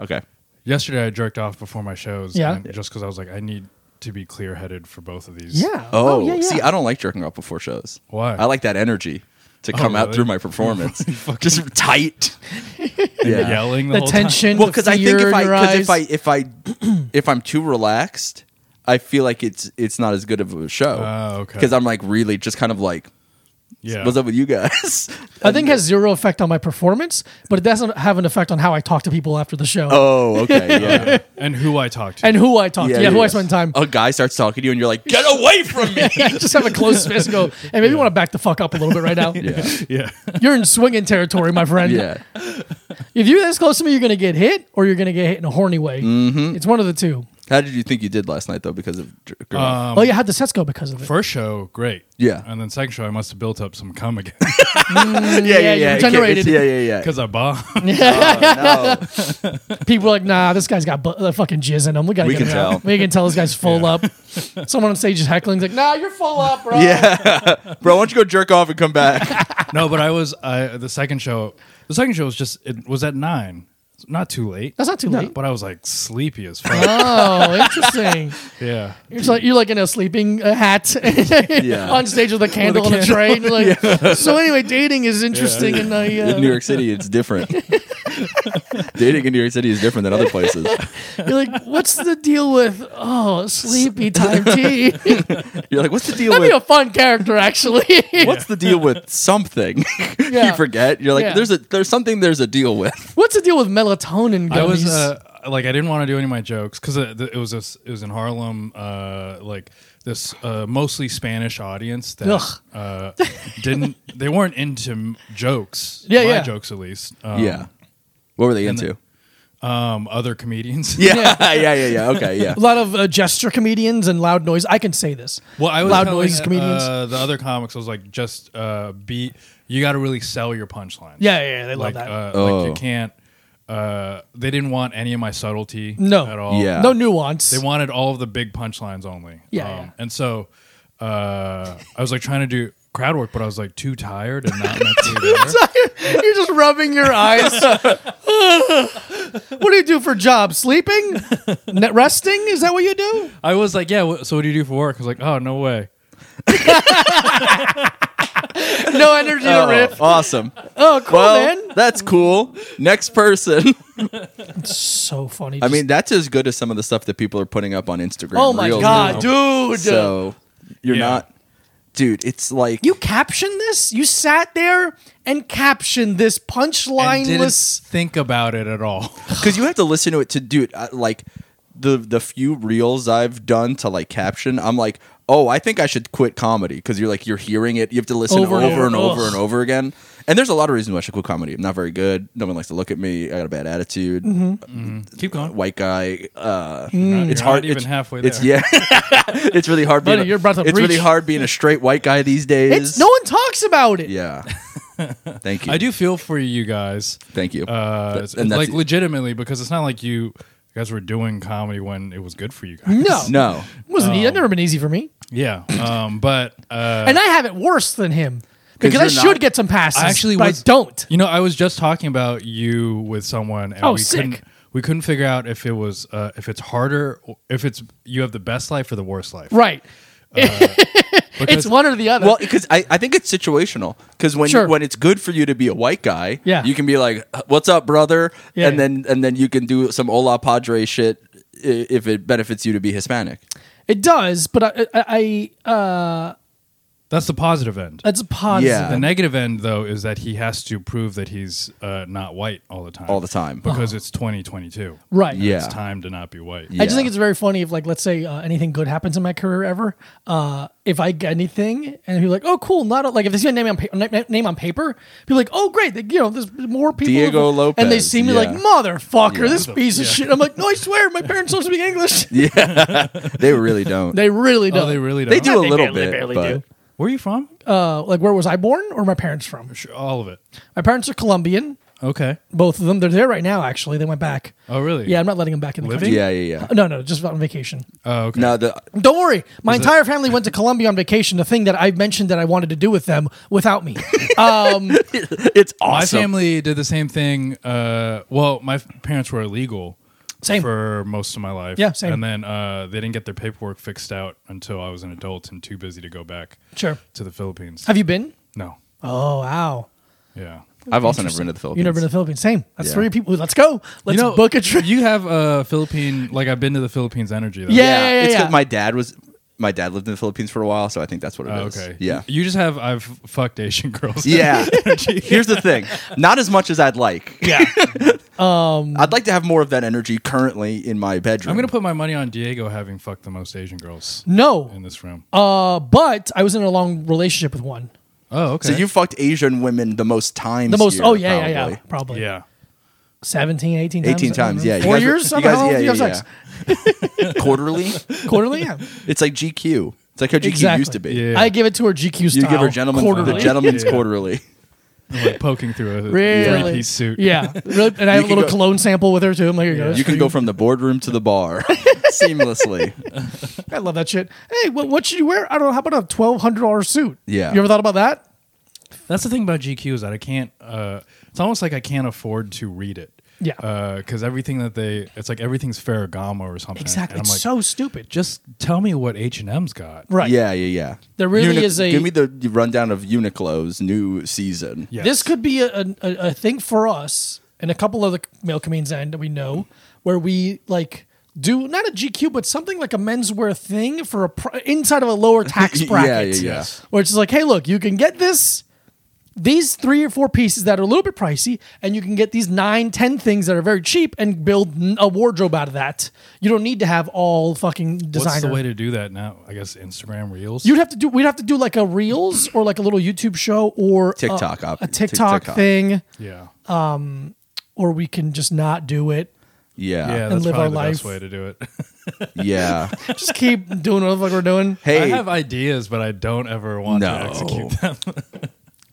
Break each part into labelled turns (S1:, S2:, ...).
S1: Okay.
S2: Yesterday I jerked off before my shows.
S3: Yeah.
S2: and just because I was like, I need to be clear headed for both of these.
S3: Yeah.
S1: Oh,
S3: yeah, yeah.
S1: see, I don't like jerking off before shows.
S2: Why?
S1: I like that energy to come out
S2: really?
S1: through my performance, just tight. yeah.
S2: Yelling the,
S3: the
S2: whole
S3: tension.
S1: Well,
S3: because
S1: because I think if I,
S3: because
S1: cause if I if I if I'm too relaxed, I feel like it's it's not as good of a show.
S2: Oh, okay.
S1: Because I'm like really just kind of like,
S2: Time. Yeah.
S1: what's up with you guys?
S3: I think it has zero effect on my performance, but it doesn't have an effect on how I talk to people after the show
S1: oh, okay, yeah.
S2: and who I talk to.
S3: and who I talk to. Yeah, who I spend time.
S1: A guy starts talking to you, and you're like, "Get away from me!"
S3: Yeah, just have a close fist and go, hey, maybe you want to back the fuck up a little bit right now.
S1: yeah,
S2: yeah.
S3: You're in swinging territory, my friend.
S1: yeah.
S3: If you're this close to me, you're going to get hit or you're going to get hit in a horny way.
S1: Mm-hmm.
S3: It's one of the two.
S1: How did you think you did last night though? Because of jerking off?
S3: well, yeah, how'd the sets go because of it?
S2: First show, great.
S1: Yeah.
S2: And then second show, I must have built up some cum again
S1: yeah,
S3: yeah, you
S1: it Uh, can't-
S3: generated.
S1: it's- Yeah, yeah, yeah.
S2: because I bombed.
S3: People are like, nah, this guy's got bu- uh, fucking jizz in him. We gotta
S1: We
S3: get
S1: can
S3: him
S1: tell.
S3: Out. We can tell this guy's full up. Someone on stage is heckling. He's like, nah, you're full up, bro.
S1: Yeah, bro, why don't you go jerk off and come back?
S2: no, but I was I the second show. The second show was just it was at nine. It's Not too late.
S3: That's not too late.
S2: But I was like sleepy as fuck.
S3: Oh, interesting.
S2: yeah.
S3: You're, just like, you're like in a sleeping uh, hat on stage with a candle and a tray. and you're like, So, anyway, dating is interesting. And I, uh,
S1: In New York City, it's different. Dating in New York City is different than other places.
S3: you're like, what's the deal with, oh, sleepy time tea? That'd
S1: You're like, what's the deal
S3: be a
S1: with
S3: fun character, actually.
S1: what's the deal with something?
S3: Yeah.
S1: you forget. You're like,
S3: Yeah.
S1: there's a there's something there's a deal with.
S3: What's the deal with melatonin gummies?
S2: I was uh, like, I didn't want to do any of my jokes because it, it was this, it was in Harlem, uh, like this uh, mostly Spanish audience that
S3: Ugh.
S2: uh, didn't they weren't into m- jokes,
S3: Yeah,
S2: my
S3: yeah.
S2: jokes at least. Um,
S1: yeah. What were they into?
S2: um, other comedians.
S1: yeah, yeah, yeah, yeah. Okay, yeah.
S3: a lot of uh, gesture comedians and loud noise. I can say this.
S2: Well, I was
S3: loud
S2: telling,
S3: noise comedians.
S2: Uh, the other comics, I was like, just uh, be. You got to really sell your punchlines.
S3: yeah, yeah, yeah, they
S2: like,
S3: love that.
S2: uh,
S1: Oh.
S2: like you can't. Uh, they didn't want any of my subtlety.
S3: No.
S2: at all.
S1: Yeah.
S3: no nuance.
S2: They wanted all of the big punchlines only. Um,
S3: Yeah, yeah.
S2: And so uh, I was like trying to do crowd work, but I was like too tired and not mentally there.
S3: You're just rubbing your eyes. what do you do for job? Sleeping? Net resting? Is that what you do?
S2: I was like, yeah, wh- so what do you do for work? I was like, oh, no way.
S3: No energy to
S1: Oh,
S3: riff.
S1: awesome.
S3: Oh, cool,
S1: Well,
S3: man.
S1: that's cool. Next person.
S3: So funny.
S1: I
S3: Just-
S1: mean, that's as good as some of the stuff that people are putting up on Instagram.
S3: oh my
S1: Reels
S3: god,
S1: now.
S3: dude.
S1: So you're
S2: Yeah.
S1: not, dude. It's like
S3: you captioned this? You sat there and captioned this
S2: And didn't
S3: punchlineless.
S2: think about it at all.
S1: because you have to listen to it to do it. I- Like the the few reels I've done to like caption, I'm like, oh, I think I should quit comedy because you're like you're hearing it. You have to listen
S3: Over
S1: over, and
S3: and over.
S1: over
S3: Ugh.
S1: and over again. And there's a lot of reasons why I should quit comedy. I'm not very good. No one likes to look at me. I got a bad attitude.
S2: Keep going.
S1: White guy. Uh,
S2: it's
S1: hard-
S2: Not even
S1: it's-
S2: halfway there.
S1: it's yeah. it's really hard. Being
S3: Buddy,
S1: a-
S3: you're about to
S1: it's really
S3: preach.
S1: hard being a straight white guy these days.
S3: It's no one talks about it.
S1: Yeah. Thank you.
S2: I do feel for you guys.
S1: Thank you.
S2: Uh,
S1: Th-
S2: it's-
S1: and that's
S2: like
S1: it.
S2: legitimately because it's not like you guys were doing comedy when it was good for you guys.
S3: No.
S1: no.
S3: It wasn't easy. That never been easy for me.
S2: Yeah. Um, but uh,
S3: and I have it worse than him because I
S1: you're not-
S3: should get some passes.
S2: I actually
S3: but
S2: was-
S3: I don't.
S2: You know, I was just talking about you with someone. And
S3: Oh,
S2: we
S3: sick.
S2: Couldn't, we couldn't figure out if it was uh, if it's harder, or if it's you have the best life or the worst life.
S3: Right.
S2: Because-
S3: It's one or the other.
S1: Well, because I, I think it's situational. Because when
S3: Sure.
S1: when it's good for you to be a white guy,
S3: Yeah.
S1: you can be like, "What's up, brother?"
S3: Yeah,
S1: and
S3: yeah.
S1: then and then you can do some "Hola Padre" shit i- if it benefits you to be Hispanic.
S3: it does, but I, I, I uh,
S2: that's the positive end.
S3: that's a positive.
S1: Yeah.
S2: the negative end, though, is that he has to prove that he's uh, not white all the time.
S1: All the time.
S2: because it's 2022.
S3: Right.
S1: Yeah.
S2: It's time to not be white.
S3: I just
S1: Yeah.
S3: think it's very funny if, like, let's say uh, anything good happens in my career ever. Uh, if I get anything, and you're like, "Oh, cool!" Not like if they see my name on pa- na- na- name on paper, people are like, "Oh, great!" Like, you know, there's more people.
S1: Diego
S3: and they
S1: Lopez,
S3: see me
S1: yeah.
S3: like, "Motherfucker,
S1: Yeah.
S3: this piece of shit." I'm like, "No, I swear, my parents don't speak English.
S1: They really don't.
S3: They really don't.
S2: Oh, they really don't.
S1: They do a little
S3: barely,
S1: bit,
S3: barely
S1: but
S3: do.
S2: Where are you from?
S3: Uh, like, where was I born, or my parents from?
S2: Sure, all of it.
S3: My parents are Colombian.
S2: Okay.
S3: Both of them. They're there right now. Actually, they went back.
S2: Oh, really?
S3: Yeah, I'm not letting them back in the
S2: Living?
S3: country.
S1: Yeah, yeah, yeah.
S3: No, no, just on vacation.
S2: Oh, okay.
S1: No, the
S3: Don't worry. My entire family went to Colombia on vacation. The thing that I mentioned that I wanted to do with them without me. Um,
S1: it's
S2: My
S1: awesome.
S2: family did the same thing. Uh, well, my f- parents were illegal
S3: Same.
S2: for most of my life.
S3: Yeah, same.
S2: And then uh, they didn't get their paperwork fixed out until I was an adult and too busy to go back
S3: sure.
S2: to the Philippines.
S3: Have you been?
S2: no.
S3: Oh wow.
S2: Yeah.
S1: I've also never been to the Philippines.
S3: You never been to the Philippines? Same. That's
S1: Yeah.
S3: three people. Let's go. Let's
S2: you know,
S3: book a trip.
S2: You have uh, Philippine, like I've been to the Philippines energy. Though.
S3: Yeah, yeah,
S1: it's
S3: yeah.
S1: my dad was my dad lived in the Philippines for a while, so I think that's what it
S2: Oh,
S1: is.
S2: okay.
S1: Yeah.
S2: You just have, I've fucked Asian girls.
S1: Yeah. Here's the thing. Not as much as I'd like. Yeah. um I'd like to have more of that energy currently in my bedroom.
S2: I'm going to put my money on Diego having fucked the most Asian girls in
S3: no.
S2: this room.
S3: Uh, but I was in a long relationship with one.
S2: oh, okay.
S1: So you fucked Asian women the most times.
S3: The most.
S1: here,
S3: oh yeah, yeah, yeah.
S1: probably.
S3: Probably.
S2: yeah.
S3: 17, 18 times.
S1: 18 times, yeah. You
S3: Four
S1: guys were-
S3: years?
S1: you
S3: I don't know
S1: guys-
S3: how often
S1: yeah,
S3: you have
S1: yeah,
S3: sex?
S1: Quarterly?
S3: Quarterly? Yeah.
S1: It's like GQ. It's like how GQ used to be.
S2: Yeah.
S3: I give it to her GQ
S1: You
S3: style.
S1: give her gentleman
S3: quarterly.
S1: the gentleman's
S2: Yeah.
S1: quarterly.
S2: I'm, like poking through a
S3: Really?
S2: three-piece suit.
S3: Yeah. Really, and I have a
S1: can
S3: little
S1: go-
S3: cologne sample with her too. I'm like, here you go.
S1: You can go from the boardroom to the bar seamlessly.
S3: I love that shit. Hey, what, what should you wear? I don't know. How about a twelve hundred dollar suit?
S1: Yeah.
S3: You ever thought about that?
S2: That's the thing about GQ is that I can't. Uh, it's almost like I can't afford to read it.
S3: Yeah.
S2: Because everything that they, it's like everything's Ferragamo or something.
S3: Exactly.
S2: And I'm
S3: It's
S2: like,
S3: so stupid.
S2: just tell me what H and M's got.
S3: Right.
S1: Yeah, yeah, yeah.
S3: There really is a-
S1: Give me the rundown of Uniqlo's new season.
S2: Yes.
S3: This could be a, a, a thing for us and a couple other male comedians that we know where we like do not a GQ but something like a menswear thing for a pr- inside of a lower tax
S1: Yeah,
S3: bracket.
S1: yeah, yeah.
S2: Yes.
S3: Where it's just like, hey, look, you can get this these three or four pieces that are a little bit pricey, and you can get these nine, ten things that are very cheap and build n- a wardrobe out of that. You don't need to have all fucking designer.
S2: What's the way to do that now? I guess Instagram Reels.
S3: You'd have to do. We'd have to do like a reels or like a little YouTube show or a-
S1: TikTok
S3: a,
S1: op-
S3: TikTok,
S1: TikTok op.
S3: thing,
S2: yeah.
S3: Uh, or we can just not do it.
S2: yeah.
S1: Yeah.
S2: That's
S3: live
S2: probably
S3: our
S2: the best
S3: life.
S2: way to do it.
S1: Yeah.
S3: Just keep doing what the fuck we're doing.
S1: Hey.
S2: I have ideas, but I don't ever want to execute them.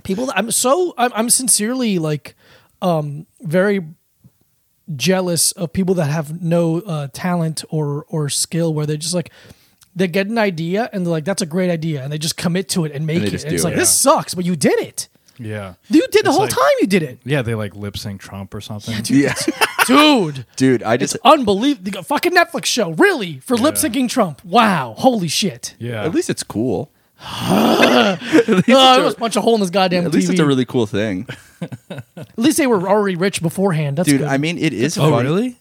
S3: People, I'm so I'm, I'm sincerely like, um, very jealous of people that have no uh, talent or or skill where they're just like they get an idea and they're like that's a great idea and they just commit to it and make
S1: they
S3: it
S1: just
S3: and it's
S1: do
S3: like
S1: it.
S3: this sucks but you did it
S2: Yeah.
S3: you did the
S2: It's
S3: whole
S2: like-
S3: time you did it
S2: Yeah, they like lip sync Trump or something.
S1: yeah.
S3: dude
S1: Dude, I just
S3: unbelievable fucking Netflix show, really, for lip syncing Trump. Wow, holy shit.
S2: yeah.
S1: at least it's cool.
S3: Oh, I must punch a hole in this goddamn
S1: At least
S3: TV.
S1: it's a really cool thing.
S3: At least they were already rich beforehand. That's
S1: Dude,
S3: good.
S1: I mean it is
S2: Oh,
S1: fun.
S2: really?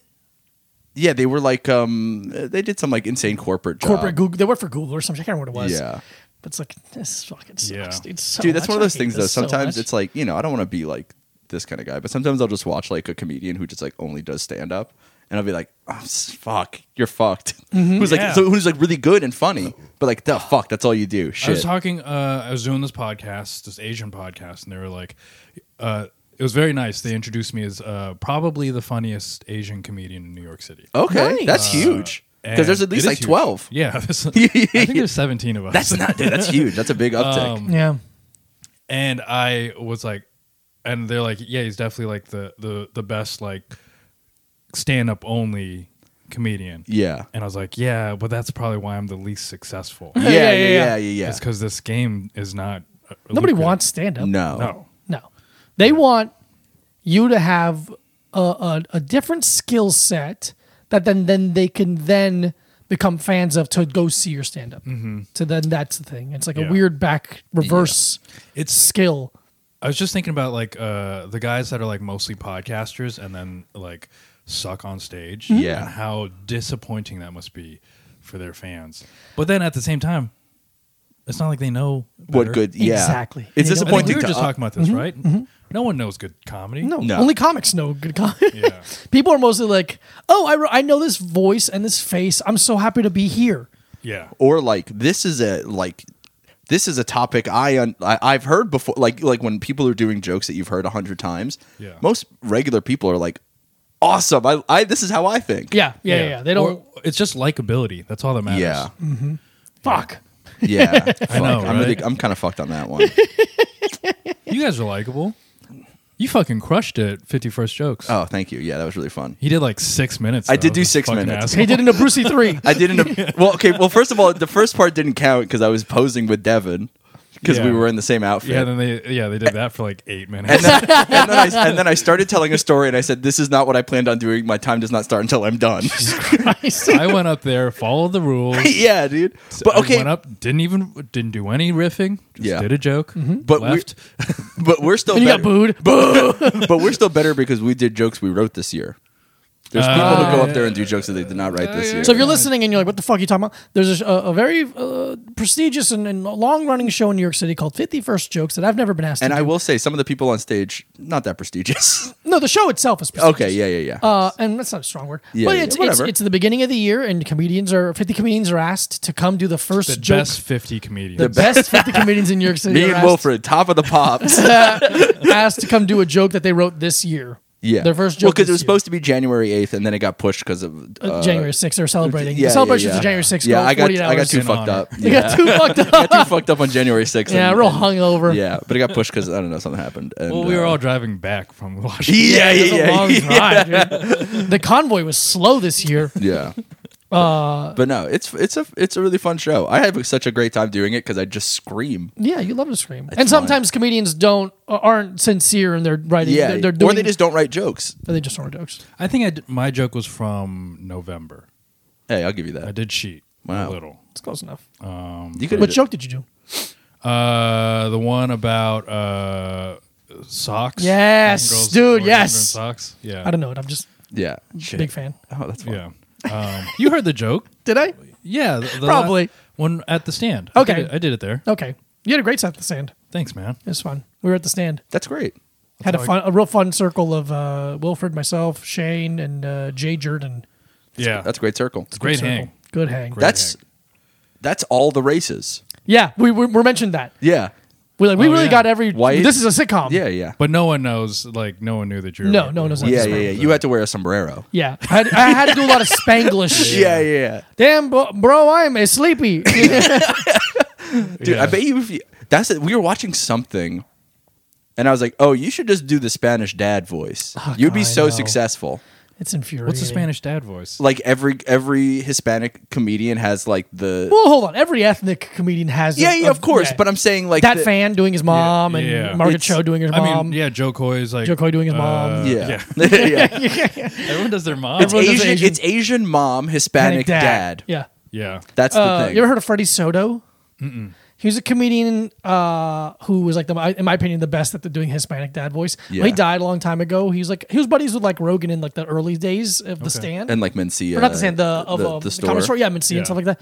S1: Yeah, they were like um they did some like insane corporate job.
S3: corporate Google. They worked for Google or something. I can't remember what it was.
S1: uh, Yeah.
S3: but it's like this fucking sucks,
S2: Yeah.
S3: dude. So
S1: Dude, that's
S3: much.
S1: one of
S3: I
S1: those
S3: hate
S1: things though.
S3: this so
S1: Sometimes
S3: much.
S1: it's like, you know, I don't want to be like this kind of guy, but sometimes I'll just watch like a comedian who just like only does stand up and I'll be like, oh, s- fuck, you're fucked. who's
S2: Yeah.
S1: like so who's like really good and funny, but like the fuck, that's all you do. Shit.
S2: I was talking. Uh, I was doing this podcast, this Asian podcast, and they were like, uh, it was very nice. They introduced me as uh, probably the funniest Asian comedian in New York City. Uh,
S1: okay,
S3: Nice.
S1: that's huge.
S2: And
S1: Because there's at
S2: it is
S1: least like
S2: huge.
S1: twelve.
S2: Yeah, there's- I think there's 17 of us.
S1: That's not dude, that's huge. That's a big uptick.
S3: yeah,
S2: and I was like, and they're like, yeah, he's definitely like the the the best like stand up only comedian.
S1: yeah.
S2: And I was like, yeah, but that's probably why I'm the least successful.
S1: Yeah, yeah, yeah,
S3: yeah, yeah.
S1: yeah, yeah.
S2: It's because this game is not. uh,
S3: nobody
S2: lucrative.
S3: wants stand up.
S1: No.
S2: No.
S3: no, they want you to have a, a, a different skill set that then then they can then become fans of to go see your stand up. Mm-hmm. So then that's the thing. It's like
S2: Yeah.
S3: a weird back reverse
S2: It's
S3: skill.
S2: I was just thinking about like uh, the guys that are like mostly podcasters and then like suck on stage.
S3: Mm-hmm.
S1: Yeah.
S2: And how disappointing that must be for their fans. But then at the same time, it's not like they know
S1: What
S2: better.
S1: good? Yeah,
S3: Exactly.
S1: It's
S3: They
S2: I
S3: don't-
S2: think we
S1: disappointing
S2: were
S1: to uh,
S2: just
S1: us.
S2: talking about this, right? No one knows good comedy.
S3: Mm-hmm. No,
S1: No.
S3: only comics know good comedy.
S2: Yeah.
S3: People are mostly like, "Oh, I, re- I know this voice and this face. I'm so happy to be here."
S2: Yeah.
S1: or like this is a like this is a topic I, un- I I've heard before. Like like when people are doing jokes that you've heard a hundred times.
S2: Yeah.
S1: Most regular people are like, awesome. I, I this is how I think.
S3: Yeah, yeah, yeah. yeah. They don't.
S2: Or it's just likability. That's all that matters.
S1: Yeah.
S3: fuck.
S1: Yeah. Fuck.
S2: know,
S1: I'm,
S2: right?
S1: I'm kind of fucked on that one.
S2: You guys are likable. You fucking crushed it. Fifty first jokes.
S1: Oh, thank you. Yeah, that was really fun.
S2: He did like six minutes.
S1: I did
S2: though,
S1: do
S2: this
S1: six
S2: fucking
S1: minutes.
S2: asshole.
S3: He did an Brucey three.
S1: I didn't. Well, okay. Well, first of all, the first part didn't count because I was posing with Devin because we
S2: Yeah.
S1: were in the same outfit.
S2: Yeah, then they yeah they did that for like eight
S1: and
S2: minutes.
S1: then, and, then I, and then I started telling a story, and I said, "This is not what I planned on doing. My time does not start until I'm done."
S2: I went up there, followed the rules.
S1: yeah, dude. But
S2: I
S1: okay,
S2: went up, didn't even didn't do any riffing. Just
S1: Yeah.
S2: did a joke.
S3: Mm-hmm.
S1: But we-
S2: left.
S1: but we're still
S3: And you got
S1: better.
S3: booed.
S1: but we're still better because we did jokes we wrote this year. There's people who go up there and do jokes that they did not write this year.
S3: So if you're listening and you're like, "What the fuck are you talking about?" There's a, a very uh, prestigious and, and long-running show in New York City called 51st Jokes that I've never been asked.
S1: and
S3: to
S1: I
S3: do.
S1: will say, some of the people on stage not that prestigious.
S3: no, the show itself is prestigious.
S1: okay, yeah, yeah, yeah.
S3: Uh, and that's not a strong word,
S1: Yeah,
S3: but
S1: yeah,
S3: it's, it's
S1: whatever.
S3: it's the beginning of the year, and comedians are 50 comedians are asked to come do the first
S2: the
S3: joke,
S2: best fifty comedians.
S3: the best 50 comedians in New York City.
S1: Me
S3: are
S1: and
S3: asked-
S1: Wilfred, top of the pops.
S3: asked to come do a joke that they wrote this year.
S1: Yeah,
S3: Their first joke.
S1: Well, because it
S3: this
S1: was
S3: year.
S1: supposed to be January eighth, and then it got pushed because of
S3: Uh, January 6th, they're celebrating.
S1: Yeah,
S3: the celebrations
S1: yeah, yeah.
S3: of January 6th.
S1: Yeah,
S3: go
S1: I got
S3: 48
S1: I got
S3: hours.
S1: too
S2: in
S1: fucked
S2: honor.
S1: up.
S3: They
S1: Yeah.
S3: got too fucked
S1: I
S3: up.
S1: got too fucked up on January sixth.
S3: yeah, real hungover.
S1: Yeah, but it got pushed because I don't know something happened. And,
S2: well, we were
S1: uh,
S2: all driving back from Washington.
S1: Yeah,
S2: It was
S1: yeah,
S2: a long
S1: yeah.
S2: drive, dude.
S3: The convoy was slow this year.
S1: Yeah. but no, it's it's a it's a really fun show. I have such a great time doing it because I just scream.
S3: Yeah, you love to scream.
S1: fine.
S3: And sometimes comedians don't uh, aren't sincere in their writing.
S1: Yeah,
S3: they're, they're doing,
S1: or they just don't write jokes.
S3: they just aren't jokes.
S2: I think I d- my joke was from November.
S1: Hey, I'll give you
S2: I
S1: that.
S2: did cheat
S1: Wow.
S2: a little.
S3: It's close enough.
S1: You could
S3: what joke did you do?
S2: Uh, the one about uh socks.
S3: Yes,
S2: Girls
S3: dude,
S2: wearing
S3: yes.
S2: different socks. Yeah,
S3: I don't know it. I'm just
S1: Yeah.
S3: a big fan.
S1: Oh, that's fun.
S2: Yeah, um, you heard the joke.
S3: Did I?
S2: Yeah, the, the
S3: Probably.
S2: la- one at the stand. I
S3: Okay.
S2: did, it, I did it there.
S3: Okay, you had a great set at the stand.
S2: Thanks, man.
S3: It was fun. We were at the stand.
S1: That's great.
S3: Had a
S2: how I-
S3: fun, a real fun circle of uh, Wilfred, myself, Shane, and uh, Jay Jordan.
S2: Yeah,
S1: That's a great circle.
S2: great
S3: circle.
S2: hang.
S3: Good hang.
S2: Great.
S1: That's
S2: hang.
S1: that's all the races.
S3: Yeah, we, we we mentioned that.
S1: Yeah.
S3: We like we
S2: Oh,
S3: really
S2: yeah.
S3: got every.
S1: White-
S3: This is a sitcom.
S1: Yeah, yeah.
S2: But no one knows. Like no one knew that you're.
S3: No, no one knows that.
S1: yeah,
S3: That's
S1: yeah, yeah.
S3: fine.
S1: You had to wear a sombrero.
S3: yeah. I had, I had to do a lot of Spanglish.
S1: Yeah, yeah. yeah.
S3: Damn, bro, bro I'm a sleepy.
S1: Dude, I bet you if you that's it. We were watching something and I was like, "Oh, you should just do the Spanish dad voice. You'd be
S3: Oh, God, I
S1: so
S3: know.
S1: successful."
S3: it's infuriating.
S2: What's the Spanish dad voice?
S1: Like every every Hispanic comedian has like the
S3: Well, hold on. Every ethnic comedian has. a-
S1: Yeah, yeah,
S3: a-
S1: of course,
S3: yeah.
S1: but I'm saying like
S3: that
S1: the-
S3: fan doing his mom and
S2: yeah.
S3: Margaret
S1: It's-
S3: Cho doing his
S2: I
S3: mom.
S2: mean, yeah, Uh, Joe Coy's like
S3: Joe Coy doing his mom.
S1: Yeah. yeah.
S2: Everyone does their mom.
S1: It's
S3: Everyone does
S1: Asian,
S3: Asian.
S1: it's Asian mom, Hispanic
S3: Panic
S1: dad.
S3: Yeah.
S2: yeah,
S1: That's the
S3: Uh,
S1: thing.
S3: you ever heard of Freddie Soto? He was a comedian uh, who was like, the, in my opinion, the best at the doing Hispanic dad voice.
S1: Yeah.
S3: He died a long time ago. He was like, he was buddies with like Rogan in like the early days of the stand,
S1: and like Mencia.
S3: or not the stand, the of
S1: the,
S3: um,
S1: the
S3: comedy
S1: store.
S3: store, yeah, Mincy
S2: Yeah.
S3: and stuff like that.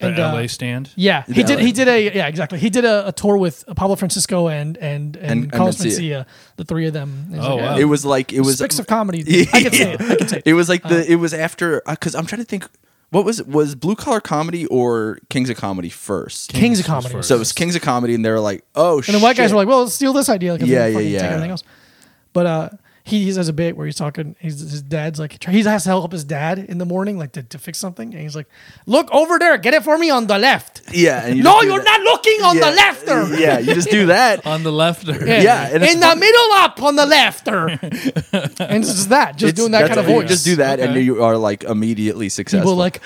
S2: the
S3: And uh,
S2: LA stand.
S3: yeah, he
S1: The
S3: did.
S1: LA.
S3: He did a yeah, exactly. He did a, a tour with Pablo Francisco and and and,
S1: And-
S3: Carlos
S1: and Mencia.
S3: Mencia, the three of them. It was
S2: Oh,
S3: like,
S2: wow.
S3: uh,
S1: It was like it was
S3: Spicks of comedy. I can say it. I can say it. Uh,
S1: It was like the it was after because I'm trying to think what was it was blue collar comedy or Kings of Comedy first.
S3: Kings of
S2: was
S3: comedy.
S2: first.
S1: so it was Kings of Comedy, and they were like, "Oh shit!"
S3: And the white guys were like, "Well, let's steal this idea." Like,
S1: Yeah,
S3: yeah,
S1: yeah,
S3: yeah,
S1: yeah.
S3: Take everything else. But uh, he he has a bit where he's talking. He's, his dad's like, he has to help his dad in the morning, like to, to fix something, and he's like, "Look over there, get it for me on the left."
S1: "Yeah." And you
S3: no,
S1: just do
S3: you're
S1: that.
S3: not looking on the Uh,
S1: Yeah.
S3: lefter.
S1: Yeah, you just do that.
S2: on the left. Or,
S1: Yeah, and it's
S3: in the
S1: fun-
S3: middle up on the lefter, and it's just that, just
S1: It's-
S3: doing that
S1: that's
S3: kind of
S1: what you
S3: voice.
S1: Just do that, and
S2: Okay.
S1: you are like immediately successful.
S3: People are like,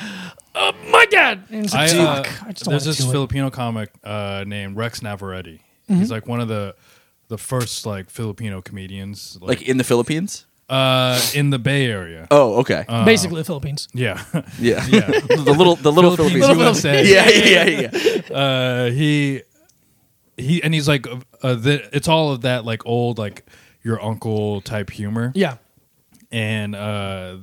S3: uh, my dad. And it's
S2: I,
S3: like,
S2: uh,
S3: fuck, I just don't
S2: there's
S3: wanna
S2: this
S3: do it. Mm-hmm.
S2: Filipino comic uh, named Rex Navarrete. He's like one of the the first like Filipino comedians
S1: like in the Philippines.
S2: uh, in the Bay Area.
S1: Oh, okay.
S2: uh,
S3: Basically, the Philippines.
S2: Yeah,
S1: yeah,
S2: yeah.
S1: the little the little
S2: Philippines,
S1: Philippines.
S2: USA.
S1: Yeah, yeah, yeah, yeah.
S2: uh, he he and he's like uh, uh, the, it's all of that like old like your uncle type humor
S3: Yeah.
S2: and uh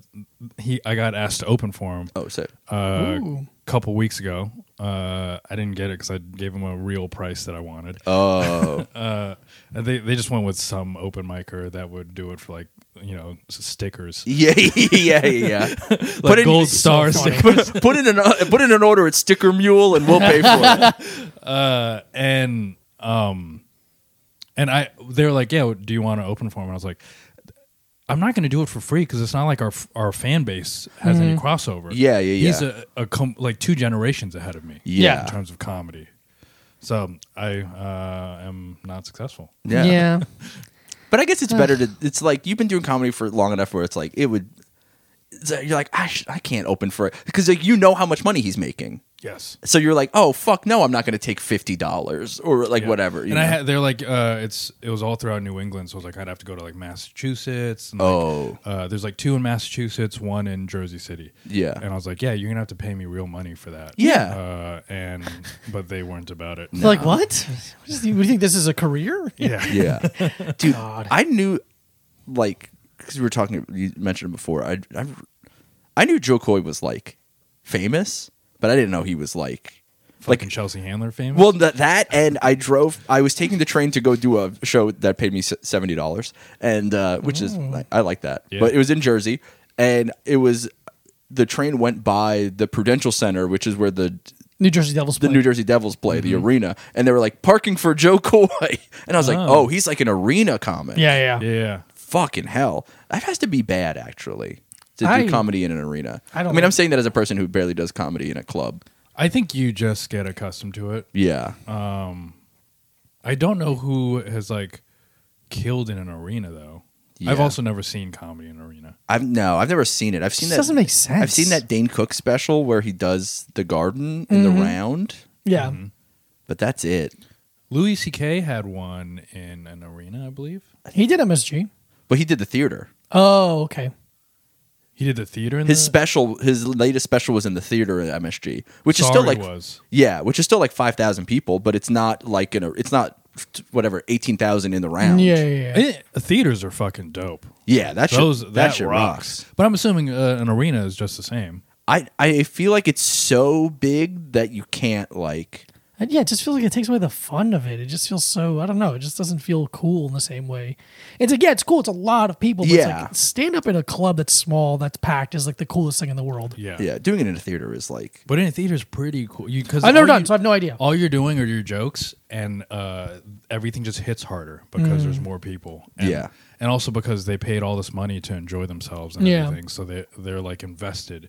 S2: he i got asked to open for him
S1: Oh, so
S3: Uh,
S2: a
S3: Ooh.
S2: couple weeks ago uh i didn't get it because i gave him a real price that i wanted
S1: oh,
S2: uh and they they just went with some open micer that would do it for like you know s- stickers
S1: yeah, yeah, yeah, yeah.
S2: like gold
S1: stars.
S2: star
S3: funny.
S2: stickers
S1: put, put in an uh, put in an order at Sticker Mule, and we'll pay for it.
S2: uh, and um, and I they were like, yeah, do you want to open for him? And I was like, I'm not going to do it for free because it's not like our our fan base has any crossover.
S1: Yeah, yeah, yeah.
S2: He's a, a com- like two generations ahead of me.
S1: Yeah.
S2: in terms of comedy. So I uh, am not successful.
S3: Yeah.
S1: But I guess it's better to. It's like you've been doing comedy for long enough where it's like it would. it's like You're like I, sh- I can't open for it because like you know how much money he's making.
S2: Yes.
S1: So you're like, oh fuck no, I'm not going to take fifty dollars or like
S2: Yeah.
S1: whatever. You
S2: and I
S1: know?
S2: had, they're like, uh, it's it was all throughout New England, so I was like, I'd have to go to like Massachusetts. And like,
S1: Oh.
S2: uh, there's like two in Massachusetts, one in Jersey City.
S1: Yeah.
S2: and I was like, yeah, you're gonna have to pay me real money for that.
S1: Yeah.
S2: uh, and but they weren't about it.
S3: They're Like what? What is- you think this is a career?
S2: Yeah,
S1: yeah, dude, I knew like because we were talking. You mentioned it before. I, I I knew Joe Coy was like famous, but I didn't know he was like
S2: like
S1: like
S2: Chelsea Handler famous.
S1: Well, th- that and I drove. I was taking the train to go do a show that paid me s- seventy dollars, and uh, which is
S3: Oh.
S1: I, I like that.
S2: Yeah.
S1: But it was in Jersey, and it was the train went by the Prudential Center, which is where the
S3: New Jersey Devils.
S1: the
S3: play.
S1: New Jersey Devils play the
S3: Mm-hmm.
S1: arena, and they were like parking for Joe Coy, and I was like,
S2: Oh.
S1: oh, he's like an arena comic.
S3: Yeah, yeah.
S2: yeah,
S1: fucking hell, that has to be bad actually to do
S3: I-
S1: comedy in an arena.
S3: I don't
S1: I mean, I'm
S3: like-
S1: saying that as a person who barely does comedy in a club.
S2: I think you just get accustomed to it.
S1: Yeah,
S2: I don't know who has like killed in an arena though. I've
S1: Yeah.
S2: also never seen comedy in an arena.
S1: I've no, I've never seen it. I've seen
S3: This
S1: that.
S3: doesn't make sense. Mm-hmm.
S1: I've seen that Dane Cook special where he does the garden in the round,
S3: Yeah.
S1: Mm-hmm. but that's it.
S2: Louis C.K. had one in an arena, I believe.
S3: He did MSG.
S1: But he did the theater.
S3: Oh, okay.
S2: He did the theater in
S3: Mm.
S1: His
S2: the-
S1: special, his latest special was in the theater at MSG, which is still
S2: Sorry
S1: like
S2: was.
S1: yeah, which is still like five thousand people, but it's not like in a, it's not whatever eighteen thousand in the round.
S3: Yeah, yeah, yeah.
S2: Eh, theaters are fucking dope.
S1: yeah, that
S2: Those
S1: shit,
S2: that,
S1: that, shit
S2: rocks.
S1: rocks.
S2: But I'm assuming uh, an arena is just the same.
S1: I I feel like it's so big that you can't like
S3: And yeah, it just feels like it takes away the fun of it. It just feels so I don't know. It just doesn't feel cool in the same way. It's like yeah, it's cool. It's a lot of people. But
S1: Yeah.
S3: It's like stand up in a club that's small, that's packed, is like the coolest thing in the world.
S2: Yeah.
S1: yeah, doing it in a theater is like
S2: But in a theater is pretty cool. You because
S3: I've never done, so I have no
S1: Oh.
S3: idea.
S2: All you're doing are your jokes, and uh, everything just hits harder because there's more people. And,
S1: Mm. Yeah.
S2: and also because they paid all this money to enjoy themselves and
S3: Yeah.
S2: everything, so they they're like invested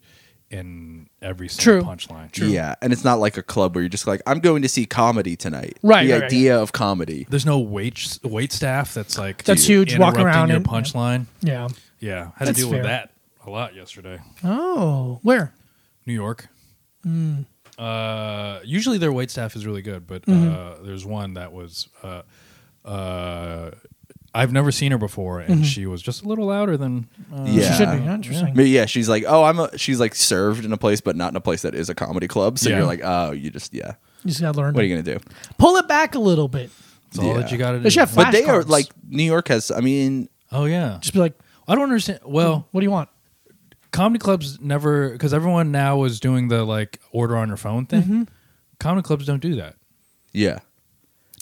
S2: in every
S3: True.
S2: single punchline.
S1: yeah, and it's not like a club where you're just like I'm going to see comedy tonight.
S3: Right,
S1: the
S3: right, right,
S1: idea of comedy.
S2: There's no wait wait staff that's like
S3: That's huge, walking
S2: interrupting
S3: around
S2: your
S3: and-
S2: punchline.
S3: Yeah.
S2: Yeah, had
S3: That's
S2: to deal
S3: fair.
S2: with that a lot yesterday.
S3: Oh, where?
S2: New York.
S3: Hmm.
S2: Uh, usually their wait staff is really good, but
S3: Mm-hmm.
S2: uh, there's one that was. Uh, uh, I've never seen her before, and
S3: Mm-hmm.
S2: she was just a little louder than. Uh,
S1: Yeah.
S3: She should be interesting.
S1: But yeah, she's like, oh, I'm a. She's like served in a place, but not in a place that is a comedy club. So
S2: Yeah.
S1: you're like, oh, you just yeah.
S3: You just gotta learn.
S1: What are you gonna do?
S3: Pull it back a little bit.
S2: It's all that
S1: Yeah.
S2: you got to do.
S3: They should have
S1: But they are
S3: Flashcards.
S1: like New York has. I mean,
S2: oh yeah,
S3: Just Mm-hmm. be like,
S2: I don't understand.
S1: Oh.
S2: Well,
S3: what do you want?
S2: comedy clubs never because everyone now is doing the like order on your phone thing.
S3: Mm-hmm.
S2: Comedy clubs don't do that.
S1: yeah.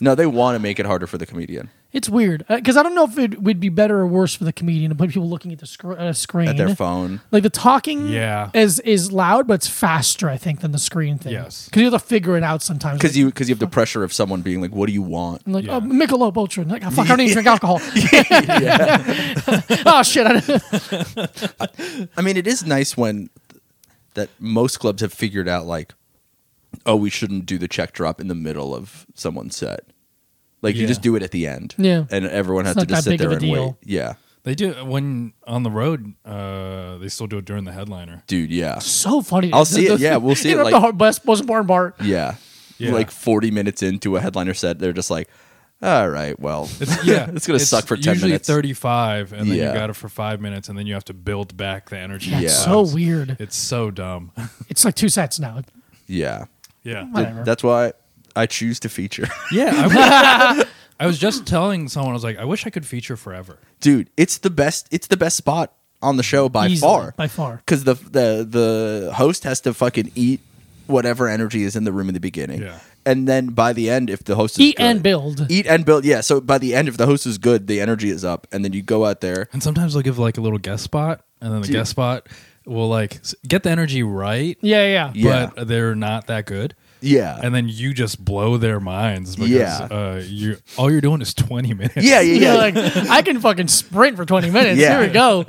S1: No, they want to make it harder for the comedian.
S3: It's weird because I don't know if it would be better or worse for the comedian to put people looking at the scr- uh, screen
S1: At their phone.
S3: Like the talking,
S2: Yeah.
S3: is is loud, but it's faster, I think, than the screen thing.
S2: Yes.
S3: because you have to figure it out sometimes.
S1: Because
S3: Like,
S1: you because you have the pressure of someone being like, "What do you want?"
S3: I'm like
S2: Yeah.
S3: oh, Michelob Ultra, and like oh, fuck, I don't even drink alcohol. oh shit! I don't-
S1: I mean, it is nice when th- that most clubs have figured out like, oh, we shouldn't do the check drop in the middle of someone's set. Like you
S2: Yeah.
S1: just do it at the end.
S3: Yeah.
S1: and everyone
S3: It's
S1: has to
S3: not
S1: just sit
S3: that big
S1: there
S3: of a
S1: and wait.
S3: deal.
S1: Yeah,
S2: They do when on the road. Uh, they still do it during the headliner.
S1: dude. Yeah,
S3: so funny.
S1: I'll see it, yeah, we'll see it,
S3: Interrupt
S1: like-
S3: the hard, best, most important part.
S1: Yeah.
S2: Yeah.
S1: Like 40 minutes into a headliner set, they're just like, all right, well,
S2: It's, yeah,
S1: It's gonna suck for 10
S2: usually
S1: minutes.
S2: Thirty-five, and then
S1: Yeah.
S2: you got it for five minutes, and then you have to build back the energy.
S3: That's
S1: Yeah.
S3: so weird.
S2: It's so dumb.
S3: It's like two sets now.
S1: yeah.
S2: yeah,
S3: What?
S1: Th-
S3: Whatever.
S1: That's why I choose to feature.
S2: yeah. I was, I was just telling someone I was like, I wish I could feature forever.
S1: Dude, it's the best it's the best spot on the show by
S3: Easily,
S1: far.
S3: by far.
S1: Cuz the the the host has to fucking eat whatever energy is in the room in the beginning.
S2: Yeah.
S1: And then by the end if the host is
S3: Eat
S1: good-
S3: and build.
S1: Eat and build. Yeah, so by the end if the host is good, the energy is up and then you go out there.
S2: And sometimes they'll give like a little guest spot, and then the
S1: Dude.
S2: guest spot will like s- get the energy right,
S3: Yeah, yeah.
S1: Yeah.
S2: but they're not that good.
S1: Yeah.
S2: And then you just blow their minds because
S1: Yeah.
S2: uh, you all you're doing is twenty minutes.
S1: yeah, yeah, yeah.
S3: You're like, I can fucking sprint for 20 minutes.
S1: Yeah.
S3: Here we go.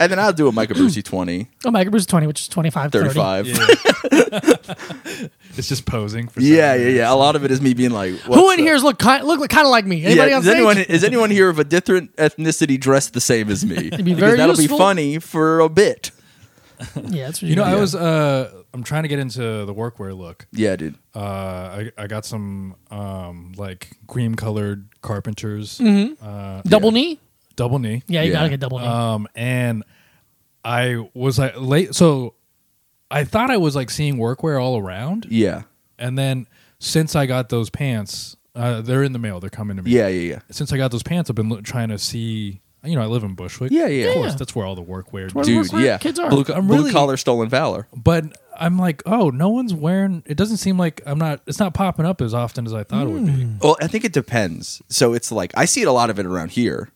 S1: and then I'll do a Micah Brucey 20,
S3: Oh, Micah Bruce 20, which is 25, 30.
S1: 35. Yeah,
S2: it's just posing for
S1: yeah,
S2: something.
S1: yeah, A lot of it is me being like,
S3: Who
S1: what's
S3: in
S1: the-
S3: here is look kind, look kind of like me?
S1: Yeah,
S3: Anybody on
S1: is
S3: stage?
S1: anyone is anyone here of a different ethnicity dressed the same as me?
S3: be
S1: because
S3: very
S1: that'll
S3: useful.
S1: be funny for a bit.
S3: yeah, that's what
S2: You know, I
S3: do.
S2: was uh I'm trying to get into the workwear look.
S1: Yeah, dude.
S2: Uh I, I got some um like cream colored carpenters. Uh
S3: double knee.
S2: double knee.
S3: Yeah,
S1: Mm-hmm. Yeah. Uh,
S3: you gotta get double knee.
S2: Um, and I was like late, so I thought I was like seeing workwear all around,
S1: Yeah,
S2: and then since I got those pants, uh, they're in the mail. They're coming to me.
S1: yeah, yeah, yeah,
S2: Since I got those pants, I've been lo- trying to see. You know, I live in Bushwick.
S1: Yeah, yeah.
S2: Of course,
S3: Yeah.
S2: that's where all the workwear.
S3: where-
S1: dude.
S3: where
S1: Yeah,
S3: kids are.
S1: Blue,
S2: I'm
S1: blue
S2: really-
S1: collar stolen valor.
S2: But I'm like, oh, no one's wearing. It doesn't seem like I'm not. It's not popping up as often as I thought it would be.
S1: Well, I think it depends. So it's like I see it a lot of it around here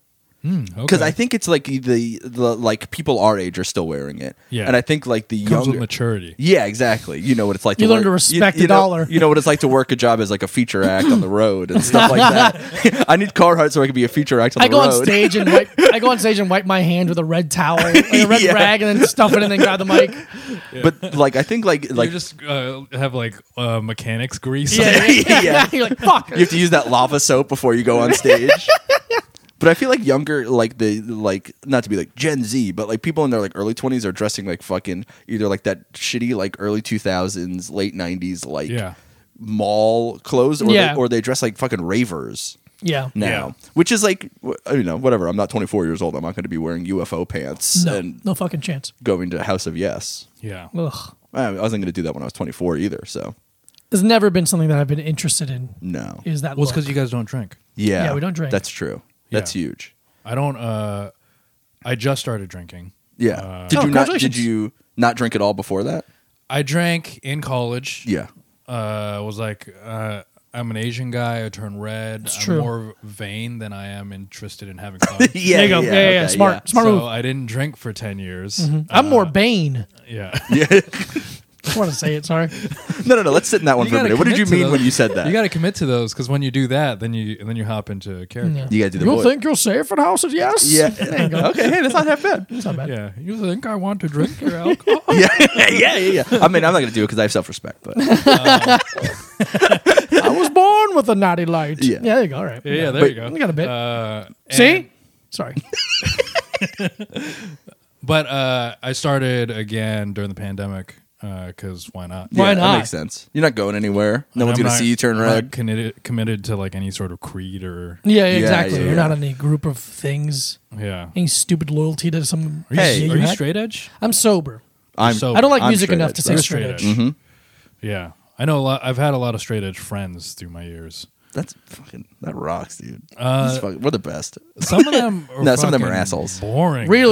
S1: because
S2: Because
S1: I think it's like the the like people our age are still wearing it.
S2: Yeah.
S1: and I think like the
S2: it comes with
S1: younger.
S2: maturity.
S1: yeah, exactly. You know what it's like.
S3: You
S1: to
S3: learn to
S1: work-
S3: respect a
S1: know-
S3: dollar.
S1: You know what it's like to work a job as like a feature act on the road and stuff like that. I need Carhartt so I can be a feature act on
S3: I
S1: the
S3: go
S1: road.
S3: on stage and wipe, I go on stage and wipe my hand with a red towel, like a red
S1: Yeah.
S3: rag, and then stuff it, and then grab the mic.
S1: But like I think like
S2: Like
S1: like
S2: you just uh, have like uh, mechanics grease.
S3: Yeah, yeah.
S1: Yeah.
S3: You're like fuck.
S1: you have to use that lava soap before you go on stage. but I feel like younger, like the like not to be like Gen Z, but like people in their like early twenties are dressing like fucking either like that shitty like early two thousands, late nineties like
S2: Yeah.
S1: mall clothes, or
S3: Yeah.
S1: they, or they dress like fucking ravers
S3: yeah.
S1: now, which is like wh- you know whatever. I'm not 24 years old. I'm not going to be wearing UFO pants
S3: No,
S1: and
S3: no fucking chance.
S1: going to House of Yes.
S2: yeah.
S3: Ugh.
S1: I I wasn't going to do that when I was 24 either. So
S3: There's never been something that I've been interested in.
S1: no,
S3: Is that
S2: Well, it's
S3: look.
S2: because you guys don't drink.
S1: yeah,
S3: Yeah, we don't drink.
S1: That's true. That's
S2: Yeah.
S1: huge.
S2: I don't. uh I just started drinking.
S1: Yeah. did
S2: Uh,
S1: you
S3: Oh,
S1: not? Did
S3: congratulations.
S1: you not drink at all before that?
S2: I drank in college.
S1: Yeah.
S2: Uh, was like, uh, I'm an Asian guy. I turn red. I'm
S3: true.
S2: more vain than I am interested in having fun.
S1: Yeah.
S3: there you go. Yeah, yeah, yeah, smart, smart
S2: so
S3: move.
S2: I didn't drink for ten years.
S3: I'm
S1: uh,
S3: more Bane.
S2: Yeah.
S1: Yeah.
S3: I want to say it. Sorry.
S1: no, no, no. Let's sit in that one
S2: You
S1: for a
S2: gotta
S1: minute. What did
S2: commit
S1: you
S2: to
S1: mean
S2: those.
S1: when you said that?
S2: You got to commit to those because when you do that, then you and then you hop into character.
S1: You gotta do the
S3: You'll
S1: voice.
S3: think you're safe at houses? Yes.
S1: yeah.
S3: There you go.
S1: okay. Hey, that's not half bad.
S3: It's not bad.
S2: Yeah. You think I want to drink your alcohol?
S1: yeah. yeah. Yeah. Yeah. I mean, I'm not gonna do it because I have self-respect, but
S3: I was born with a naughty light.
S1: Yeah.
S3: there you go. All right.
S2: Yeah, yeah, there
S1: But-
S2: you go.
S3: You got a bit.
S2: Uh, and-
S3: See? Sorry.
S2: but uh, I started again during the pandemic because why not?
S3: Why
S1: Yeah, That
S3: not?
S1: makes sense. You're not going anywhere. No
S2: And
S1: one's
S2: I'm
S1: gonna
S2: not-
S1: see you turn
S2: I'm not
S1: red.
S2: Committed, committed to like any sort of creed or
S3: Yeah,
S1: Yeah,
S3: exactly.
S1: yeah,
S3: You're
S1: yeah.
S3: not in a group of things.
S2: yeah.
S3: Any stupid loyalty to some.
S2: Are you,
S1: Hey,
S2: are
S3: you
S2: you
S3: had-
S2: straight edge?
S3: I'm sober.
S1: I'm
S2: so-
S3: I don't like
S1: I'm
S3: music
S1: straight
S3: enough
S1: edge,
S3: to
S1: though.
S3: say straight edge.
S2: Yeah, I know a lot. I've had a lot of straight edge friends through my years.
S1: That's fucking. That rocks, dude. That's fucking- we're the best.
S2: Some of them, are
S1: No, some of them are
S2: fucking
S1: assholes.
S2: Boring.
S3: Real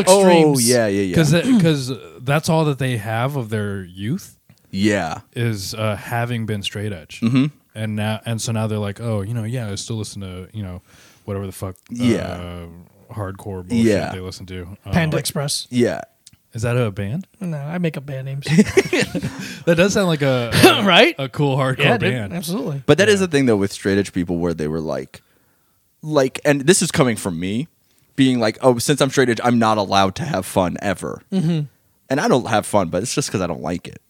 S1: Oh
S3: extremes.
S1: yeah, yeah, yeah.
S2: because because that's all that they have of their youth
S1: yeah.
S2: is uh, having been straight edge. Mm-hmm. And now and so now they're like, oh, you know, yeah, I still listen to you know whatever the fuck.
S1: Yeah.
S2: Uh, hardcore bullshit
S1: Yeah.
S2: they listen to. Um,
S1: Oh.
S3: Panda Express.
S1: Yeah.
S2: Is that a band?
S3: No, I make up band names.
S2: That does sound like a, a
S3: right?
S2: a cool hardcore
S3: yeah, dude,
S2: band.
S3: absolutely.
S1: But that is the thing though with straight edge people where they were like like and this is coming from me being like, "Oh, since I'm straight edge, I'm not allowed to have fun ever." Mm-hmm. And I don't have fun, but it's just cuz I don't like it.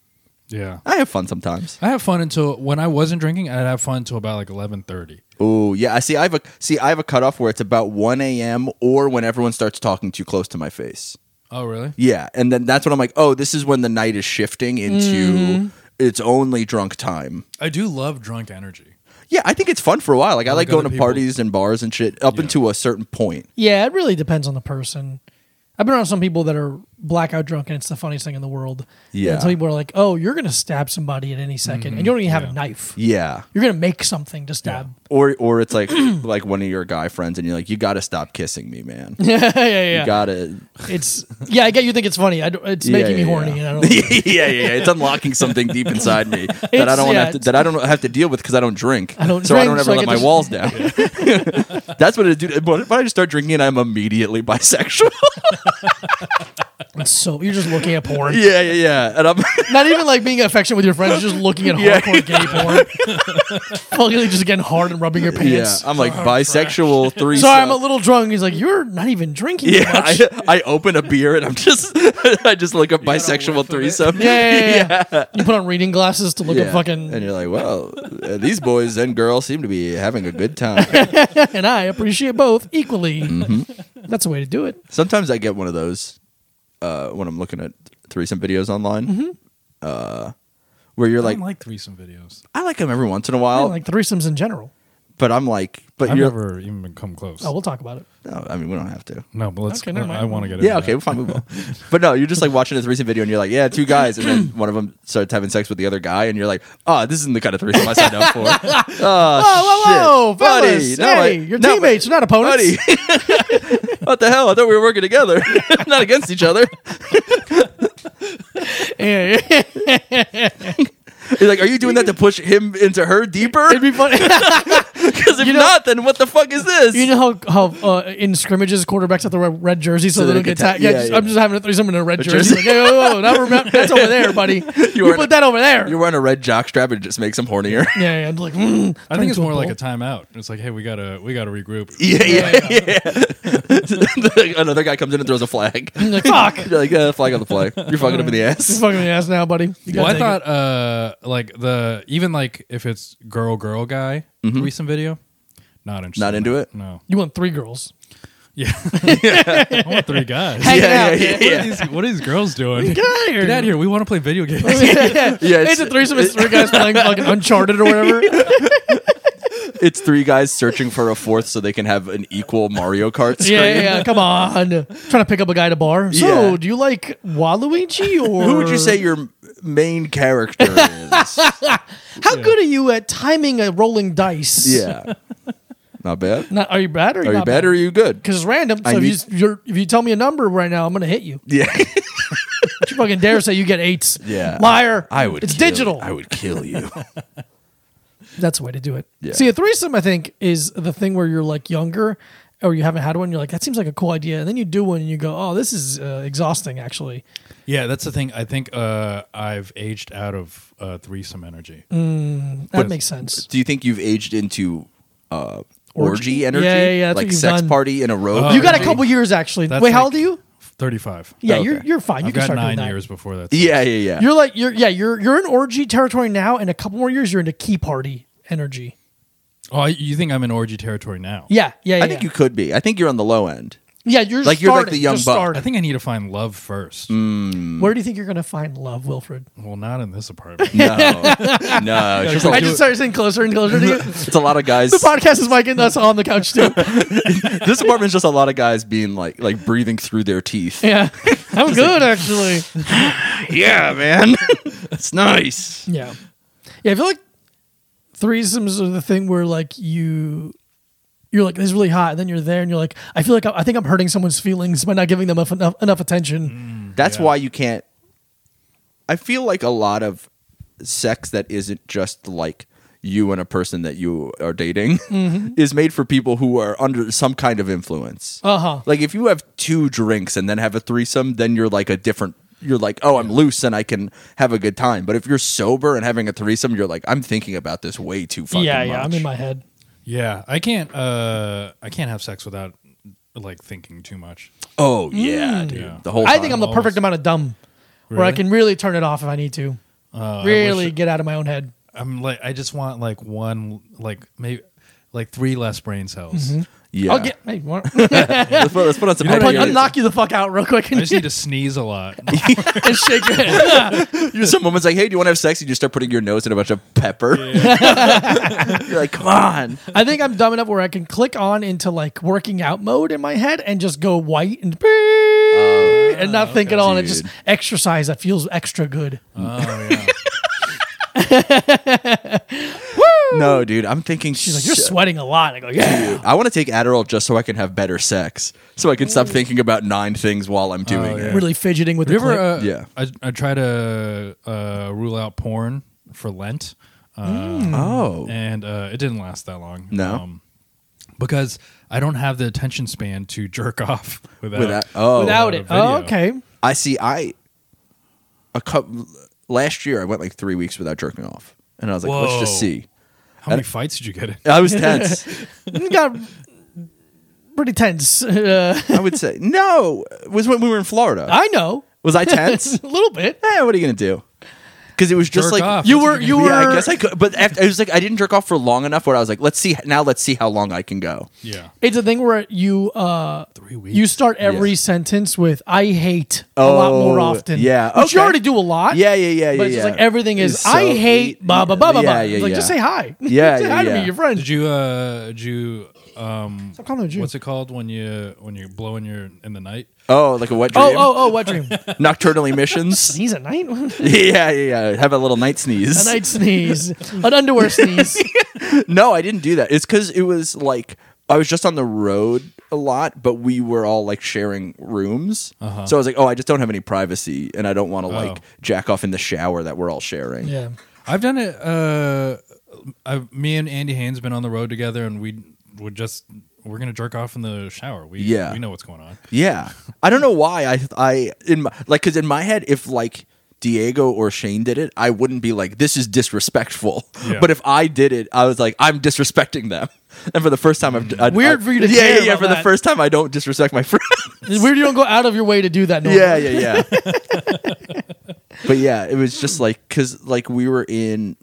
S2: Yeah.
S1: I have fun sometimes.
S2: I have fun until when I wasn't drinking. I'd have fun until about like eleven thirty.
S1: Oh, yeah, I see I have a see I have a cutoff where it's about 1 a.m. or when everyone starts talking too close to my face.
S2: Oh, really?
S1: Yeah, and then that's when I'm like, "Oh, this is when the night is shifting into
S2: Mm-hmm.
S1: its only drunk time."
S2: I do love drunk energy.
S1: Yeah, I think it's fun for a while. Like I like,
S2: Like
S1: going
S2: other
S1: to
S2: people-
S1: parties and bars and shit up
S2: Yeah.
S1: until a certain point.
S3: Yeah, it really depends on the person. I've been around some people that are blackout drunk, and it's the funniest thing in the world.
S1: Yeah. Mm-hmm.
S3: And some people are like, "Oh, you're gonna stab somebody at any 2nd and you don't even have a knife.
S1: Yeah.
S3: You're gonna make something to stab."
S1: or or it's like like one of your guy friends and you're like you got to stop kissing me man
S3: Yeah, yeah, yeah.
S1: you got to
S3: It's yeah, I get you think it's funny. I d it's making me horny,
S1: yeah.
S3: and I don't.
S1: yeah yeah yeah it's unlocking something deep inside me that I
S3: It's-
S1: don't want
S3: yeah,
S1: have to,
S3: it's-
S1: that I don't have to deal with cuz I don't drink
S3: I don't
S1: so I
S3: drink,
S1: don't ever
S3: so I
S1: let
S3: get
S1: my
S3: to-
S1: walls down that's what it do but if I just start drinking and I'm immediately bisexual
S3: so you're just looking at porn.
S1: Yeah, yeah, yeah. And I'm
S3: Not even like being affectionate with your friends, you're just looking at
S1: Yeah.
S3: hardcore gay porn. Fucking just getting hard and rubbing your
S1: yeah,
S3: pants.
S1: I'm like bisexual three.
S3: Sorry, I'm a little drunk. He's like, you're not even drinking
S1: Yeah,
S3: much.
S1: I, I open a beer and I'm just I just look up bisexual
S2: whiff of it.
S1: threesome.
S3: yeah, yeah, yeah, yeah. You put on reading glasses to look at fucking,
S1: and you're like, well, uh, these boys and girls seem to be having a good time.
S3: and I appreciate both equally.
S1: Mm-hmm.
S3: That's the way to do it.
S1: Sometimes I get one of those uh, when I'm looking at threesome videos online,
S3: Mm-hmm.
S1: uh, where you're
S2: I
S1: like,
S2: don't like threesome videos.
S1: I like them every once in a
S3: I
S1: while,
S3: like threesomes in general.
S1: but I'm like, but
S2: I've
S1: you're,
S2: never even been come close.
S3: Oh, we'll talk about it.
S1: no, I mean, we don't have to.
S2: no, but let's.
S3: Okay, never mind.
S2: I want to get.
S1: Yeah,
S2: into
S1: okay,
S2: that.
S1: fine, move on. But no, you're just like watching a threesome video and you're like, yeah, two guys, and then one of them starts having sex with the other guy, and you're like, oh, this isn't the kind of threesome I signed up for. Oh,
S3: Oh, whoa, whoa,
S1: shit,
S3: fellas.
S1: No, I-
S3: hey, your
S1: no, but-
S3: teammates, you're not opponents.
S1: buddy. what the hell? I thought we were working together, not against each other.
S3: Yeah, yeah.
S1: He's like, are you doing that to push him into her deeper?
S3: It'd be funny.
S1: Because if
S3: You know-
S1: not, then what the fuck is this?
S3: you know how, how uh, in scrimmages quarterbacks have the red, red jersey so, they don't get
S1: ta-
S3: tagged. Yeah,
S1: yeah,
S3: just-
S1: yeah.
S3: I'm just having a threesome in a red
S1: jersey.
S3: jersey. Like, hey, whoa, whoa, whoa, now remember, that's over there, buddy. You,
S1: wearing
S3: put
S1: a-
S3: that over there.
S1: you're wearing a red jockstrap and it just makes him hornier.
S3: yeah, yeah, I'm like, mm,
S2: I
S3: turn
S2: think it's
S3: into
S2: more like a
S3: bull.
S2: timeout. It's like, hey, we gotta we gotta regroup.
S3: E,
S1: yeah, yeah, yeah. Another guy comes in and throws a flag.
S3: I'm like, fuck.
S1: You're like, uh, flag on the flag. You're fucking up in the
S3: You're
S1: ass.
S3: fucking me in the ass now, buddy. You
S2: Well,
S3: gotta
S2: I
S3: take
S2: thought uh like the even like if it's girl girl guy threesome video, not interested.
S1: Not into it?
S2: No.
S3: Mm-hmm. it. you want three girls.
S2: Yeah. I want three guys.
S3: Hanging
S1: Yeah,
S3: out.
S1: yeah,
S3: Yeah,
S1: yeah,
S2: What, are these, what are these girls doing? Get
S3: out of here.
S2: out of here. We want to play video games.
S1: Yeah,
S3: it's, a threesome. It's three guys playing fucking Uncharted or whatever.
S1: It's three guys searching for a fourth so they can have an equal Mario Kart screen.
S3: Yeah, yeah, yeah, come on. Trying to pick up a guy at a bar. So,
S1: Yeah.
S3: do you like Waluigi or
S1: Who would you say your main character is?
S3: How good are you at timing a rolling dice?
S1: yeah. Not bad.
S3: Not, are you bad or are you
S1: Are you
S3: not
S1: bad or are you good?
S3: Because it's random. So
S1: I
S3: if, you,
S1: need-
S3: s- you're, if you tell me a number right now, I'm gonna hit you.
S1: Yeah.
S3: Don't you fucking dare say you get eights.
S1: Yeah.
S3: liar.
S1: I would
S3: It's
S1: kill-
S3: digital.
S1: I would kill you.
S3: That's the way to do it.
S1: Yeah.
S3: See, a threesome, I think, is the thing where you're like younger or you haven't had one. You're like, that seems like a cool idea, and then you do one, and you go, oh, this is uh, exhausting. Actually,
S2: yeah, that's the thing. I think uh, I've aged out of uh, threesome energy.
S3: Mm. that
S2: But-
S3: makes sense.
S1: Do you think you've aged into uh,
S3: Orgy?
S1: orgy energy?
S3: Yeah, yeah, yeah, that's
S1: Like
S3: what you've
S1: sex
S3: done.
S1: party in a robe?
S2: Oh,
S3: you got a
S2: yeah.
S3: couple years actually. Wait,
S2: That's
S3: how
S2: like-
S3: old are you?
S2: Thirty-five.
S3: Yeah,
S1: Oh, Okay.
S3: you're you're fine. You
S2: I've
S3: can
S2: got
S3: start
S2: nine
S3: doing that. E
S2: years before that.
S1: yeah, yeah, yeah.
S3: You're like you're yeah you're you're in orgy territory now, and a couple more years you're into key party energy.
S2: Oh, I- you think I'm in orgy territory now?
S3: Yeah, yeah. yeah
S1: I think
S3: yeah.
S1: you could be. I think you're on the low end.
S3: Yeah, you're
S1: Like,
S3: starting,
S1: you're like the young
S3: just
S1: buck.
S2: I
S3: starting.
S2: think I need to find love first.
S3: Mm. Where do you think you're gonna find love, Wilfred?
S2: Well, not in this apartment.
S1: No, no. It's just,
S3: I
S1: a,
S3: just started saying closer and closer to you. The
S1: it's a lot of guys.
S3: podcast is like getting us on the couch too.
S1: this apartment's just a lot of guys being like, like breathing through their teeth.
S3: Yeah, I'm good actually.
S1: Yeah, man. That's nice.
S3: Yeah, yeah. I feel like threesomes are the thing where like you. You're like this is really hot, and then you're there, and you're like, I feel like I, I think I'm hurting someone's feelings by not giving them enough enough, enough attention.
S1: That's
S2: Yeah.
S1: why you can't. I feel like a lot of sex that isn't just like you and a person that you are dating
S3: Mm-hmm.
S1: is made for people who are under some kind of influence.
S3: Uh huh.
S1: Like if you have two drinks and then have a threesome, then you're like a different. You're like, oh, I'm loose and I can have a good time. But if you're sober and having a threesome, you're like, I'm thinking about this way too fucking
S3: Yeah,
S1: much.
S3: yeah. I'm in my head.
S2: yeah, I can't. Uh, I can't have sex without like thinking too much.
S1: Oh yeah, dude.
S2: Yeah.
S1: The whole.
S3: Mm. I
S1: time.
S3: think I'm the perfect
S2: always.
S3: amount of dumb, where I
S2: Really?
S3: can really turn it off if I need to.
S2: Uh, I
S3: really
S2: wish-
S3: get out of my own head.
S2: I'm like I just want like one like maybe like three less brain cells.
S1: Yeah.
S3: I'll get. Hey, you want- I'll
S1: let's, put, let's put on some.
S3: punch-
S1: heavy-
S3: I'll knock you the fuck out real quick
S2: I
S3: and,
S2: just need to sneeze a lot.
S3: and shake your head.
S1: Some woman's like, "Hey, do you want to have sex?" You just start putting your nose in a bunch of pepper. You're like, "Come on!"
S3: I think I'm dumb enough where I can click on into like working out mode in my head and just go white and and not think at all. And it's just
S1: Dude.
S3: exercise that feels extra good.
S2: oh yeah.
S1: No, dude, I'm thinking
S3: She's like, "You're sweating a lot." I go, "Yeah."
S1: I want to take Adderall just so I can have better sex, so I can stop thinking about nine things while I'm doing
S2: yeah.
S1: it.
S3: Really fidgeting with
S2: Have you
S3: the
S2: ever?
S3: click.
S2: Uh,
S1: Yeah.
S2: I, I try to uh, rule out porn for Lent, uh,
S1: Oh,
S2: and uh, it didn't last that long. Um,
S1: No?
S2: because I don't have the attention span to jerk off without.
S1: Without- oh.
S3: without
S2: uh, a
S3: it.
S2: video.
S3: Oh, okay.
S1: I see. I a couple last year I went like three weeks without jerking off, and I was like, let's just
S2: Whoa.
S1: see.
S2: How many fights did you get in?
S1: I was tense.
S3: It got pretty tense. Uh,
S1: I would say no. It was when we were in Florida.
S3: I know
S1: was I tense?
S3: a little bit.
S1: eh, what are you gonna do? Because it was just
S2: Jerk
S1: like
S2: off.
S1: you
S2: That's
S1: were,
S2: what
S1: you
S2: you're
S1: were.
S2: gonna do.
S1: I guess I could, but after, it was like I didn't jerk off for long enough where I was like, let's see now, let's see how long I can go.
S2: Yeah,
S3: It's a thing where you uh,
S2: three weeks.
S3: you start every sentence with "I hate" a lot more
S1: Oh,
S3: often.
S1: yeah,
S3: which you
S1: okay.
S3: already do a lot.
S1: Yeah, yeah, yeah, yeah.
S3: but it's just
S1: yeah.
S3: like everything is
S1: So-
S3: "I hate" blah blah blah blah blah.
S1: Yeah, yeah,
S3: It's like just
S1: yeah.
S3: say hi.
S1: Yeah,
S3: say
S1: yeah,
S3: hi to
S1: yeah.
S3: me, your friend.
S2: did you uh did you um
S3: Stop calling her a Jew.
S2: what's it called when you when you're blowing your in the night?
S1: Oh, like a wet dream.
S3: Oh oh oh! What dream?
S1: Nocturnal emissions.
S3: He's a night. a
S1: yeah, yeah, yeah. Have a little night sneeze.
S3: night sneeze. An underwear sneeze.
S1: no, I didn't do that. It's because it was like I was just on the road a lot, but we were all like sharing rooms.
S3: Uh-huh.
S1: So I was like, oh, I just don't have any privacy, and I don't want to like jack off in the shower that we're all sharing.
S3: Oh. Yeah.
S2: I've done it. Uh, I've, me and Andy Haynes been on the road together, and we would just we're gonna jerk off in the shower. We
S1: Yeah.
S2: we know what's going on.
S1: Yeah, I don't know why I I in my, like because in my head if like Diego or Shane did it, I wouldn't be like this is disrespectful.
S2: Yeah.
S1: But if I did it, I was like I'm disrespecting them. And for the first time, I've I,
S3: Weird
S1: I-
S3: for you to
S1: yeah yeah
S3: care
S1: yeah.
S3: about
S1: For the
S3: that.
S1: first time, I don't disrespect my friend.
S3: It's weird you don't go out of your way to do that. Normally.
S1: yeah yeah yeah. but yeah, it was just like because like we were in.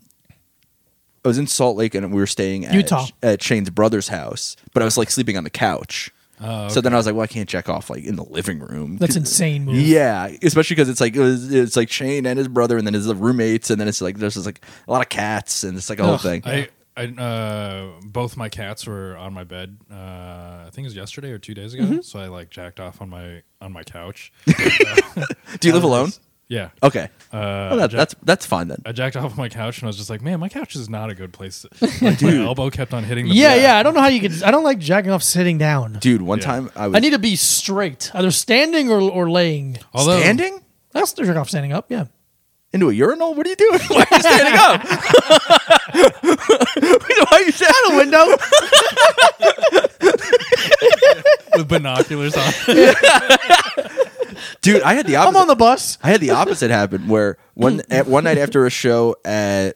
S1: I was in Salt Lake and we were staying at,
S3: Utah.
S1: at Shane's brother's house, but I was like sleeping on the couch.
S2: Oh,
S1: So then I was like, well, I can't check off like in the living room.
S3: That's insane move.
S1: Yeah, especially because it's like it was- it's like Shane and his brother, and then his roommates, and then it's like there's just like a lot of cats, and it's like a whole
S3: Ugh.
S1: thing.
S2: I I uh, both my cats were on my bed. Uh, I think it was yesterday or two days ago.
S1: Mm-hmm.
S2: So I like jacked off on my on my couch.
S1: Do you live alone? Oh.
S2: yeah.
S1: Okay,
S2: Uh,
S1: Well, that,
S2: Jack-
S1: that's that's fine then.
S2: I jacked off on my couch and I was just like, man, my couch is not a good place. To, like, my elbow kept on hitting the
S3: Yeah,
S2: bed.
S3: yeah. I don't know how you could. I don't like jacking off sitting down.
S1: Dude, one
S2: Yeah.
S1: time I was
S3: I need to be straight, either standing or, or laying.
S2: Although,
S1: standing
S3: I'll still jerk off standing up. Yeah.
S1: into a urinal. What are you doing? Why are you standing up? Why are you standing out a window?
S2: with binoculars on.
S1: Dude, I had the
S3: I'm
S1: opposite.
S3: on the bus.
S1: I had the opposite happen where one at one night after a show at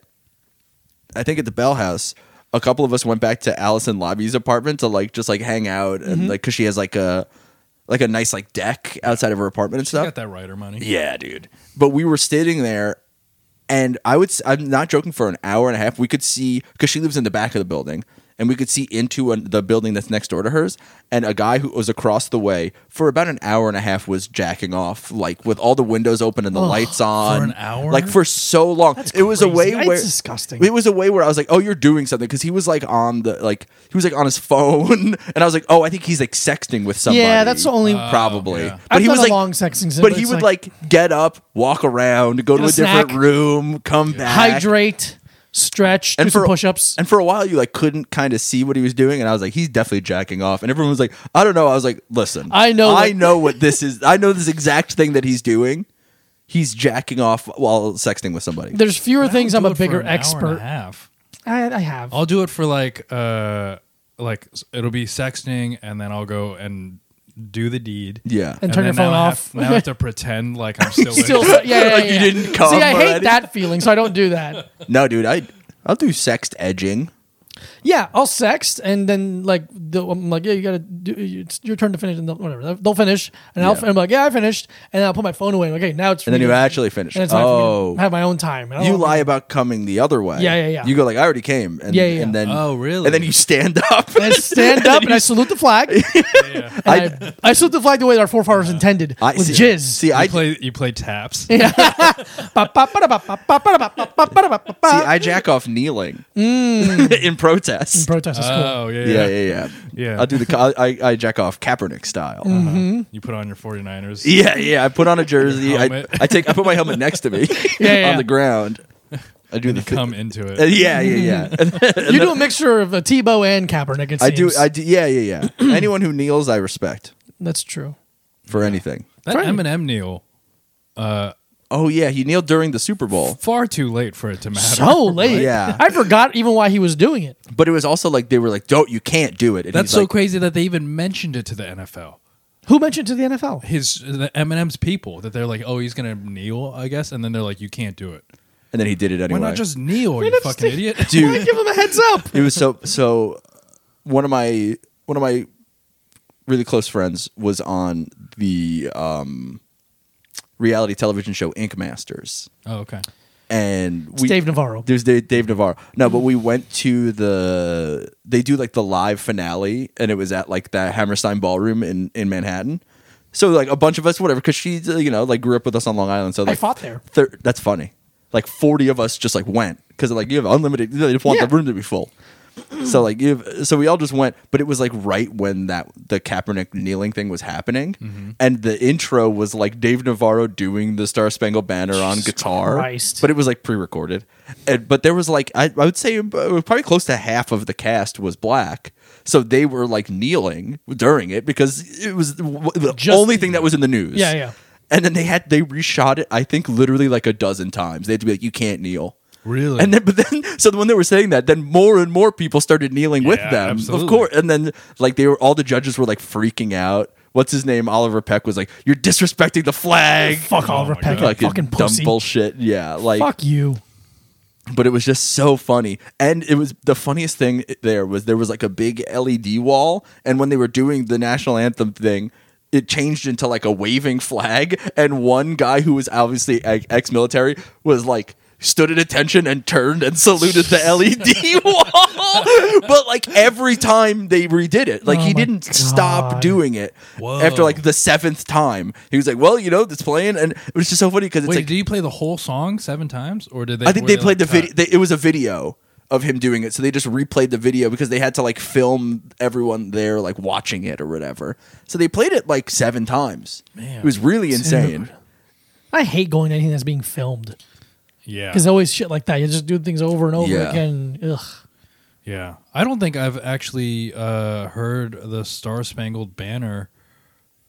S1: I think at the Bell House, a couple of us went back to Allison Lobby's apartment to like just like hang out and like because she has like a like a nice like deck outside of her apartment and
S2: You
S1: stuff.
S2: got that writer money.
S1: Yeah, dude. But we were sitting there, and I would s- I'm not joking for an hour and a half. We could see because she lives in the back of the building, and we could see into an, the building that's next door to hers. And a guy who was across the way for about an hour and a half was jacking off, like with all the windows open and the lights on.
S2: an hour?
S1: like for so long. it was a way
S3: crazy. That's
S1: where
S3: disgusting.
S1: It was a way where I was like, "Oh, you're doing something," because he was like on the like he was like on his phone, and I was like, "Oh, I think he's like sexting with somebody."
S3: Yeah, that's the only.
S1: probably.
S2: yeah.
S1: But
S3: I've
S1: he
S3: done
S1: was
S3: a
S1: like
S3: long sexing sim,
S1: But,
S3: but
S1: he
S3: it's
S1: would
S3: like-
S1: like, get up, walk around, go to
S3: a
S1: a, different
S3: snack.
S1: room, come back,
S3: hydrate, stretch, do some push-ups.
S1: And for a while, you like couldn't kind of see what he was doing, and I was like, he's definitely jacking off. And everyone was like, I don't know. I was like, listen,
S3: I know
S1: I
S3: what-
S1: know what this is. I know this exact thing that he's doing. He's jacking off while sexting with somebody.
S3: There's fewer
S2: I
S3: things
S2: don't do
S3: I'm a
S2: it for
S3: bigger
S2: an hour and a
S3: expert.
S2: half.
S3: I, I have.
S2: I'll do it for like uh like s- it'll be sexting and then I'll go and do the deed.
S1: Yeah.
S3: And turn
S2: then
S3: your phone
S2: now I have-
S3: off.
S2: now I have to pretend like I'm still,
S3: Still,
S2: in. it.
S3: yeah, yeah,
S1: Like,
S3: yeah,
S1: you
S3: yeah.
S1: didn't come
S3: See, I hate
S1: already.
S3: that feeling, so I don't do that.
S1: No, dude, I I'll do sext edging.
S3: Yeah, I'll sext, and then like the, I'm like, yeah, you gotta do. It's your turn to finish, and they'll, whatever they'll finish, and I'll
S1: Yeah.
S3: I'm like, yeah, I finished, and then I'll put my phone away. okay, now it's for
S1: And then
S3: me
S1: you
S3: to-
S1: actually finish.
S3: And it's
S1: Oh.
S3: oh, I have my own time. And I
S1: You
S3: don't-
S1: lie about coming the other way.
S3: Yeah, yeah, yeah.
S1: You go like, I already came. And,
S3: Yeah, yeah,
S1: and
S3: yeah.
S1: then
S2: Oh, really?
S1: And then you stand up.
S3: And I stand up and I salute the flag.
S2: Yeah.
S3: And I, I salute the flag the way that our forefathers intended
S1: I
S3: with
S1: see,
S3: jizz.
S1: See,
S2: You
S1: I
S2: play you play taps.
S3: Ba- ba- ba- da- ba- ba- ba- ba- da- ba- ba- ba- da- ba- ba-
S1: See,
S3: ba.
S1: I jack off kneeling in protest.
S3: Protest is cool.
S2: Oh yeah,
S1: yeah,
S2: yeah.
S1: yeah, yeah.
S2: Yeah.
S1: I do the co- I, I jack off Kaepernick style.
S3: Mm-hmm.
S2: You put on your 49ers.
S1: Yeah, yeah. I put on a jersey. I,
S2: helmet.
S1: I take. I put my helmet next to me
S3: Yeah, yeah.
S1: on the ground. I do the thi-
S2: Come into
S1: Uh,
S2: it.
S1: yeah, yeah, yeah.
S3: You do a mixture of a Tebow and Kaepernick. It
S1: I do.
S3: seems.
S1: I do. Yeah, yeah, yeah. Anyone who kneels, I respect
S3: That's true.
S1: for anything.
S2: That
S3: Right.
S2: Eminem kneel
S1: Oh yeah, he kneeled during the Super Bowl,
S2: far too late for it to matter.
S3: So late.
S1: Yeah.
S3: I forgot even why he was doing it.
S1: but it was also like they were like, "Don't you can't do it." And
S2: That's
S1: he's
S2: so
S1: like,
S2: crazy that they even mentioned it to the NFL.
S3: Who mentioned to the NFL?
S2: his the Eminem's people that they're like, oh, he's gonna kneel, I guess, and then they're like, you can't do it.
S1: and then he did it anyway.
S2: Why not just kneel, you
S3: not just
S2: fucking
S3: do-
S2: idiot?
S1: Dude.
S3: Why give him a heads up?
S1: it was so so one of my one of my really close friends was on the um reality television show ink masters
S2: Oh, okay.
S1: and
S3: It's Dave Navarro.
S1: there's Dave, Dave Navarro. No, but we went to the they do like the live finale, and it was at like the Hammerstein Ballroom in in Manhattan. So like a bunch of us, whatever, because she uh, you know like grew up with us on Long Island. So like
S3: fought there.
S1: thir- that's funny. Like forty of us just like went because like you have unlimited. They just want
S3: Yeah.
S1: the room to be full. So like you have, so we all just went, but it was like right when that the Kaepernick kneeling thing was happening,
S3: Mm-hmm.
S1: and the intro was like Dave Navarro doing the Star Spangled Banner on guitar,
S3: Christ.
S1: but it was like pre-recorded. And, but there was like I, I would say it was probably close to half of the cast was black, so they were like kneeling during it because it was w- the
S3: Just-
S1: only thing that was in the news.
S3: Yeah, yeah.
S1: And then they had they reshot it. I think literally like a dozen times. They had to be like, you can't kneel.
S2: Really?
S1: And then, but then, so when they were saying that, then more and more people started kneeling with
S2: Yeah,
S1: them,
S2: absolutely.
S1: of course. And then, like, they were all the judges were like freaking out. What's his name? Oliver Peck was like, "You're disrespecting the flag."
S3: Fuck Oliver
S2: Oh my
S3: Peck,
S2: God.
S3: you
S1: Like
S3: fucking
S1: dumb
S3: pussy.
S1: bullshit. Yeah, like,
S3: Fuck you.
S1: but it was just so funny, and it was the funniest thing there was there was like a big LED wall, and when they were doing the national anthem thing. It changed into like a waving flag, and one guy who was obviously ex- ex-military was like stood at attention and turned and saluted the LED wall. but like every time they redid it, like
S3: Oh
S1: he
S3: my
S1: didn't stop
S3: God.
S1: doing it
S2: Whoa.
S1: after like the seventh time. He was like, "Well, you know, it's playing," and it was just so funny because it's
S2: Wait,
S1: like
S2: did you play the whole song seven times, or did they?
S1: I think they
S2: were
S1: played
S2: like,
S1: the video.
S2: cut?
S1: They, it was a video of him doing it, so they just replayed the video because they had to like film everyone there like watching it or whatever. So they played it like seven times.
S2: Man.
S1: it was really insane.
S3: I hate going to anything that's being filmed
S2: Yeah.
S3: because always shit like that. You just do things over and over
S1: Yeah.
S3: again. Ugh.
S2: Yeah. I don't think I've actually uh, heard the Star Spangled Banner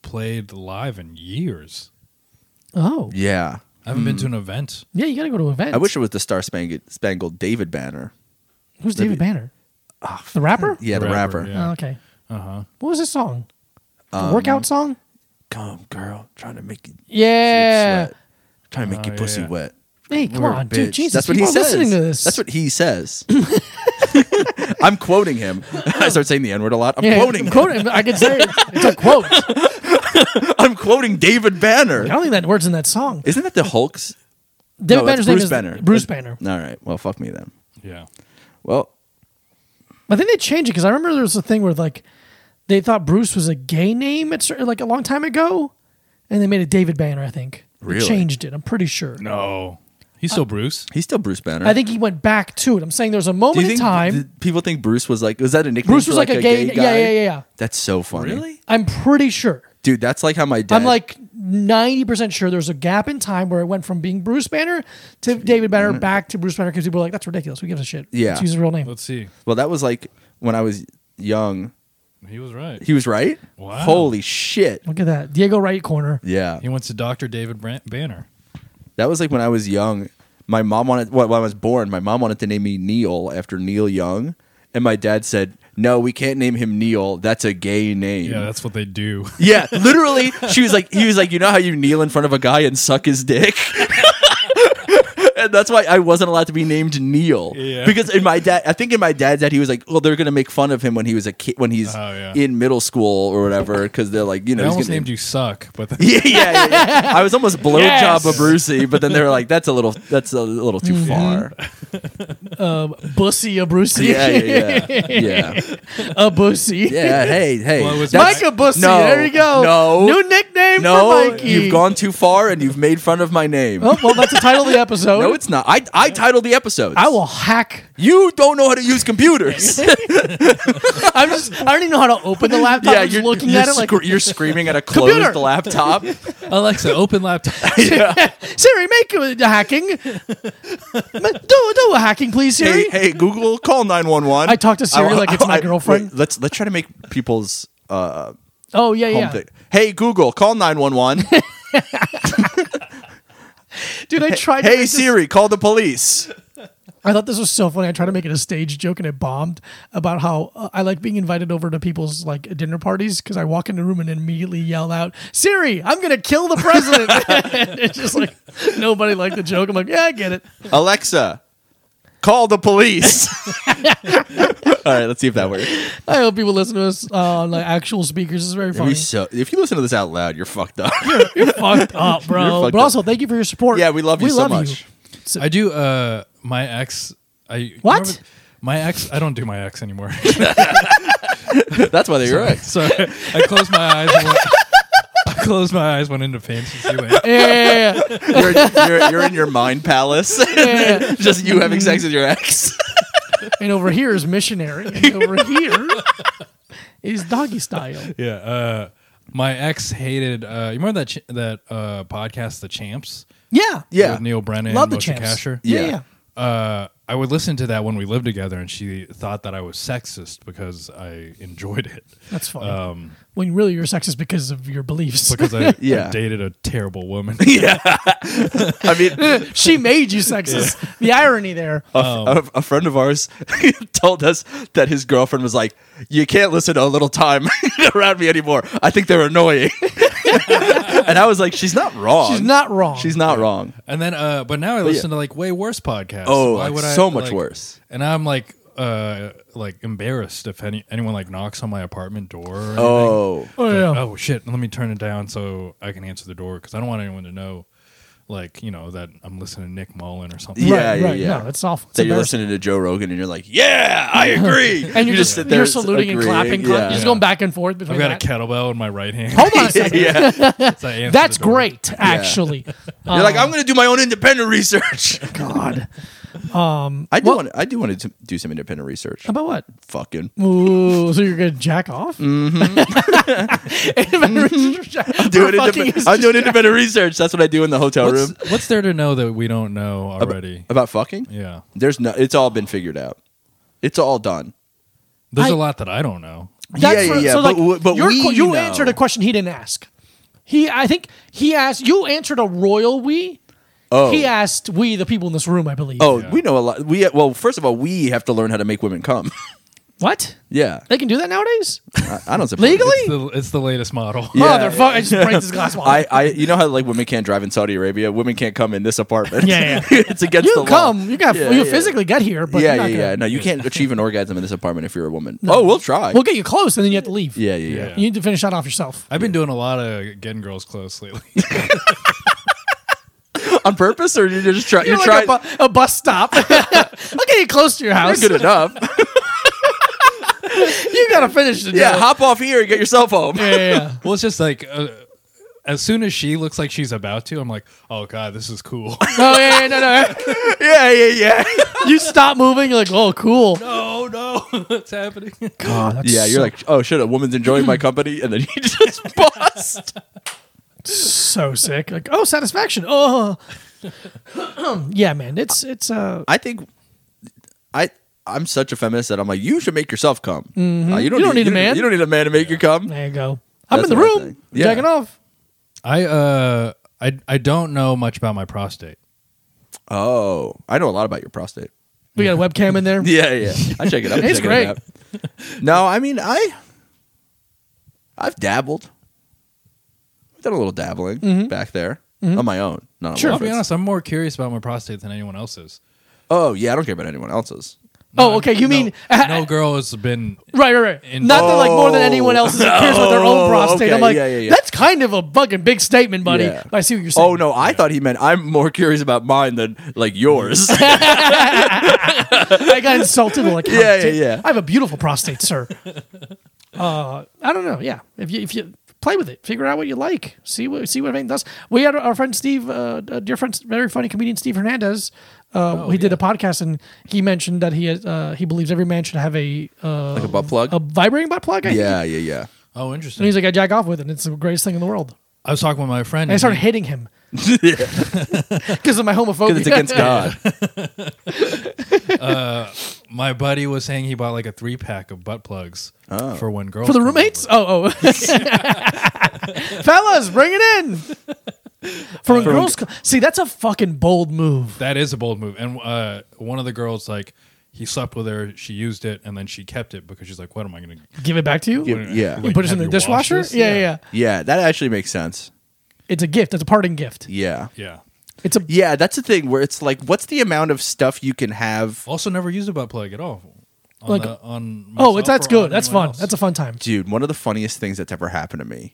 S2: played live in years.
S3: Oh. Yeah.
S1: Yeah,
S2: I haven't
S1: Hmm.
S2: been to an event.
S3: you gotta go to events.
S1: I wish it was the Star Spangled, Spangled David banner.
S3: Who's David Banner? the rapper?
S1: Ah, Yeah, the
S2: Rapper,
S1: rapper.
S2: yeah.
S3: Oh, okay.
S2: Uh huh.
S3: What was his song? The
S1: Um,
S3: workout song?
S1: Come, girl, trying to make you
S3: Yeah.
S1: sweat, trying to make
S2: Oh,
S1: your pussy
S2: yeah.
S1: wet.
S3: Hey, come
S1: We're a
S3: on, dude.
S1: bitch.
S3: Jesus,
S1: that's what
S3: people
S1: he
S3: are
S1: says.
S3: listening to this.
S1: That's what he says. I'm quoting him. I start saying the n word a lot. I'm
S3: Yeah,
S1: quoting.
S3: I'm
S1: him.
S3: quoting. I can say it. it's a quote. I
S1: I'm quoting David Banner.
S3: don't think that word's in that song.
S1: Isn't that the Hulk's?
S3: David
S1: no,
S3: Banner's
S1: that's
S3: name
S1: Bruce
S3: is
S1: Banner.
S3: Bruce
S1: That's-
S3: Banner.
S1: All right. Well, fuck me then.
S2: Yeah.
S1: Well,
S3: I think they changed it because I remember there was a thing where like they thought Bruce was a gay name at cer- like a long time ago, and they made it David Banner. I think They
S1: Really?
S3: changed it. I'm pretty sure.
S2: No. He's still Bruce.
S1: he's still Bruce Banner.
S3: I think he went back to it. I'm saying there's a
S1: Do you
S3: moment in
S1: think
S3: time.
S1: th- people think Bruce was like? Was that a nickname?
S3: Bruce
S1: for,
S3: was like, a gay. yeah,
S1: guy?
S3: yeah, yeah, yeah.
S1: That's so funny.
S3: I'm pretty sure.
S1: dude? That's like how my dad.
S3: I'm like 90% sure there's a gap in time where it went from being Bruce Banner to David Banner back to Bruce Banner because people were like, that's ridiculous. Who gives a shit?
S1: Mm. Yeah.
S3: Let's use his real name.
S2: Let's see.
S1: Well, that was like when I was young.
S2: He was right.
S1: He was right.
S2: Wow.
S1: Holy shit.
S3: Look at that. Diego right corner.
S1: Yeah.
S2: He went to Dr. David Brant- Banner.
S1: That was like when I was young. My mom wanted well, when I was born. My mom wanted to name me Neil after Neil Young, and my dad said, "No, we can't name him Neil. That's a gay name."
S2: Yeah, that's what they do.
S1: Yeah, literally, she was like, he was like, you know how you kneel in front of a guy and suck his dick. And that's why I wasn't allowed to be named Neil
S2: Yeah.
S1: because in my dad, I think in my dad's dad, he was like, "Well, they're gonna make fun of him when he was a kid, when he's
S2: Oh, yeah.
S1: in middle school or whatever, because they're like, you know,
S2: They
S1: he's
S2: almost
S1: gonna-
S2: named you Suck, but then
S1: yeah, yeah, yeah, yeah. I was almost blowjob
S3: Yes.
S1: a Brucey, but then they were like, "That's a little, that's a little too
S2: Mm-hmm.
S1: far."
S3: Um, bussy a Brucey.
S1: Yeah, yeah, yeah, yeah.
S3: a Bussy.
S1: yeah hey, hey,
S2: Well, it was
S1: that's-
S3: Micah Bussy.
S1: No,
S3: there you go.
S1: No,
S3: New nickname for
S1: no,
S3: Mikey.
S1: you've gone too far and you've made fun of my name.
S3: Oh, well, that's the title of the episode.
S1: No, it's not. I I titled the episode.
S3: Oh, I will hack.
S1: You don't know how to use computers.
S3: I'm just, I don't even know how to open the laptop. I'm just looking
S1: you're
S3: at it like,
S1: scr- you're screaming at a closed
S3: Computer.
S1: laptop.
S2: Alexa, open laptop.
S3: Siri, make a hacking. Ma- do, do a hacking, please, Siri.
S1: hey, hey, Google, call nine one one.
S3: I talk to Siri like it's my girlfriend.
S1: let's let's try to make people's uh,
S3: Oh, yeah,
S1: home
S3: yeah.
S1: thing. Hey Google, call nine one one.
S3: Dude, I tried to
S1: Hey
S3: make this-
S1: Siri, call the police.
S3: I thought this was so funny. I tried to make it a stage joke and it bombed about how uh, I like being invited over to people's like dinner parties because I walk in the room and immediately yell out, "Siri, I'm gonna kill the president." And it's just like nobody liked the joke. I'm like, yeah, I get it.
S1: Alexa, call the police. All right, let's see if that works.
S3: I hope people listen to us uh, on like actual speakers. It's very
S1: It'd be
S3: funny.
S1: so- if you listen to this out loud, you're fucked up.
S3: You're fucked up,
S1: You're
S3: bro.
S1: fucked up.
S3: but also, thank you for your support.
S1: Yeah, we love you so much.
S3: So-
S2: I do. Uh, my ex. I
S3: What?
S2: remember- my ex. I don't do my ex anymore.
S1: That's why they're your ex.
S2: so I closed my eyes. And went, I closed my eyes. Went into fantasy land.
S3: Yeah, yeah,
S1: You're, you're, you're in your mind palace. Just you having sex with your ex.
S3: yeah. and over here is missionary, and over here is doggy style.
S2: Yeah. Uh, my ex hated. Uh, you remember that ch- that uh, podcast, The Champs?
S3: Yeah,
S1: Yeah.
S2: With Neil Brennan.
S3: love the
S2: Moshe
S3: champs.
S2: Kasher?
S3: Yeah,
S1: Yeah.
S3: yeah.
S2: uh, I would listen to that when we lived together, and she thought that I was sexist because I enjoyed it.
S3: That's funny.
S2: Um,
S3: when really you're sexist because of your beliefs.
S2: because I, I
S1: Yeah.
S2: dated a terrible woman.
S1: yeah. I mean,
S3: she made you sexist. The irony there.
S1: a, a- a friend of ours told us that his girlfriend was like, "You can't listen to a little time around me anymore. I think they're annoying." and I was like, "She's not wrong.
S3: She's not wrong.
S1: She's not wrong."
S2: And then, uh, but now I listen to like way worse podcasts.
S1: Oh,
S2: Why
S1: like,
S2: would I,
S1: so much
S2: like-
S1: worse.
S2: And I'm like, uh, like embarrassed if any anyone like knocks on my apartment door. Or anything.
S1: Oh,
S3: Oh
S2: Like,
S3: yeah.
S2: oh shit! Let me turn it down so I can answer the door because I don't want anyone to know, like you know, that I'm listening to Nick Mullen or something.
S1: Yeah, yeah,
S3: right.
S1: yeah.
S3: No, it's awful. It's
S1: that you're
S3: embarrassing.
S1: listening to Joe Rogan and you're like, "Yeah, I agree."
S3: And you're just, you're saluting and clapping. clap- You're
S1: Yeah.
S3: just going back and forth between
S2: I've got a
S3: that.
S2: kettlebell in my right hand.
S3: Hold on a second.
S1: yeah.
S2: So I answer
S3: That's
S2: the door.
S3: great, actually.
S1: You're like, I'm going to do my own independent research.
S3: Um, God. Um,
S1: I do want. I do want to do some independent research.
S3: About what?
S1: Fucking.
S3: Ooh, so you're gonna jack off? Mm-hmm. I'm
S1: Doing independent, I'm doing independent research. That's what I do in the hotel room.
S2: What's, what's there to know that we don't know already?
S1: About fucking?
S2: Yeah,
S1: There's no. It's all been figured out. It's all done.
S2: there's
S3: I-
S2: a lot that I don't know.
S1: Yeah, yeah, yeah,
S3: So
S1: but
S3: like,
S1: w- but
S3: your
S1: we
S3: que- you
S1: know.
S3: answered a question he didn't ask. He, I think he asked. You answered a royal we.
S1: Oh.
S3: He asked we, the people in this room, I believe.
S1: Oh,
S2: Yeah.
S1: we know a lot. We well, first of all, we have to learn how to make women come.
S3: what?
S1: yeah,
S3: They can do that nowadays?
S1: I, I don't suppose
S3: Legally?
S2: It's the, it's the latest model.
S1: Yeah.
S3: Motherfucker! I just breaks his glass wall.
S1: I, I, you know how like women can't drive in Saudi Arabia. Women can't come in this apartment.
S3: Yeah, yeah.
S1: it's against
S3: you
S1: the
S3: can
S1: law.
S3: come. You got.
S1: Yeah,
S3: you
S1: yeah.
S3: physically get here, but
S1: yeah,
S3: you're
S1: yeah,
S3: not gonna,
S1: yeah. No, you can't achieve an orgasm in this apartment if you're a woman. Oh, we'll try.
S3: We'll get you close, and then you have to leave.
S1: yeah, yeah, yeah,
S2: Yeah.
S3: You need to finish that off yourself.
S2: I've been doing a lot of getting girls close lately.
S1: On purpose, or you're just try, you're,
S3: You're, like
S1: trying.
S3: a, bu- a bus stop. I'll get you close to your house.
S1: good enough.
S3: You gotta finish the
S1: yeah,
S3: deal.
S1: hop off here and get yourself home.
S3: yeah, yeah, yeah.
S2: well, it's just like uh, as soon as she looks like she's about to, I'm like, oh god, this is cool.
S3: No, yeah, yeah, no, no.
S1: yeah, yeah, yeah.
S3: You stop moving. You're like, oh, cool.
S2: oh no, it's happening.
S3: God, that's
S1: Yeah, you're
S3: so-
S1: like, oh shit, a woman's enjoying my company, and then you just bust.
S3: so sick. Like, oh, satisfaction. Oh, Um, yeah, man. It's it's uh.
S1: I think I I'm such a feminist that I'm like, you should make yourself come. Uh, you, don't
S3: You don't need
S1: you
S3: a man.
S1: You don't need a man to make you come.
S3: There you go. I'm
S1: That's
S3: in the
S1: what I
S3: room,
S1: think. Yeah.
S3: jacking off.
S2: I uh, I I don't know much about my prostate.
S1: Oh, I know a lot about your prostate.
S3: We got a webcam in there.
S1: Yeah, yeah. I check it out.
S3: It's great.
S1: No, I mean I I've dabbled. I've done a little dabbling back there on my own. Not on
S3: Mm-hmm. Sure.
S2: I'll
S1: Wilfred's.
S2: be honest, I'm more curious about my prostate than anyone else's.
S1: Oh yeah, I don't care about anyone else's.
S3: Oh, okay. You
S2: No-
S3: mean
S2: no girl has been
S3: right, right, right?
S2: In-
S3: Not that like more than anyone else is curious about their
S1: Oh,
S3: own prostate.
S1: okay.
S3: I'm like,
S1: Yeah, yeah, yeah.
S3: that's kind of a fucking big statement, buddy.
S1: Yeah.
S3: But I see what you're saying.
S1: Oh no, I thought he meant I'm more curious about mine than like yours.
S3: I got insulted. Like,
S1: Yeah, yeah,
S3: "Dude,
S1: yeah.
S3: I have a beautiful prostate, sir. Uh, I don't know. Yeah, if you if you play with it, figure out what you like. See what see what everything does. We had our friend Steve, uh, a dear friend, very funny comedian Steve Hernandez. Uh, he did a podcast and he mentioned that he has, uh, he believes every man should have a uh,
S1: like a butt plug.
S3: a vibrating butt plug. I think.
S1: yeah, yeah, yeah.
S2: Oh,
S3: And
S2: interesting.
S3: he's like, I jack off with it. and It's the greatest thing in the world.
S2: I was talking with my friend.
S3: And I
S2: and
S3: started
S2: he-
S3: hitting him because of my homophobia.
S1: Because Mm-hmm. it's against God.
S2: my buddy was saying he bought like a three pack of butt plugs for when girls
S3: Oh. For the
S2: come
S3: roommates?
S2: over.
S3: Oh, oh. Fellas, bring it in. For when girls, co- see, that's a fucking bold move.
S2: That is a bold move. And uh, one of the girls, like, he slept with her, she used it, and then she kept it because she's like, what am I going to
S3: Give it back to you.
S1: Yeah.
S3: You put it in the dishwasher. Yeah, yeah, yeah.
S1: Yeah, that actually makes sense.
S3: It's a gift. It's a parting gift.
S1: Yeah.
S2: Yeah.
S3: It's a
S1: Yeah, that's the thing where it's like, what's the amount of stuff you can have?
S2: Also, never used a butt plug at all. On
S3: Like-
S2: the, on
S3: oh,
S2: myself
S3: it's that's
S2: or on
S3: good. That's
S2: anyone
S3: fun.
S2: else.
S3: That's a fun time.
S1: Dude, one of the funniest things that's ever happened to me.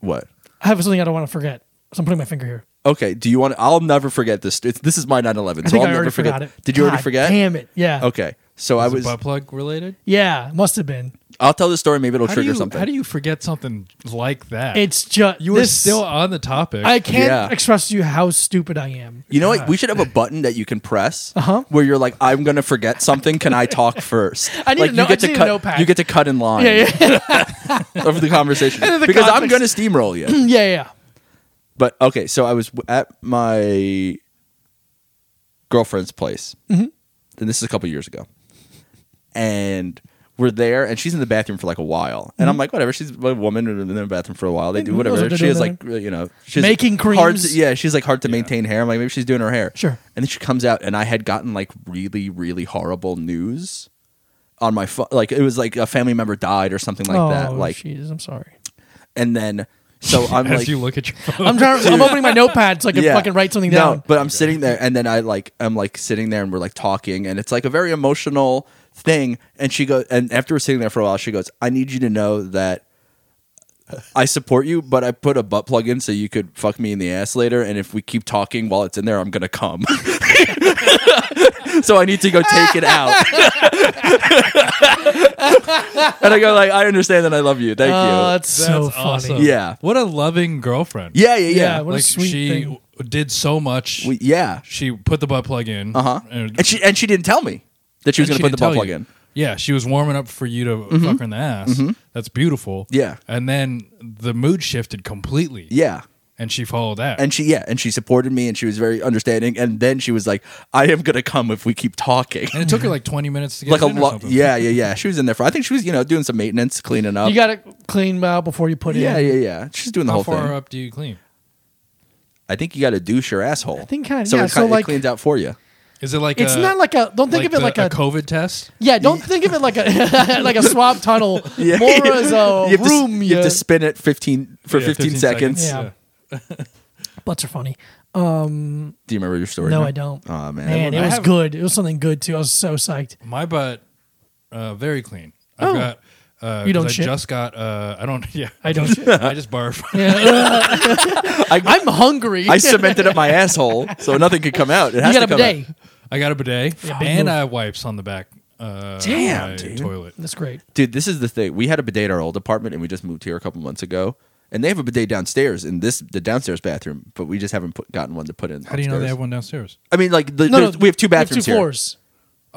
S1: What?
S3: I have something I don't want to forget. So I'm putting my finger here.
S1: Okay, do you want? I'll never forget this. It's, this is my 9 11.
S3: I
S1: So
S3: think
S1: I'll
S3: I
S1: never
S3: already
S1: forget.
S3: forgot it.
S1: Did you already
S3: God
S1: forget?
S3: Damn it. Yeah.
S1: Okay, so Oh, I
S2: Is it
S1: was.
S2: butt plug related.
S3: Yeah. Must have been.
S1: I'll tell the story. Maybe it'll
S2: How do,
S1: trigger
S2: you,
S1: something.
S2: how do you forget something like that?
S3: It's just
S2: you were still on the topic.
S3: I can't
S1: Yeah.
S3: express to you how stupid I am.
S1: You know what? We should have a button that you can press
S3: Uh-huh.
S1: where you're like, "I'm gonna forget something. Can I talk first?
S3: I need
S1: like,
S3: a no-
S1: you get
S3: I just need a
S1: to cut.
S3: notepad.
S1: You get to cut in line
S3: Yeah, yeah,
S1: of the conversation
S3: the
S1: because I'm gonna
S3: context.
S1: steamroll you.
S3: yeah, yeah.
S1: But okay, so I was w- at my girlfriend's place,
S3: Mm-hmm.
S1: and this is a couple years ago, and we're there, and she's in the bathroom for like a while, and I'm like, whatever, she's a woman and in the bathroom for a while, they do
S3: knows Mm-hmm. what
S1: whatever.
S3: they're
S1: She is
S3: doing
S1: like, you know, she's
S3: Making
S1: Hard to,
S3: creams.
S1: yeah, she's like hard to maintain hair. I'm like, maybe she's doing her hair.
S3: Sure.
S1: And then she comes out, and I had gotten like really, really horrible news on my phone. like it was like a family member died or something like
S3: oh,
S1: that. Like,
S3: jeez, I'm sorry.
S1: and then. So I'm
S2: as
S1: like,
S2: you look at your phone.
S3: I'm trying. I'm opening my notepad so I can fucking write something
S1: No,
S3: down.
S1: But I'm sitting there, and then I like I'm like sitting there, and we're like talking, and it's like a very emotional thing. And she goes, and after we're sitting there for a while, she goes, "I need you to know that." I support you, but I put a butt plug in so you could fuck me in the ass later. And if we keep talking while it's in there, I'm gonna come. so I need to go take it out. and I go like, I understand and I love you. Thank
S3: Oh,
S1: you.
S3: that's so funny.
S1: Yeah.
S2: What a loving girlfriend.
S1: Yeah, yeah, yeah.
S3: Yeah, what a
S2: like
S3: sweet
S2: she
S3: thing.
S2: w- did so much.
S1: We- yeah.
S2: she put the butt plug in.
S1: Uh huh.
S2: and-
S1: And she and she didn't tell me that she was going
S2: and
S1: to put
S2: she
S1: the butt
S2: didn't tell
S1: plug
S2: you.
S1: in. Mm-hmm.
S2: Yeah, she was warming up for you to fuck her in the ass. That's beautiful.
S1: Yeah.
S2: And then the mood shifted completely.
S1: Yeah.
S2: And she followed that.
S1: And she yeah, and she supported me and she was very understanding. And then she was like, "I am going to come if we keep talking."
S2: And it took her like 20 minutes to get
S1: like a
S2: it in or
S1: lot.
S2: something.
S1: Yeah, yeah, yeah. She was in there for. I think she was you know doing some maintenance, cleaning up.
S3: You got to clean out before you put it.
S1: yeah,
S3: in.
S1: yeah, yeah. She's doing the
S2: How
S1: whole
S2: far uh,
S1: thing.
S2: up do you clean?
S1: I think you got to douche your asshole. I
S3: think kinda-
S1: so
S3: yeah,
S1: it,
S3: so
S1: kinda- it
S3: like-
S1: cleans out for you.
S2: Is it Uh, like
S3: It's
S2: a-
S3: not like a. Don't think of it
S2: the-
S3: like a.
S2: COVID test.
S3: yeah, don't think of it like a like a swab tunnel.
S1: Yeah.
S3: More as a
S1: you have
S3: room.
S1: To, you have
S3: yeah.
S1: to spin it fifteen for
S2: Yeah,
S1: fifteen, seconds.
S3: Yeah. Butts are funny.
S1: Do you remember your story?
S3: No,
S1: now?
S3: I don't.
S1: Aw, Oh, man.
S3: man, it
S2: I
S3: was
S2: have-
S3: good. It was something good too. I was so psyched.
S2: My butt, uh, very clean. I've
S3: Oh.
S2: got. Uh,
S3: You don't
S2: 'cause I
S3: shit?
S2: just got. Uh, I don't. Yeah.
S3: I don't shit.
S2: I just barf.
S1: I,
S3: I'm hungry.
S1: I cemented up my asshole, so nothing could come out. It
S3: you
S1: has
S3: got
S1: to
S3: a
S1: come out.
S3: bidet.
S2: I got a bidet
S3: Yeah, big
S2: and
S3: move.
S2: I have wipes on the back. Uh,
S1: Damn,
S2: my
S1: dude.
S2: toilet.
S3: That's great.
S1: Dude, this is the thing. We had a bidet at our old apartment, and we just moved here a couple months ago. And they have a bidet downstairs in this the downstairs bathroom, but we just haven't put, gotten one to put in.
S2: How do you know they
S1: upstairs.
S2: have one downstairs?
S1: I mean, like the,
S3: No, no,
S1: there's- we have two bathrooms
S3: two
S1: here.
S3: floors.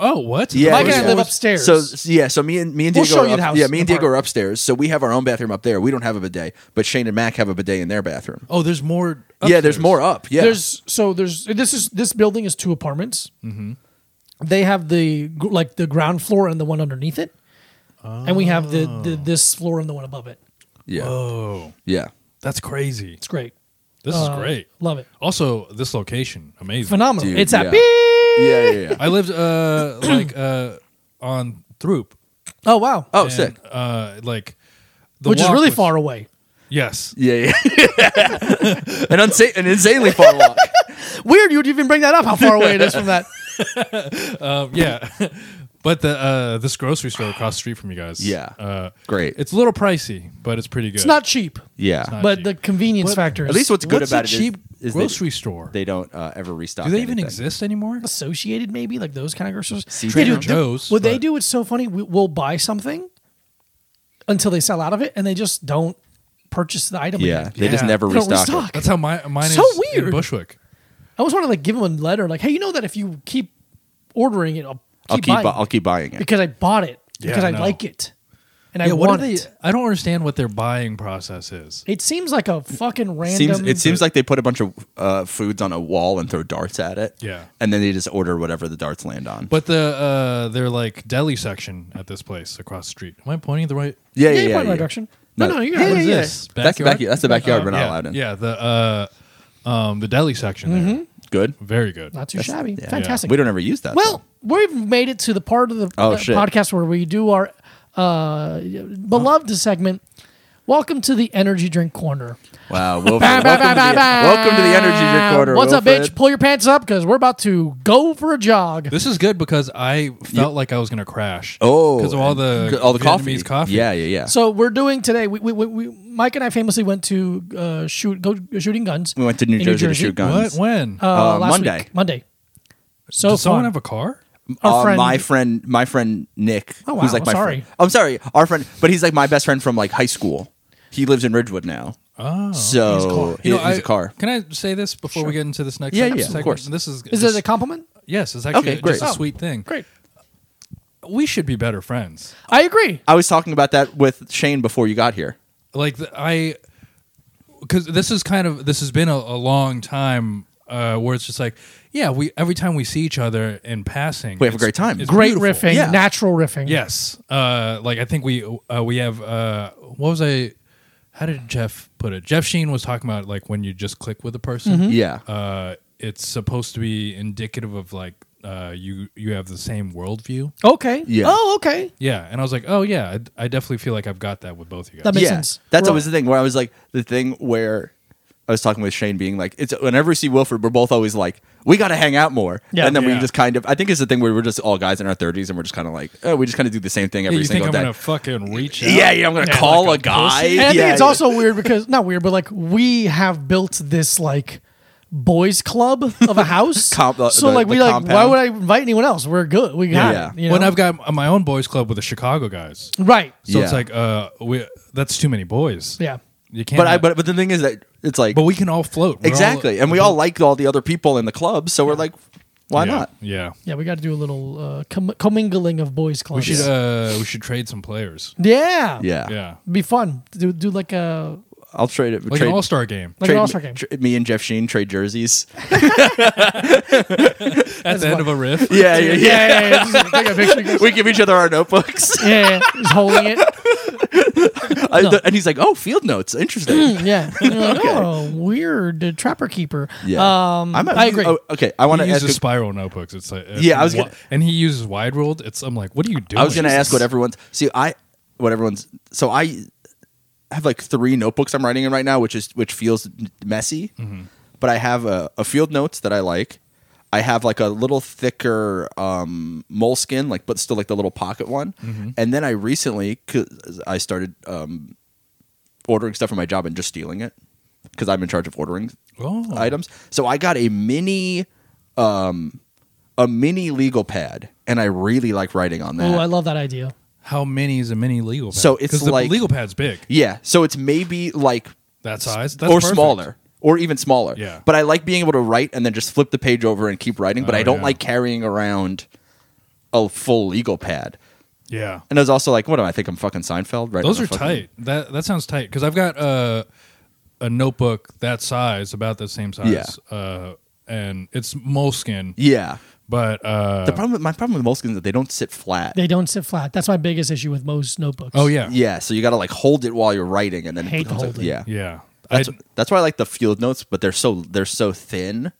S2: Oh, what?
S1: Yeah,
S3: Mike and
S1: yeah.
S3: I live upstairs.
S1: So s- yeah, so me and me and
S3: We'll
S1: Diego
S3: show
S1: are
S3: you
S1: up-
S3: the house
S1: yeah, me and Diego
S3: apart.
S1: are upstairs. So we have our own bathroom up there. We don't have a bidet, but Shane and Mac have a bidet in their bathroom.
S2: Oh, there's more.
S1: Yeah, there's
S2: upstairs.
S1: more up. Yeah,
S3: There's so there's this is this building is two apartments.
S1: Mm-hmm.
S3: They have the gr- like the ground floor and the one underneath it, and we have the, the
S1: Oh.
S3: this floor and the one above it.
S1: yeah,
S2: Oh,
S1: yeah.
S2: that's crazy.
S3: It's great.
S2: This
S3: Uh,
S2: is great.
S3: Love it.
S2: Also, this location, amazing.
S3: Phenomenal.
S1: Dude,
S3: it's
S1: yeah.
S3: at beep.
S1: yeah, yeah, yeah.
S2: I lived uh like uh on Throop.
S3: Oh wow.
S1: Oh,
S2: and,
S1: sick.
S2: Uh, like the
S3: Which is
S2: walk
S3: really
S2: was-
S3: far away.
S2: Yes.
S1: Yeah, yeah. an unsa- an insanely far walk.
S3: Weird. You'd even bring that up. How far away it is from that?
S2: Um, yeah. but the uh this grocery store across the street from you guys.
S1: Yeah.
S2: Uh,
S1: Great.
S2: It's a little pricey, but it's pretty good.
S3: It's not cheap,
S1: yeah.
S2: It's not
S3: but
S2: cheap.
S3: the convenience
S2: But-
S3: factor. Is
S1: At least what's good
S2: What's
S1: about
S2: a
S1: it is-
S2: cheap
S1: is they-
S2: grocery store?
S1: they don't uh, ever restock.
S2: Do they even
S1: anything.
S2: exist anymore?
S3: associated, maybe like those kind of groceries.
S1: See,
S3: They do-
S1: Trader
S3: they-
S2: Joe's,
S3: What they
S2: but-
S3: do, it's so funny. We, we'll buy something until they sell out of it, and they just don't purchase the item.
S1: Yeah,
S3: again.
S1: they just
S2: Yeah.
S1: never
S3: They don't
S1: restock.
S3: restock.
S1: It.
S2: That's how my mine
S3: So
S2: is in
S3: weird.
S2: Bushwick.
S3: I always want to like give them a letter, like, "Hey, you know that if you keep ordering it, I'll keep,
S1: I'll keep.
S3: buying
S1: bu-
S3: it
S1: I'll keep buying it.
S3: because I bought it
S2: Yeah,
S3: because I
S2: no.
S3: like it, and I
S2: yeah, what are
S3: want
S2: they?
S3: it."
S2: I don't understand what their buying process is.
S3: It seems like a fucking random.
S1: Seems, it seems like they put a bunch of uh, foods on a wall and throw darts at it.
S2: Yeah.
S1: and then they just order whatever the darts land on.
S2: But the uh, their like deli section at this place across the street. Am I pointing the right?
S1: yeah,
S3: yeah,
S1: yeah,
S3: you
S1: yeah.
S3: point in the
S1: yeah.
S3: right direction. No, no, you're
S1: yeah,
S3: right.
S2: What
S1: yeah,
S2: is
S1: yeah.
S2: this?
S1: That's the
S2: Backyard? Oh,
S1: backyard. That's the backyard we're not
S2: yeah,
S1: allowed in.
S2: Yeah, the uh, um, the deli section there.
S1: Good.
S2: Very good.
S3: Not too
S1: That's-
S3: shabby.
S1: yeah.
S3: Fantastic.
S1: We don't ever use that.
S3: Well,
S1: though.
S3: we've made it to the part of the
S1: Oh,
S3: uh,
S1: shit.
S3: podcast where we do our uh, beloved segment. Welcome to the energy drink corner.
S1: wow. Wilfred,
S3: Bah,
S1: welcome,
S3: bah,
S1: to
S3: bah, bah,
S1: the,
S3: bah.
S1: welcome to the energy drink order.
S3: What's up,
S1: Wilfred.
S3: bitch? Pull your pants up because we're about to go for a jog.
S2: This is good because I felt like I was gonna crash.
S1: Oh,
S2: because of all the
S1: all the coffee.
S2: Vietnamese coffee.
S1: Yeah, yeah, yeah.
S3: So we're doing today. We, we, we, we Mike and I famously went to uh, shoot go shooting guns.
S1: we went to New,
S3: in
S1: Jersey, to shoot
S2: What?
S1: guns.
S2: When?
S3: uh,
S1: Uh,
S3: last
S1: Monday.
S3: week. Monday. So
S2: Does someone
S3: fun.
S2: have a car?
S3: Our
S1: Uh,
S3: friend-
S1: my friend, my friend Nick,
S3: Oh, wow,
S1: who's like my
S3: sorry.
S1: friend. I'm sorry, our friend, but he's like my best friend from like high school. He lives in Ridgewood now,
S2: Oh,
S1: so
S3: he's a car.
S1: he-
S2: You know,
S1: he's
S2: I-
S1: a car.
S2: Can I say this before we get into this next?
S1: Yeah, yeah,
S2: seg-
S1: of
S2: segment?
S1: course.
S2: This is
S3: Is
S2: just,
S3: it a compliment?
S2: yes. It's actually
S1: Okay, great.
S2: just a
S1: Oh,
S2: sweet thing.
S3: Great.
S2: We should be better friends.
S3: I agree.
S1: I was talking about that with Shane before you got here.
S2: like the, I because this is kind of this has been a, a long time uh, where it's just like yeah we every time we see each other in passing
S1: We have a
S2: it's-
S1: great time.
S2: it's
S3: Great
S2: beautiful.
S3: riffing.
S1: Yeah.
S3: Natural riffing.
S2: yes uh, like I think we uh, we have uh, what was I how did Jeff put it Jeff Sheen was talking about like when you just click with a person
S3: Mm-hmm.
S1: Yeah,
S2: uh, it's supposed to be indicative of like uh, you you have the same worldview
S3: Okay.
S1: Yeah.
S3: Oh, okay.
S2: yeah and I was like oh yeah I, I definitely feel like I've got that with both of you guys
S3: That makes
S1: yeah.
S3: sense.
S1: That's
S3: Right.
S1: always the thing where I was like the thing where I was talking with Shane, being like, it's whenever we see Wilfred, we're both always like, we got to hang out more.
S3: Yeah.
S1: and then
S2: Yeah.
S1: we just kind of, I think it's the thing where we're just all guys in our 30s and we're just kind of like, oh, we just kind of do the same thing
S2: yeah,
S1: every
S2: you think
S1: single
S2: I'm
S1: day.
S2: gonna fucking reach out
S1: yeah, yeah, I'm gonna
S2: Yeah,
S1: call
S2: like
S1: a
S2: a
S1: guy.
S2: pussy?
S3: And I
S1: yeah,
S3: think it's
S1: yeah.
S3: also weird because not weird, but like we have built this like boys club of a house.
S1: Comp- uh,
S3: so
S1: the-
S3: like
S1: the
S3: we like why
S1: compound.
S3: would I invite anyone else? We're good. We got
S1: Yeah.
S3: it. You know?
S2: When I've got my own boys club with the Chicago guys, so
S3: right.
S2: it's
S1: Yeah.
S2: like uh, we that's too many boys.
S3: Yeah.
S2: you can't.
S1: But I,
S2: have-
S1: but but the thing is that it's like
S2: but we can all float We're all-
S1: exactly, and we all like all the other people in the club, so we're like, why
S2: yeah,
S1: not?
S2: Yeah,
S3: Yeah, we got to do a little uh, com- commingling of boys
S2: we
S3: clubs.
S2: should uh, we should trade some players.
S3: yeah.
S1: Yeah,
S2: Yeah,
S3: Be fun. Do do like a
S1: I'll trade it.
S2: like
S1: trade,
S2: an all star game
S3: like
S1: trade
S3: an
S1: me-
S3: all-star game.
S1: tra- me and Jeff Sheen trade jerseys.
S2: at the end of a riff.
S1: yeah, yeah, yeah.
S3: yeah, yeah, yeah. Just take a picture.
S1: we give each other our notebooks,
S3: Yeah, yeah. Just holding it.
S1: I- and he's like, "Oh, field notes, interesting."
S3: Mm, Yeah. And you're like, Oh, weird uh, trapper keeper.
S1: Yeah,
S3: Um,
S1: I'm a-
S3: I agree.
S1: oh, okay, I want
S2: He
S1: to ask. a-
S2: uses spiral notebooks. It's like it's
S1: Yeah, I was
S2: wi-
S1: gonna-
S2: and he uses wide ruled. It's I'm like, what are you doing?
S1: I was gonna ask what everyone's see. I what everyone's so I have like three notebooks I'm writing in right now, which is which feels messy. But I have a, a field notes that I like. I have like a little thicker um, moleskin, like but still like the little pocket one. And then I recently 'cause I started um, ordering stuff from my job and just stealing it because I'm in charge of ordering
S2: Oh.
S1: items. So I got a mini, um, a mini legal pad, and I really like writing on that.
S3: Oh, I love that idea.
S2: How many is a mini legal? Pad?
S1: So it's
S2: 'Cause the
S1: like-
S2: legal pad's big.
S1: yeah, so it's maybe like
S2: That size That's
S1: or
S2: perfect.
S1: smaller. Or even smaller.
S2: Yeah.
S1: But I like being able to write and then just flip the page over and keep writing. But
S2: Oh,
S1: I don't
S2: yeah.
S1: like carrying around a full legal pad.
S2: Yeah,
S1: And I was also like, what am I? I think I'm fucking Seinfeld, right?
S2: Those are tight. That that sounds tight because I've got uh, a notebook that size, about the same size. Yeah. Uh, and it's moleskin,
S1: Yeah.
S2: but uh,
S1: The problem, with, my problem with moleskins is that they don't sit flat.
S3: They don't sit flat. That's my biggest issue with most notebooks.
S2: oh yeah,
S1: yeah, so you got to like hold it while you're writing, and then
S3: Hate
S1: becomes, like-
S3: holding.
S1: Yeah,
S2: yeah. I
S1: That's, that's why I like the field notes, but they're so they're so thin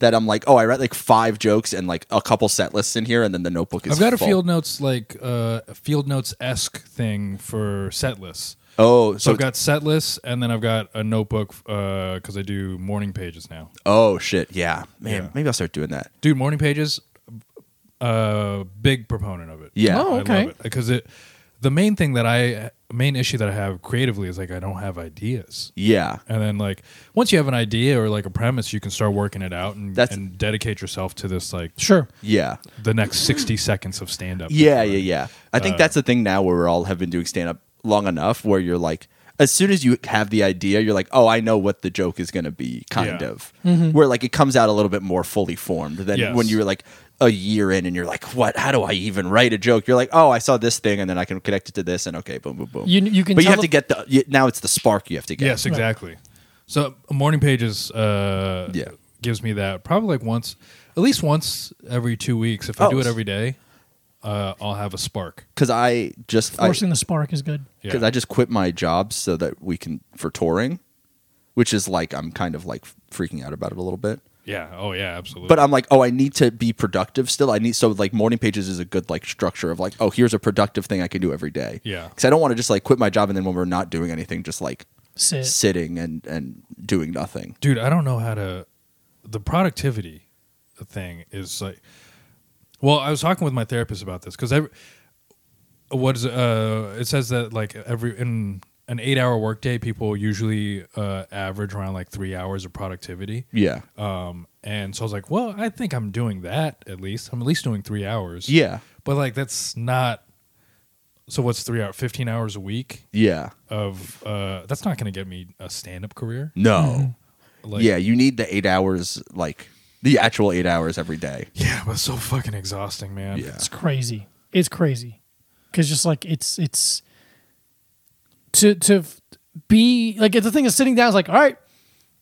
S1: that I'm like, oh, I write like five jokes and like a couple set lists in here, and then the notebook is.
S2: I've got a
S1: full.
S2: field notes like uh, field notes esque thing for set lists.
S1: Oh,
S2: So
S1: so,
S2: I've got set lists, and then I've got a notebook because I do morning pages now.
S1: oh shit, yeah, man,
S2: Yeah.
S1: maybe I'll start doing that.
S2: Dude, morning pages, uh, big proponent of it.
S1: Yeah. Oh,
S2: I
S3: okay.
S2: love it because it. The main thing that I main issue that I have creatively is like I don't have ideas.
S1: Yeah,
S2: And then like once you have an idea or like a premise, you can start working it out and,
S1: That's-
S2: and dedicate yourself to this like
S3: Sure.
S1: yeah,
S2: the next sixty seconds of stand up.
S1: yeah, yeah, yeah. I
S2: Uh,
S1: think that's the thing now where we all have been doing stand up long enough, where you're like, as soon as you have the idea, you're like, oh, I know what the joke is going to be, kind
S2: Yeah.
S1: of.
S3: Mm-hmm.
S1: Where like it comes out a little bit more fully formed than
S2: Yes.
S1: when you're like a year in and you're like, what? How do I even write a joke? You're like, oh, I saw this thing and then I can connect it to this and okay, boom, boom, boom.
S3: You- you can
S1: but you
S3: tell
S1: have to
S3: the-
S1: get the you, now it's the spark you have to get.
S2: Yes, exactly. So morning pages uh
S1: Yeah.
S2: gives me that probably like once at least once every two weeks if I
S1: Oh,
S2: do it
S1: s-
S2: every day. uh, I'll have a spark.
S1: because I just I,
S3: Forcing the spark is good.
S2: Yeah.
S1: because I just quit my job so that we can for touring, which is like I'm kind of like freaking out about it a little bit.
S2: yeah. Oh yeah. Absolutely.
S1: But I'm like, oh, I need to be productive still. I need so like morning pages is a good like structure of like, oh, here's a productive thing I can do every day.
S2: Yeah.
S1: because I don't want to just like quit my job and then when we're not doing anything, just like
S3: Sit.
S1: sitting and and doing nothing.
S2: dude i don't know how to the productivity thing is like well i was talking with my therapist about this because what is uh it says that like every in an eight hour workday people usually uh average around like three hours of productivity
S1: Yeah,
S2: um and so i was like well i think i'm doing that at least i'm at least doing three hours
S1: yeah,
S2: but like that's not so what's three hours 15 hours a week
S1: yeah.
S2: of uh that's not gonna get me a stand-up career
S1: No,
S2: like
S1: yeah, you need the eight hours like the actual eight hours every day.
S2: Yeah, but it's so fucking exhausting, man.
S1: Yeah.
S3: It's crazy. It's crazy. Cause just like it's it's to to f- be like it's the thing is sitting down is like, all right,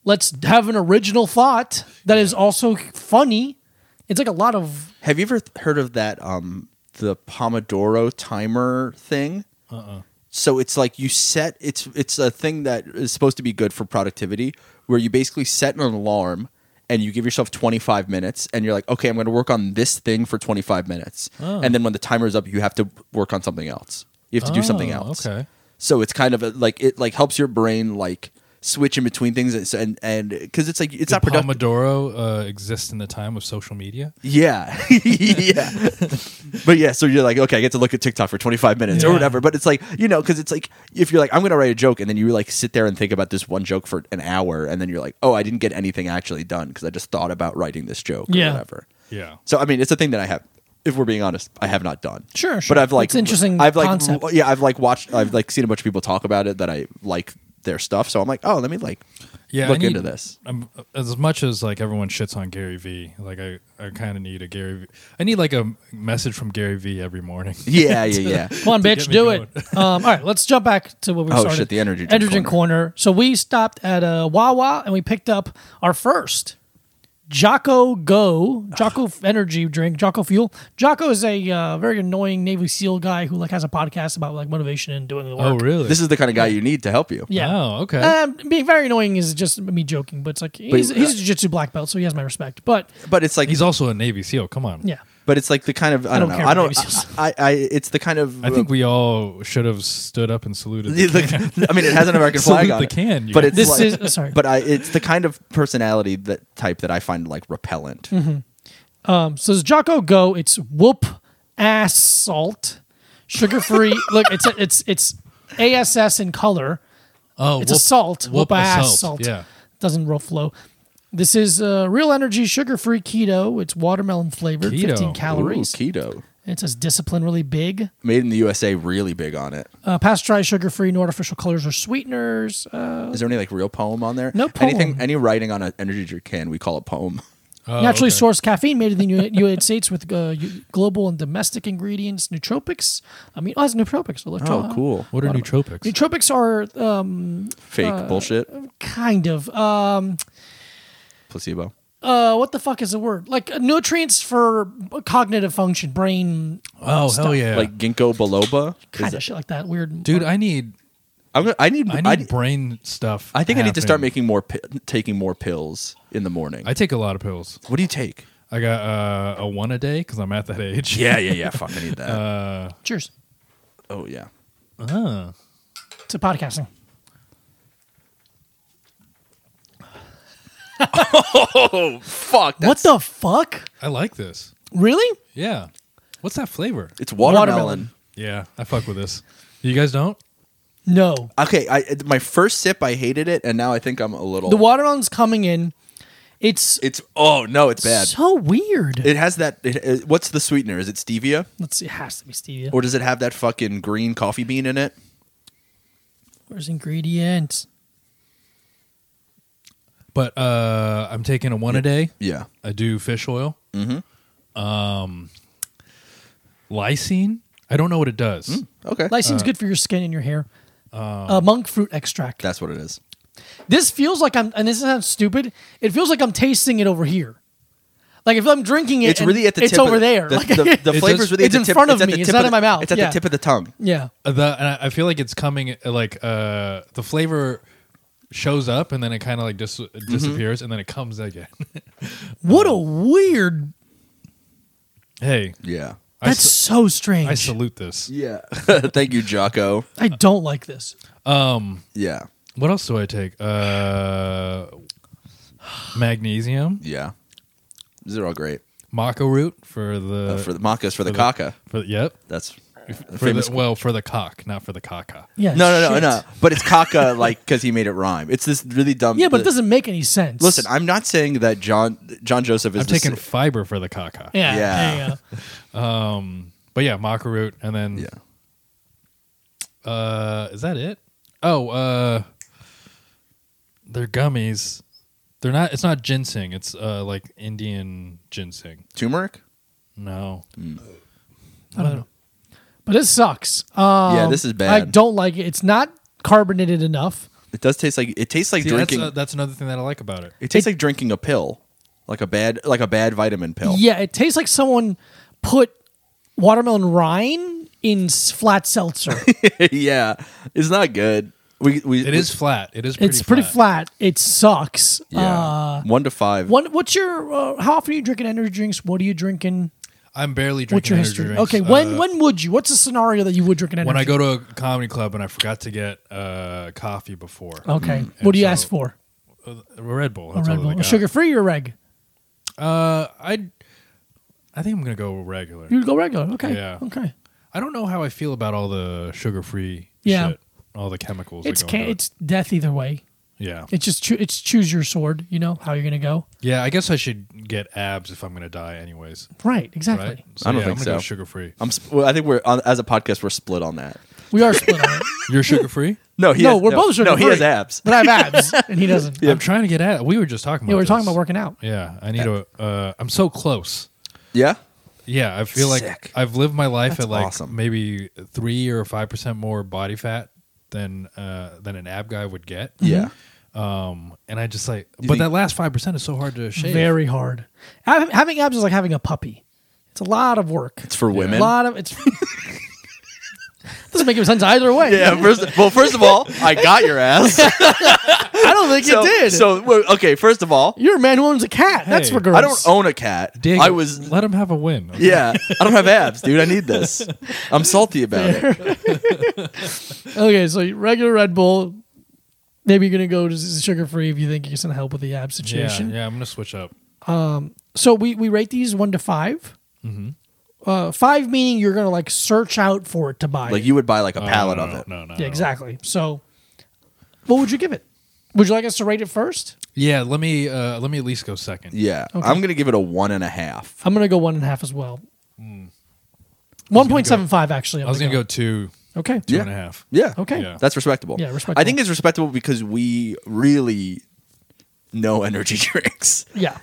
S3: let's have an original thought that is also funny. It's like a lot of
S1: Have you ever th- heard of that um the Pomodoro timer thing?
S2: Uh-uh.
S1: So it's like you set it's it's a thing that is supposed to be good for productivity where you basically set an alarm and you give yourself 25 minutes and you're like okay I'm going to work on this thing for 25 minutes
S2: Oh.
S1: and then when the timer is up you have to work on something else. You have to do something
S2: Oh,
S1: else.
S2: okay.
S1: So it's kind of a, like it like helps your brain like switch in between things and and cuz it's like it's not
S2: Did
S1: productive.
S2: Pomodoro uh, exists in the time of social media.
S1: Yeah. yeah. but yeah, so you're like, okay, I get to look at TikTok for 25 minutes or
S3: Yeah.
S1: whatever. But it's like, you know, because it's like, if you're like, I'm going to write a joke, and then you like sit there and think about this one joke for an hour, and then you're like, oh, I didn't get anything actually done because I just thought about writing this joke or
S3: Yeah.
S1: whatever.
S2: Yeah.
S1: So, I mean, it's a thing that I have. If we're being honest, I have not done.
S3: Sure,
S1: But
S3: sure.
S1: I've like
S3: It's an interesting
S1: I've like
S3: concept.
S1: yeah, I've like watched I've like seen a bunch of people talk about it that I like their stuff. So I'm like, oh, let me like
S2: Yeah. I
S1: look
S2: need-
S1: into this.
S2: I'm, uh, as much as like everyone shits on Gary Vee, like I, I kind of need a Gary. V. I need like a message from Gary Vee every morning.
S1: Yeah, yeah, yeah.
S3: come on,
S2: get
S3: bitch,
S2: me
S3: do
S2: going.
S3: it. Um, all right, let's jump back to what we
S1: Oh,
S3: started.
S1: shit, the energy drink
S3: energy corner. So we stopped at a Wawa and we picked up our first Jocko Go, Jocko f- energy drink, Jocko Fuel. Jocko is a uh, very annoying Navy SEAL guy who like has a podcast about like motivation and doing the work.
S2: oh, really?
S1: this is Ah. the kind of guy you need to help you.
S3: Yeah.
S2: Oh, okay.
S3: Um, being very annoying is just me joking, but it's like he's, he's a jiu-jitsu black belt, so he has my respect. But
S1: But it's like
S2: He's also a Navy SEAL. Come on.
S3: yeah,
S1: But it's like the kind of I don't,
S3: don't
S1: know.
S3: care
S1: I
S3: about
S1: don't.
S3: babies.
S1: I, I, I. It's the kind of.
S2: I think we all should have stood up and saluted. the
S1: It look-
S2: can.
S1: I mean, it has an American
S2: Salute
S1: flag on
S2: the
S1: it,
S2: can, you
S1: but
S2: know.
S1: it's
S3: This
S1: like-
S3: is- oh, sorry.
S1: But I, it's the kind of personality that type that I find like repellent.
S3: Mm-hmm. Um, so it's Jocko Go. It's whoop ass salt, sugar free. Look, it's it's it's ass in color.
S2: Oh,
S3: It's a
S2: whoop-
S3: salt. Whoop,
S2: whoop
S3: ass
S2: assault.
S3: salt.
S2: Yeah.
S3: doesn't roll flow. This is uh, real energy, sugar free keto. It's watermelon flavored,
S2: Keto. Ooh,
S3: fifteen
S1: Ooh,
S3: calories.
S1: keto
S3: it says discipline really big.
S1: made in the USA, really big on it.
S3: Uh, pasteurized, sugar free, no artificial colors or sweeteners. Uh,
S1: Is there any like real poem on there?
S3: No
S1: Anything,
S3: poem.
S1: any writing on an energy drink can, we call a poem.
S2: Oh,
S3: naturally
S2: okay.
S3: sourced caffeine made in the Uni- United States with uh, u- global and domestic ingredients, nootropics. I mean, oh, it's nootropics.
S1: Oh,
S3: electro-
S1: cool!
S2: What are nootropics?
S3: Nootropics are um,
S1: Fake bullshit
S3: uh, kind of um
S1: placebo.
S3: uh what the fuck is the word like uh, nutrients for cognitive function brain
S2: oh, hell
S3: stuff.
S2: yeah.
S1: Like ginkgo biloba. Is
S3: kind of
S1: it-
S3: shit like that weird
S2: dude, I need
S1: I'm gonna, I need.
S2: I
S1: I,
S2: need brain stuff.
S1: I think I need to start
S2: happening.
S1: making more, pi- taking more pills in the morning.
S2: I take a lot of pills.
S1: what do you take?
S2: I got uh, a one a day because I'm at that age.
S1: Yeah, yeah, yeah. Fuck, I need that.
S3: cheers
S1: oh yeah.
S2: Ah.
S3: to podcasting
S1: Fuck.
S3: what the fuck
S2: I like this.
S3: really
S2: Yeah. What's that flavor?
S1: It's watermelon.
S3: Watermelon.
S2: Yeah, I fuck with this. You guys don't?
S3: no
S1: Okay, I my first sip I hated it, and now I think I'm a little.
S3: the watermelon's coming in it's
S1: it's oh no, it's bad.
S3: so weird
S1: it has that. It, it- what's the sweetener? Is it stevia,
S3: let's see it has to be stevia
S1: or does it have that fucking green coffee bean in it?
S3: where's ingredients
S2: But uh, I'm taking a one a day.
S1: Yeah,
S2: I do fish oil. Mm-hmm. Um, lysine. I don't know what it does.
S1: okay, Uh. Oh.
S3: lysine's good for your skin and your hair uh, monk fruit extract
S1: that's what it is.
S3: this feels like I'm, and this sounds stupid. It feels like I'm tasting it over here. Like if I'm drinking it,
S1: It's really at the
S3: it's
S1: tip
S3: over
S1: of,
S3: there.
S1: The,
S3: like,
S1: the, the
S2: It
S1: flavors
S2: does-
S1: really
S3: it's
S1: at the
S3: in
S1: tip,
S3: front of
S1: it's at
S3: me.
S1: the
S3: It's
S1: tip
S3: not
S1: of
S3: in my
S1: the-
S3: mouth.
S1: It's at
S3: Yeah.
S1: the tip of the tongue.
S3: yeah,
S2: Uh, The and I- I feel like it's coming uh, like uh the flavor shows up and then it kind of like dis-
S1: Mm-hmm.
S2: disappears and then it comes again.
S3: what a weird.
S2: hey,
S1: Yeah.
S2: I,
S3: That's
S2: s-
S3: so strange.
S2: I salute this.
S1: Yeah. Thank you, Jocko.
S3: I don't like this.
S2: Um,
S1: Yeah.
S2: what else do I take? Uh, magnesium,
S1: Yeah. These are all great.
S2: maca root for the
S1: Uh, for the macas, for the
S2: for the-
S1: caca.
S2: for the- yep.
S1: That's
S2: For
S1: famous.
S2: the, well, for the cock, not for the caca.
S3: Yeah.
S1: no, no, no,
S3: shit.
S1: no. But it's caca, like, because he made it rhyme. It's this really dumb.
S3: Yeah, but it
S1: the-
S3: doesn't make any sense.
S1: Listen, I'm not saying that John John Joseph is
S2: I'm
S1: the
S2: taking
S1: sa-
S2: fiber for the caca.
S3: yeah,
S1: Yeah.
S3: there you go.
S2: But yeah, maca root, and then
S1: yeah.
S2: Uh, is that it? Oh, uh, they're gummies. They're not. It's not ginseng. It's uh like Indian ginseng.
S1: Turmeric?
S2: No.
S1: Mm.
S3: I don't know. But it sucks. Um,
S1: this is
S3: I
S1: bad.
S3: don't like it. It's not carbonated enough.
S1: It does taste like it tastes like
S2: See, that's,
S1: drinking.
S2: uh, that's another thing that I like about it.
S1: it tastes like drinking a pill, like a bad like a bad vitamin pill.
S3: Yeah, it tastes like someone put watermelon rind in s- flat seltzer.
S1: yeah, it's not good. We we
S2: It is flat. It is. Pretty
S3: it's pretty flat. It sucks.
S1: yeah.
S3: Uh,
S1: one to five.
S3: what, what's your? Uh, how often are you drinking energy drinks? What are you drinking?
S2: I'm barely drinking.
S3: What's your
S2: energy
S3: history?
S2: drinks.
S3: Okay, when
S2: Uh,
S3: when would you? What's a scenario that you would drink an energy?
S2: when I go to a comedy club and I forgot to get uh coffee before.
S3: drink? okay,
S2: And
S3: what do you
S2: Mm, so-
S3: ask for?
S2: A Red Bull.
S3: Oh. A
S2: that's all
S3: Red
S2: that I
S3: Bull,
S2: got.
S3: sugar free or reg?
S2: Uh, I. I think I'm gonna go regular.
S3: You go regular. Okay,
S2: Yeah.
S3: okay.
S2: I don't know how I feel about all the sugar-free
S3: Yeah.
S2: shit, all the chemicals.
S3: It's
S2: that go into
S3: can,
S2: it.
S3: it's death either way.
S2: yeah.
S3: It's just choo- it's choose your sword. You know how you're gonna go.
S2: Yeah, I guess I should get abs if I'm going to die, anyways.
S3: Right, exactly.
S2: Right?
S1: I don't
S2: yeah,
S1: think
S2: I'm gonna Go
S1: so.
S2: sugar free.
S1: I'm sp- well, I think we're on, as a podcast we're split on that.
S3: We are split. on it.
S2: You're sugar free.
S1: No, Oh, he
S3: no,
S1: has-
S3: we're both sugar
S1: No, he has
S3: free.
S1: abs.
S3: But I have abs, and he doesn't.
S2: I'm trying to get abs. We were just talking about.
S3: Yeah, we we're talking
S2: this.
S3: about working out.
S2: Yeah, I need to. Uh, I'm so close.
S1: Yeah,
S2: Yeah, I feel like
S1: Sick.
S2: I've lived my life
S1: That's
S2: at like
S1: awesome.
S2: maybe three or five percent more body fat than uh, than an ab guy would get.
S1: Mm-hmm. yeah.
S2: Um, and I just like, but
S1: think-
S2: that last five percent is so hard to shave.
S3: Very hard. Hav- Having abs is like having a puppy. It's a lot of work.
S1: It's for
S3: a
S1: women.
S3: lot of it's. doesn't make any sense either way.
S1: Yeah. First, well, first of all, I got your ass.
S3: I don't think
S1: so,
S3: it did.
S1: So well, okay, first of all,
S3: you're a man who owns a cat. That's
S2: Hey,
S3: for girls.
S1: I don't own a cat.
S2: Dig,
S1: I was
S2: let him have a win. okay?
S1: Yeah, I don't have abs, dude. I need this. I'm salty about it.
S3: Okay, so regular Red Bull. Maybe you're gonna go to sugar free if you think it's gonna help with the abs
S2: yeah,
S3: situation.
S2: yeah. I'm gonna switch up.
S3: So we we rate these one to 5
S2: Mm-hmm.
S3: Uh, five meaning you're gonna like search out for it to buy.
S1: Like
S3: it.
S1: you would buy like a pallet
S2: no,
S1: of
S2: no,
S1: it.
S2: No, no,
S3: yeah,
S2: no.
S3: exactly. So, what would you give it? Would you like us to rate it first?
S2: Yeah, let me uh, let me at least go second.
S1: Yeah, I'm gonna give it a one and a half.
S3: I'm gonna go one and a half as well.
S2: Hmm.
S3: One point seven five actually. I'm
S2: I was gonna go two,
S3: go. Okay.
S2: two
S1: Yeah.
S2: and a half.
S1: Yeah,
S3: Okay.
S2: Yeah.
S1: that's respectable.
S3: Yeah, respectable.
S1: I think it's respectable because we really know energy drinks.
S3: Yeah.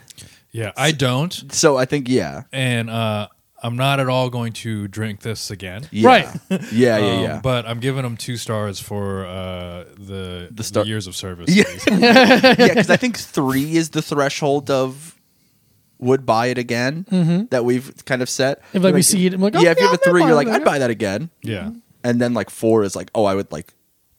S2: Yeah, I don't,
S1: So I think yeah,
S2: and uh, I'm not at all going to drink this again.
S1: yeah.
S3: Right.
S1: Yeah, yeah,
S2: Um,
S1: yeah.
S2: but I'm giving them two stars for uh, the, the,
S1: star-
S2: years of service.
S1: yeah, yeah, because I think three is the threshold of would buy it again that we've kind of set.
S3: Mm-hmm. If, like, we see it, I'm like, oh,
S1: yeah, if you
S3: yeah,
S1: have a
S3: I'll
S1: three,
S3: buy
S1: you're
S3: it
S1: like, I'd
S3: again.
S1: buy that again.
S2: yeah,
S1: and then like four is like, oh, I would like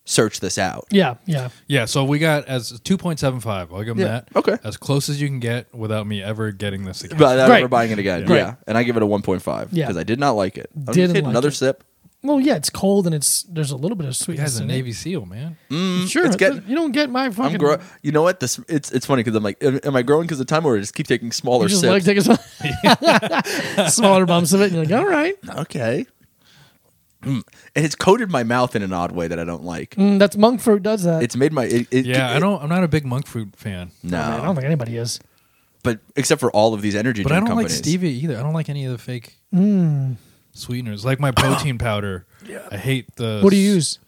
S1: search this out.
S3: Yeah. Yeah.
S2: yeah. So we got as 2.75. I'll give them
S1: Yeah,
S2: that.
S1: okay.
S2: as close as you can get without me ever getting this again.
S1: But I'm
S3: Great.
S1: never buying it again.
S3: Great.
S1: Yeah, and I give it a 1.5 because
S3: Yeah.
S1: I did not like it. I'm gonna
S3: Didn't
S1: take
S3: like
S1: another
S3: it.
S1: sip.
S3: Well, yeah, it's cold and it's there's a little bit of
S2: you
S3: sweetness.
S2: guys, a
S3: in
S2: Navy SEAL, man.
S1: Mm.
S3: It. Sure.
S1: It's getting-
S3: you don't get my fucking.
S1: I'm grow. You know what? This it's it's funny because I'm like, am, am I growing because of time or I just keep taking
S3: you
S1: smaller
S3: just
S1: sips?
S3: like take a sm- smaller bumps of it, and you're like, all right,
S1: okay. Mm. And it's coated my mouth in an odd way that I don't like.
S3: Mm, that's monk fruit does that.
S1: It's made my it, it,
S2: Yeah,
S1: it-
S2: I don't. I'm not a big monk fruit fan,
S1: no,
S3: I don't think anybody is.
S1: but except for all of these energy
S2: but I
S1: drink
S2: don't
S1: companies.
S2: like stevia either. I don't like any of the fake
S3: Hmm.
S2: sweeteners, like my protein powder. I hate the.
S3: What do you use?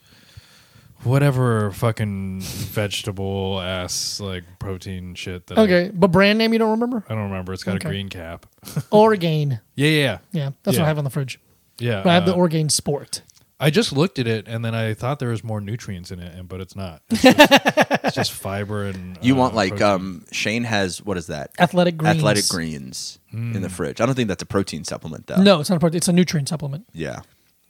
S2: whatever fucking vegetable ass like protein shit that I-
S3: Okay, but brand name you don't remember?
S2: I, don't remember. It's got
S3: Okay.
S2: a green cap.
S3: Orgain.
S2: yeah, yeah, yeah.
S3: Yeah, that's
S2: Yeah.
S3: what I have on the fridge.
S2: yeah
S3: But I have the
S2: uh,
S3: Orgain Sport.
S2: I just looked at it and then I thought there was more nutrients in it, and but it's not. It's just, it's just fiber and
S1: You
S2: uh,
S1: want like
S2: protein.
S1: um, Shane has what is that?
S3: Athletic greens. Mm.
S1: Athletic greens in the fridge. I don't think that's a protein supplement though.
S3: No, it's not a protein. It's a nutrient supplement.
S1: Yeah.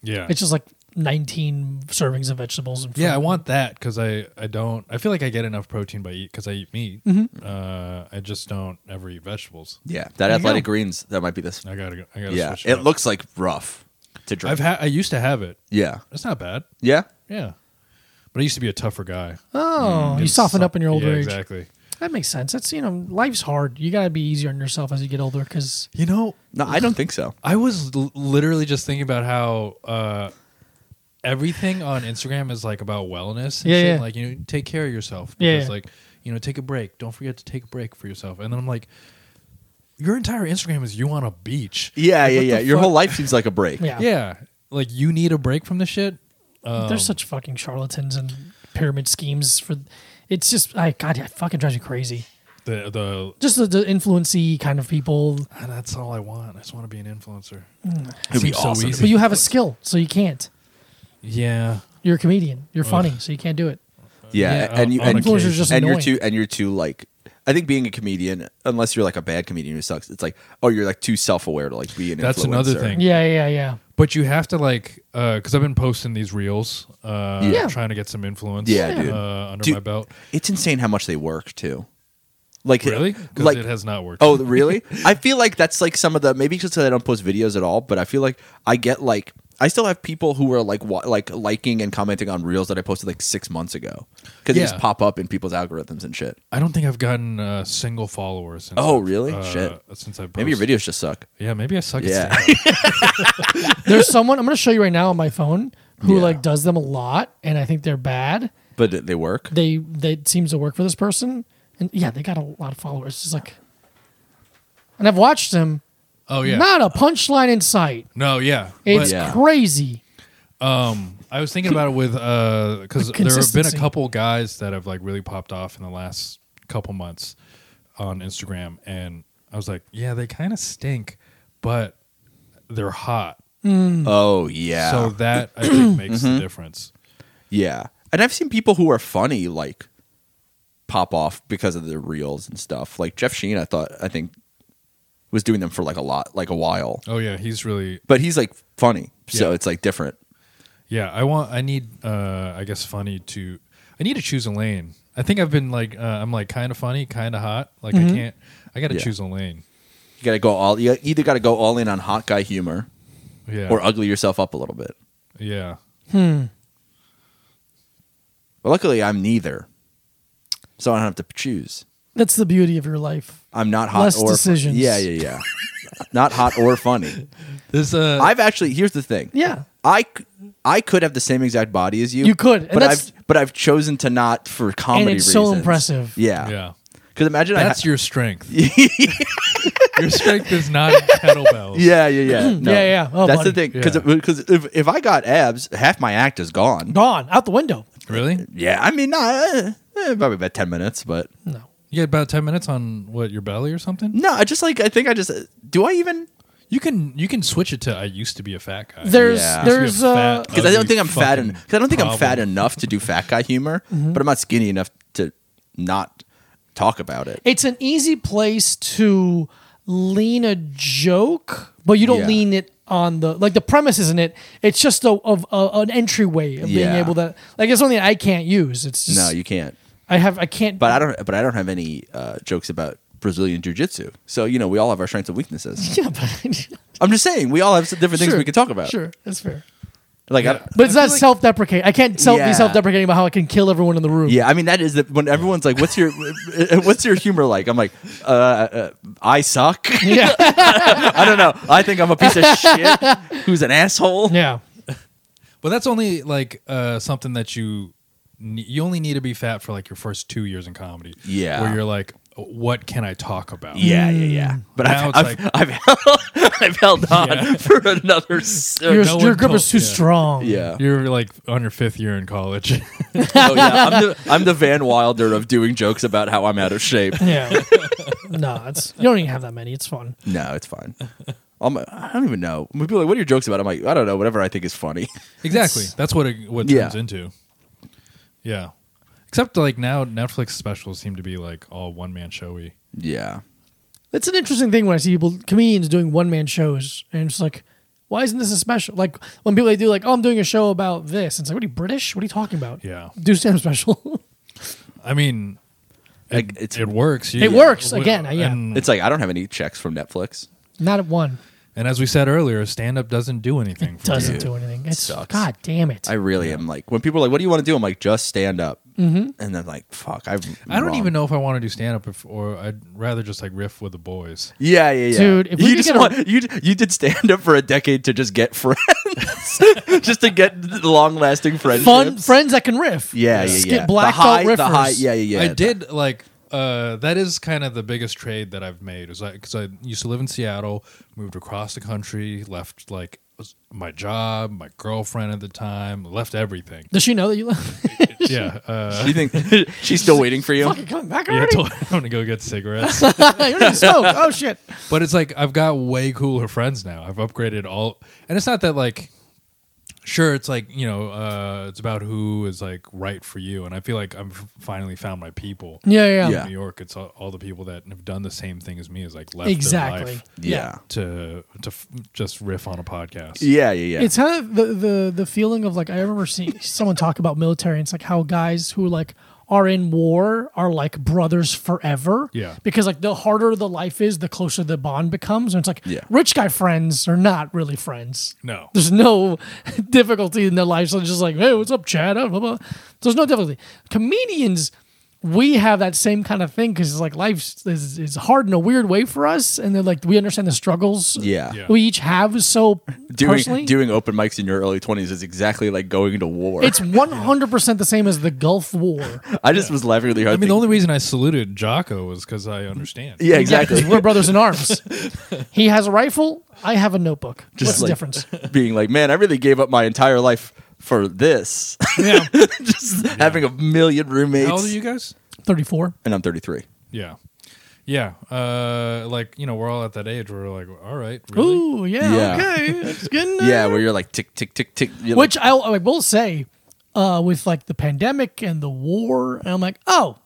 S2: yeah,
S3: It's just like 19 servings of vegetables. And fruit.
S2: yeah. I want that because I I don't. I feel like I get enough protein by eat because I eat meat.
S3: Mm-hmm.
S2: Uh, I just don't ever eat vegetables.
S1: Yeah. That
S2: you
S1: athletic
S2: go.
S1: greens. That might be this.
S2: I gotta go. I gotta
S1: Yeah.
S2: switch
S1: It
S2: up.
S1: looks like rough to drink.
S2: I've had. I used to have it.
S1: yeah.
S2: It's not bad.
S1: Yeah.
S2: Yeah, but I used to be a tougher guy.
S3: Oh,
S2: Mm,
S3: you
S2: It's
S3: soften
S2: so-
S3: up in your older
S2: yeah,
S3: age.
S2: Exactly.
S3: That makes sense. That's you know, life's hard. You gotta be easier on yourself as you get older. Because
S2: You know,
S1: No, I don't think so.
S2: I was l- literally just thinking about how uh, everything on Instagram is like about wellness. And
S3: Yeah,
S2: shit.
S3: yeah.
S2: Like you know, take care of yourself.
S3: Yeah,
S2: Because
S3: yeah.
S2: like you know, take a break. Don't forget to take a break for yourself. And then I'm like, your entire Instagram is you on a beach.
S1: Yeah,
S2: Like,
S1: yeah,
S2: what
S1: yeah.
S2: the
S1: Your
S2: fuck?
S1: whole life seems like a break.
S3: yeah,
S2: Yeah, like you need a break from this shit.
S3: they're
S2: Um,
S3: such fucking charlatans and pyramid schemes. For it's just, I God, it fucking drives you crazy.
S2: The the
S3: Just the, the influency kind of people.
S2: ah, that's all I want. I just want to be an influencer.
S1: It'd be
S2: Seems so
S1: awesome.
S2: easy.
S3: But you have a skill, so you can't.
S2: Yeah.
S3: You're a comedian. You're funny, so you can't do it.
S1: Yeah,
S2: Yeah, uh,
S1: and you
S2: on-
S1: and,
S2: on Influencers occasion.
S3: just
S1: and you're
S3: annoying.
S1: too and you're too like I think being a comedian, unless you're like a bad comedian who sucks, it's like oh you're like too self aware to like be an
S2: That's
S1: influencer.
S2: another thing.
S3: Yeah, yeah, yeah.
S2: But you have to like, because I've been posting these reels, uh,
S1: Yeah.
S2: trying to get some influence,
S1: Yeah,
S2: uh,
S1: dude.
S2: under
S1: Dude.
S2: my belt.
S1: It's insane how much they work too. Like
S2: Really? Because
S1: like
S2: it has not worked.
S1: oh really? I feel like that's like some of the maybe because I don't post videos at all, but I feel like I get like I still have people who are like wa- like liking and commenting on reels that I posted like six months ago because they
S2: Yeah.
S1: just pop up in people's algorithms and shit.
S2: I don't think I've gotten a single follower since.
S1: Oh,
S2: I've,
S1: really?
S2: uh,
S1: Shit.
S2: Since I posted.
S1: Maybe your videos just suck.
S2: Yeah, maybe I suck.
S1: Yeah.
S2: Yeah. At stand-up.
S3: There's someone I'm gonna show you right now on my phone who
S1: Yeah.
S3: like does them a lot, and I think they're bad.
S1: But they work.
S3: They they it seems to work for this person, and yeah, they got a lot of followers. It's just like, and I've watched them.
S2: oh yeah.
S3: Not a punchline in sight.
S2: no, yeah. But
S3: It's
S1: Yeah.
S3: crazy.
S2: I was thinking about it with because there have been a
S3: Consistency.
S2: couple guys that have like really popped off in the last couple months on Instagram, and I was like, yeah, they kind of stink, but they're hot.
S1: Oh yeah. Mm-hmm.
S2: So that I think makes the difference.
S1: Yeah. And I've seen people who are funny like pop off because of their reels and stuff. Like Jeff Sheen, I thought I think was doing them for like a lot like a while.
S2: Oh yeah, he's really
S1: But he's like funny. So
S2: Yeah.
S1: it's like different.
S2: Yeah, I want. I need. Uh, I guess funny to. I need to choose a lane. I think I've been like. Uh, I'm like kind of funny, kind of hot. Like I can't. I got to
S1: Mm-hmm. Yeah.
S2: choose a lane.
S1: You gotta go all you either gotta go all in on hot guy humor
S2: Yeah.
S1: or uh, ugly yourself up a little bit.
S2: yeah.
S1: But luckily I'm neither. So I don't have to choose.
S3: That's the beauty of your life.
S1: I'm not hot
S3: Less
S1: or fu-
S3: decisions.
S1: Yeah, yeah, yeah. not hot or funny.
S2: There's a.
S1: I've actually here's the thing.
S3: Yeah.
S1: I, c- I could have the same exact body as you.
S3: You could, and
S1: but
S3: that's-
S1: I've but I've chosen to not for comedy.
S3: and it's so
S1: reasons.
S3: impressive.
S1: Yeah,
S2: yeah.
S1: Because imagine
S2: That's
S1: I.
S2: your strength. your strength is not in kettlebells.
S1: yeah, yeah, yeah, no.
S3: Yeah, yeah. Oh,
S1: That's the
S3: buddy.
S1: thing. Because
S2: Yeah.
S1: if, if I got abs, half my act is gone.
S3: Gone out the window.
S2: Really?
S1: Yeah, I mean, nah, eh, eh, probably about ten minutes, but
S3: No.
S2: You get about ten minutes on what your belly or something.
S1: no, I just like I think I just do I even
S2: You can you can switch it to I used to be a fat guy.
S3: There's
S1: Yeah.
S2: Must
S3: there's
S2: be a
S3: uh
S2: fat-
S1: because I
S2: Ugly
S1: don't think I'm fat
S2: fucking
S1: en- cause I don't think I'm fat
S2: problem.
S1: enough to do fat guy humor,
S3: Mm-hmm.
S1: but I'm not skinny enough to not talk about it.
S3: it's an easy place to lean a joke, but you don't
S1: Yeah.
S3: lean it on the like the premise isn't it? It's just a of a, an entryway of being
S1: Yeah.
S3: able to like it's something I can't use. It's just
S1: No, you can't.
S3: I have I can't
S1: But I don't. But I don't have any uh, jokes about Brazilian jiu-jitsu. So you know, we all have our strengths and weaknesses.
S3: yeah, but,
S1: I'm just saying, we all have some different things we can talk about.
S3: Sure, that's fair.
S1: Like, I
S2: Yeah.
S1: don't-
S3: But it's
S2: I feel
S3: not
S2: like-
S3: self deprecating. I can't self
S1: Yeah.
S3: be self deprecating about how I can kill everyone in the room.
S1: yeah. I mean, that is the, when everyone's like, "What's your, what's your humor like?" I'm like, uh, uh, "I suck."
S3: Yeah.
S1: I don't know. I think I'm a piece of shit who's an asshole.
S3: yeah.
S2: Well, that's only like uh, something that you ne- you only need to be fat for like your first two years in comedy.
S1: Yeah.
S2: where you're like, what can I talk about?
S1: Yeah, yeah, yeah. But
S2: Mm. Now
S1: I've,
S2: it's
S1: I've,
S2: like-
S1: I've, held, I've held on
S2: Yeah.
S1: for another. s-
S3: Your,
S2: no
S3: your
S2: one
S3: grip
S2: told-
S3: is too
S2: yeah.
S3: strong.
S1: yeah.
S2: You're like on your fifth year in college.
S1: Oh, yeah. I'm the, I'm the Van Wilder of doing jokes about how I'm out of shape.
S3: Yeah. no, it's you don't even have that many. It's fun.
S1: No, it's fine. I'm, I don't even know. People are like, what are your jokes about? I'm like, I don't know. Whatever I think is funny.
S2: Exactly.
S3: It's-
S2: That's what it what
S1: Yeah.
S2: turns into. Yeah. Except like now Netflix specials seem to be like all one man showy.
S1: yeah.
S3: It's an interesting thing when I see people comedians doing one man shows, and it's like, why isn't this a special? Like when people they do like, oh, I'm doing a show about this. And it's like, what are you British? What are you talking about?
S2: Yeah.
S3: do stand up special.
S2: I mean
S1: Like,
S2: it,
S1: it's-
S2: it works. You-
S3: It works,
S2: w-
S3: again, uh, yeah.
S2: And,
S1: It's like I don't have any checks from Netflix.
S3: Not at one
S2: and as we said earlier, stand up doesn't do anything. for
S3: doesn't
S2: you.
S3: do anything. It's
S1: Sucks.
S3: god damn it.
S1: I really am like when people are like, "What do you want to do?" I'm like, "Just stand up." Mm-hmm. And then like, "Fuck, I've
S2: I don't
S1: wrong.
S2: even know if I want to do stand up or I'd rather just like riff with the boys.
S1: Yeah, yeah, yeah.
S3: Dude, if we
S1: you
S3: could
S1: just
S3: get a-
S1: want, you you did stand up for a decade to just get friends, just to get long lasting friendships.
S3: Fun friends that can riff.
S1: Yeah, yeah, yeah.
S3: Skip Black
S1: the high,
S3: belt
S1: the
S3: riffers.
S1: high, yeah, yeah, yeah.
S2: I did like uh, that is kind of the biggest trade that I've made is like because I used to live in Seattle, moved across the country, left like s- my job, my girlfriend at the time, left everything.
S3: Does she know that you left?
S2: yeah, uh,
S1: You think she's still waiting for you?
S3: Fucking coming back
S2: yeah. I
S3: already?
S2: told her I'm gonna go get cigarettes,
S3: you don't even smoke. Oh shit.
S2: but it's like I've got way cooler friends now. I've upgraded all, and it's not that like. Sure, it's like you know, uh, it's about who is like right for you, and I feel like I'm finally found my people.
S3: Yeah, yeah.
S1: Yeah.
S2: New York, it's all, all the people that have done the same thing as me is like left their
S3: Exactly.
S2: life
S1: Yeah,
S2: to to f- just riff on a podcast.
S1: yeah, yeah, yeah.
S3: It's kind of the, the the feeling of like I remember seeing someone talk about military and it's like how guys who like are in war are like brothers forever.
S2: Yeah.
S3: Because like the harder the life is, the closer the bond becomes. And it's like
S1: Yeah.
S3: rich guy friends are not really friends.
S2: No,
S3: There's no difficulty in their lives. So it's just like, hey, what's up, Chad? Uh, Blah, blah. There's no difficulty. Comedians, we have that same kind of thing because like life is, is hard in a weird way for us, and then like we understand the struggles
S1: yeah.
S2: Yeah.
S3: we each have. So
S1: Doing
S3: personally,
S1: doing open mics in your early twenties is exactly like going to war.
S3: it's 100 percent the same as the Gulf War.
S1: I just was laughing really hard.
S2: I mean the only reason I saluted Jocko was because I understand.
S1: yeah, exactly.
S3: 'cause we're brothers in arms. he has a rifle. I have a notebook.
S1: Just
S3: What's
S1: like-
S3: the difference?
S1: Being like, man, I really gave up my entire life for this.
S3: Yeah,
S1: just having a million roommates.
S2: How old are you guys?
S3: 34.
S1: And I'm 33.
S2: Yeah, yeah. Uh, like you know, we're all at that age where we're like, all right, really?
S3: Ooh, yeah,
S1: Yeah.
S3: okay, it's getting there.
S1: Yeah, where you're like tick tick tick tick. You're
S3: Which
S1: like,
S3: I, I will say, uh, with like the pandemic and the war, and I'm like, oh,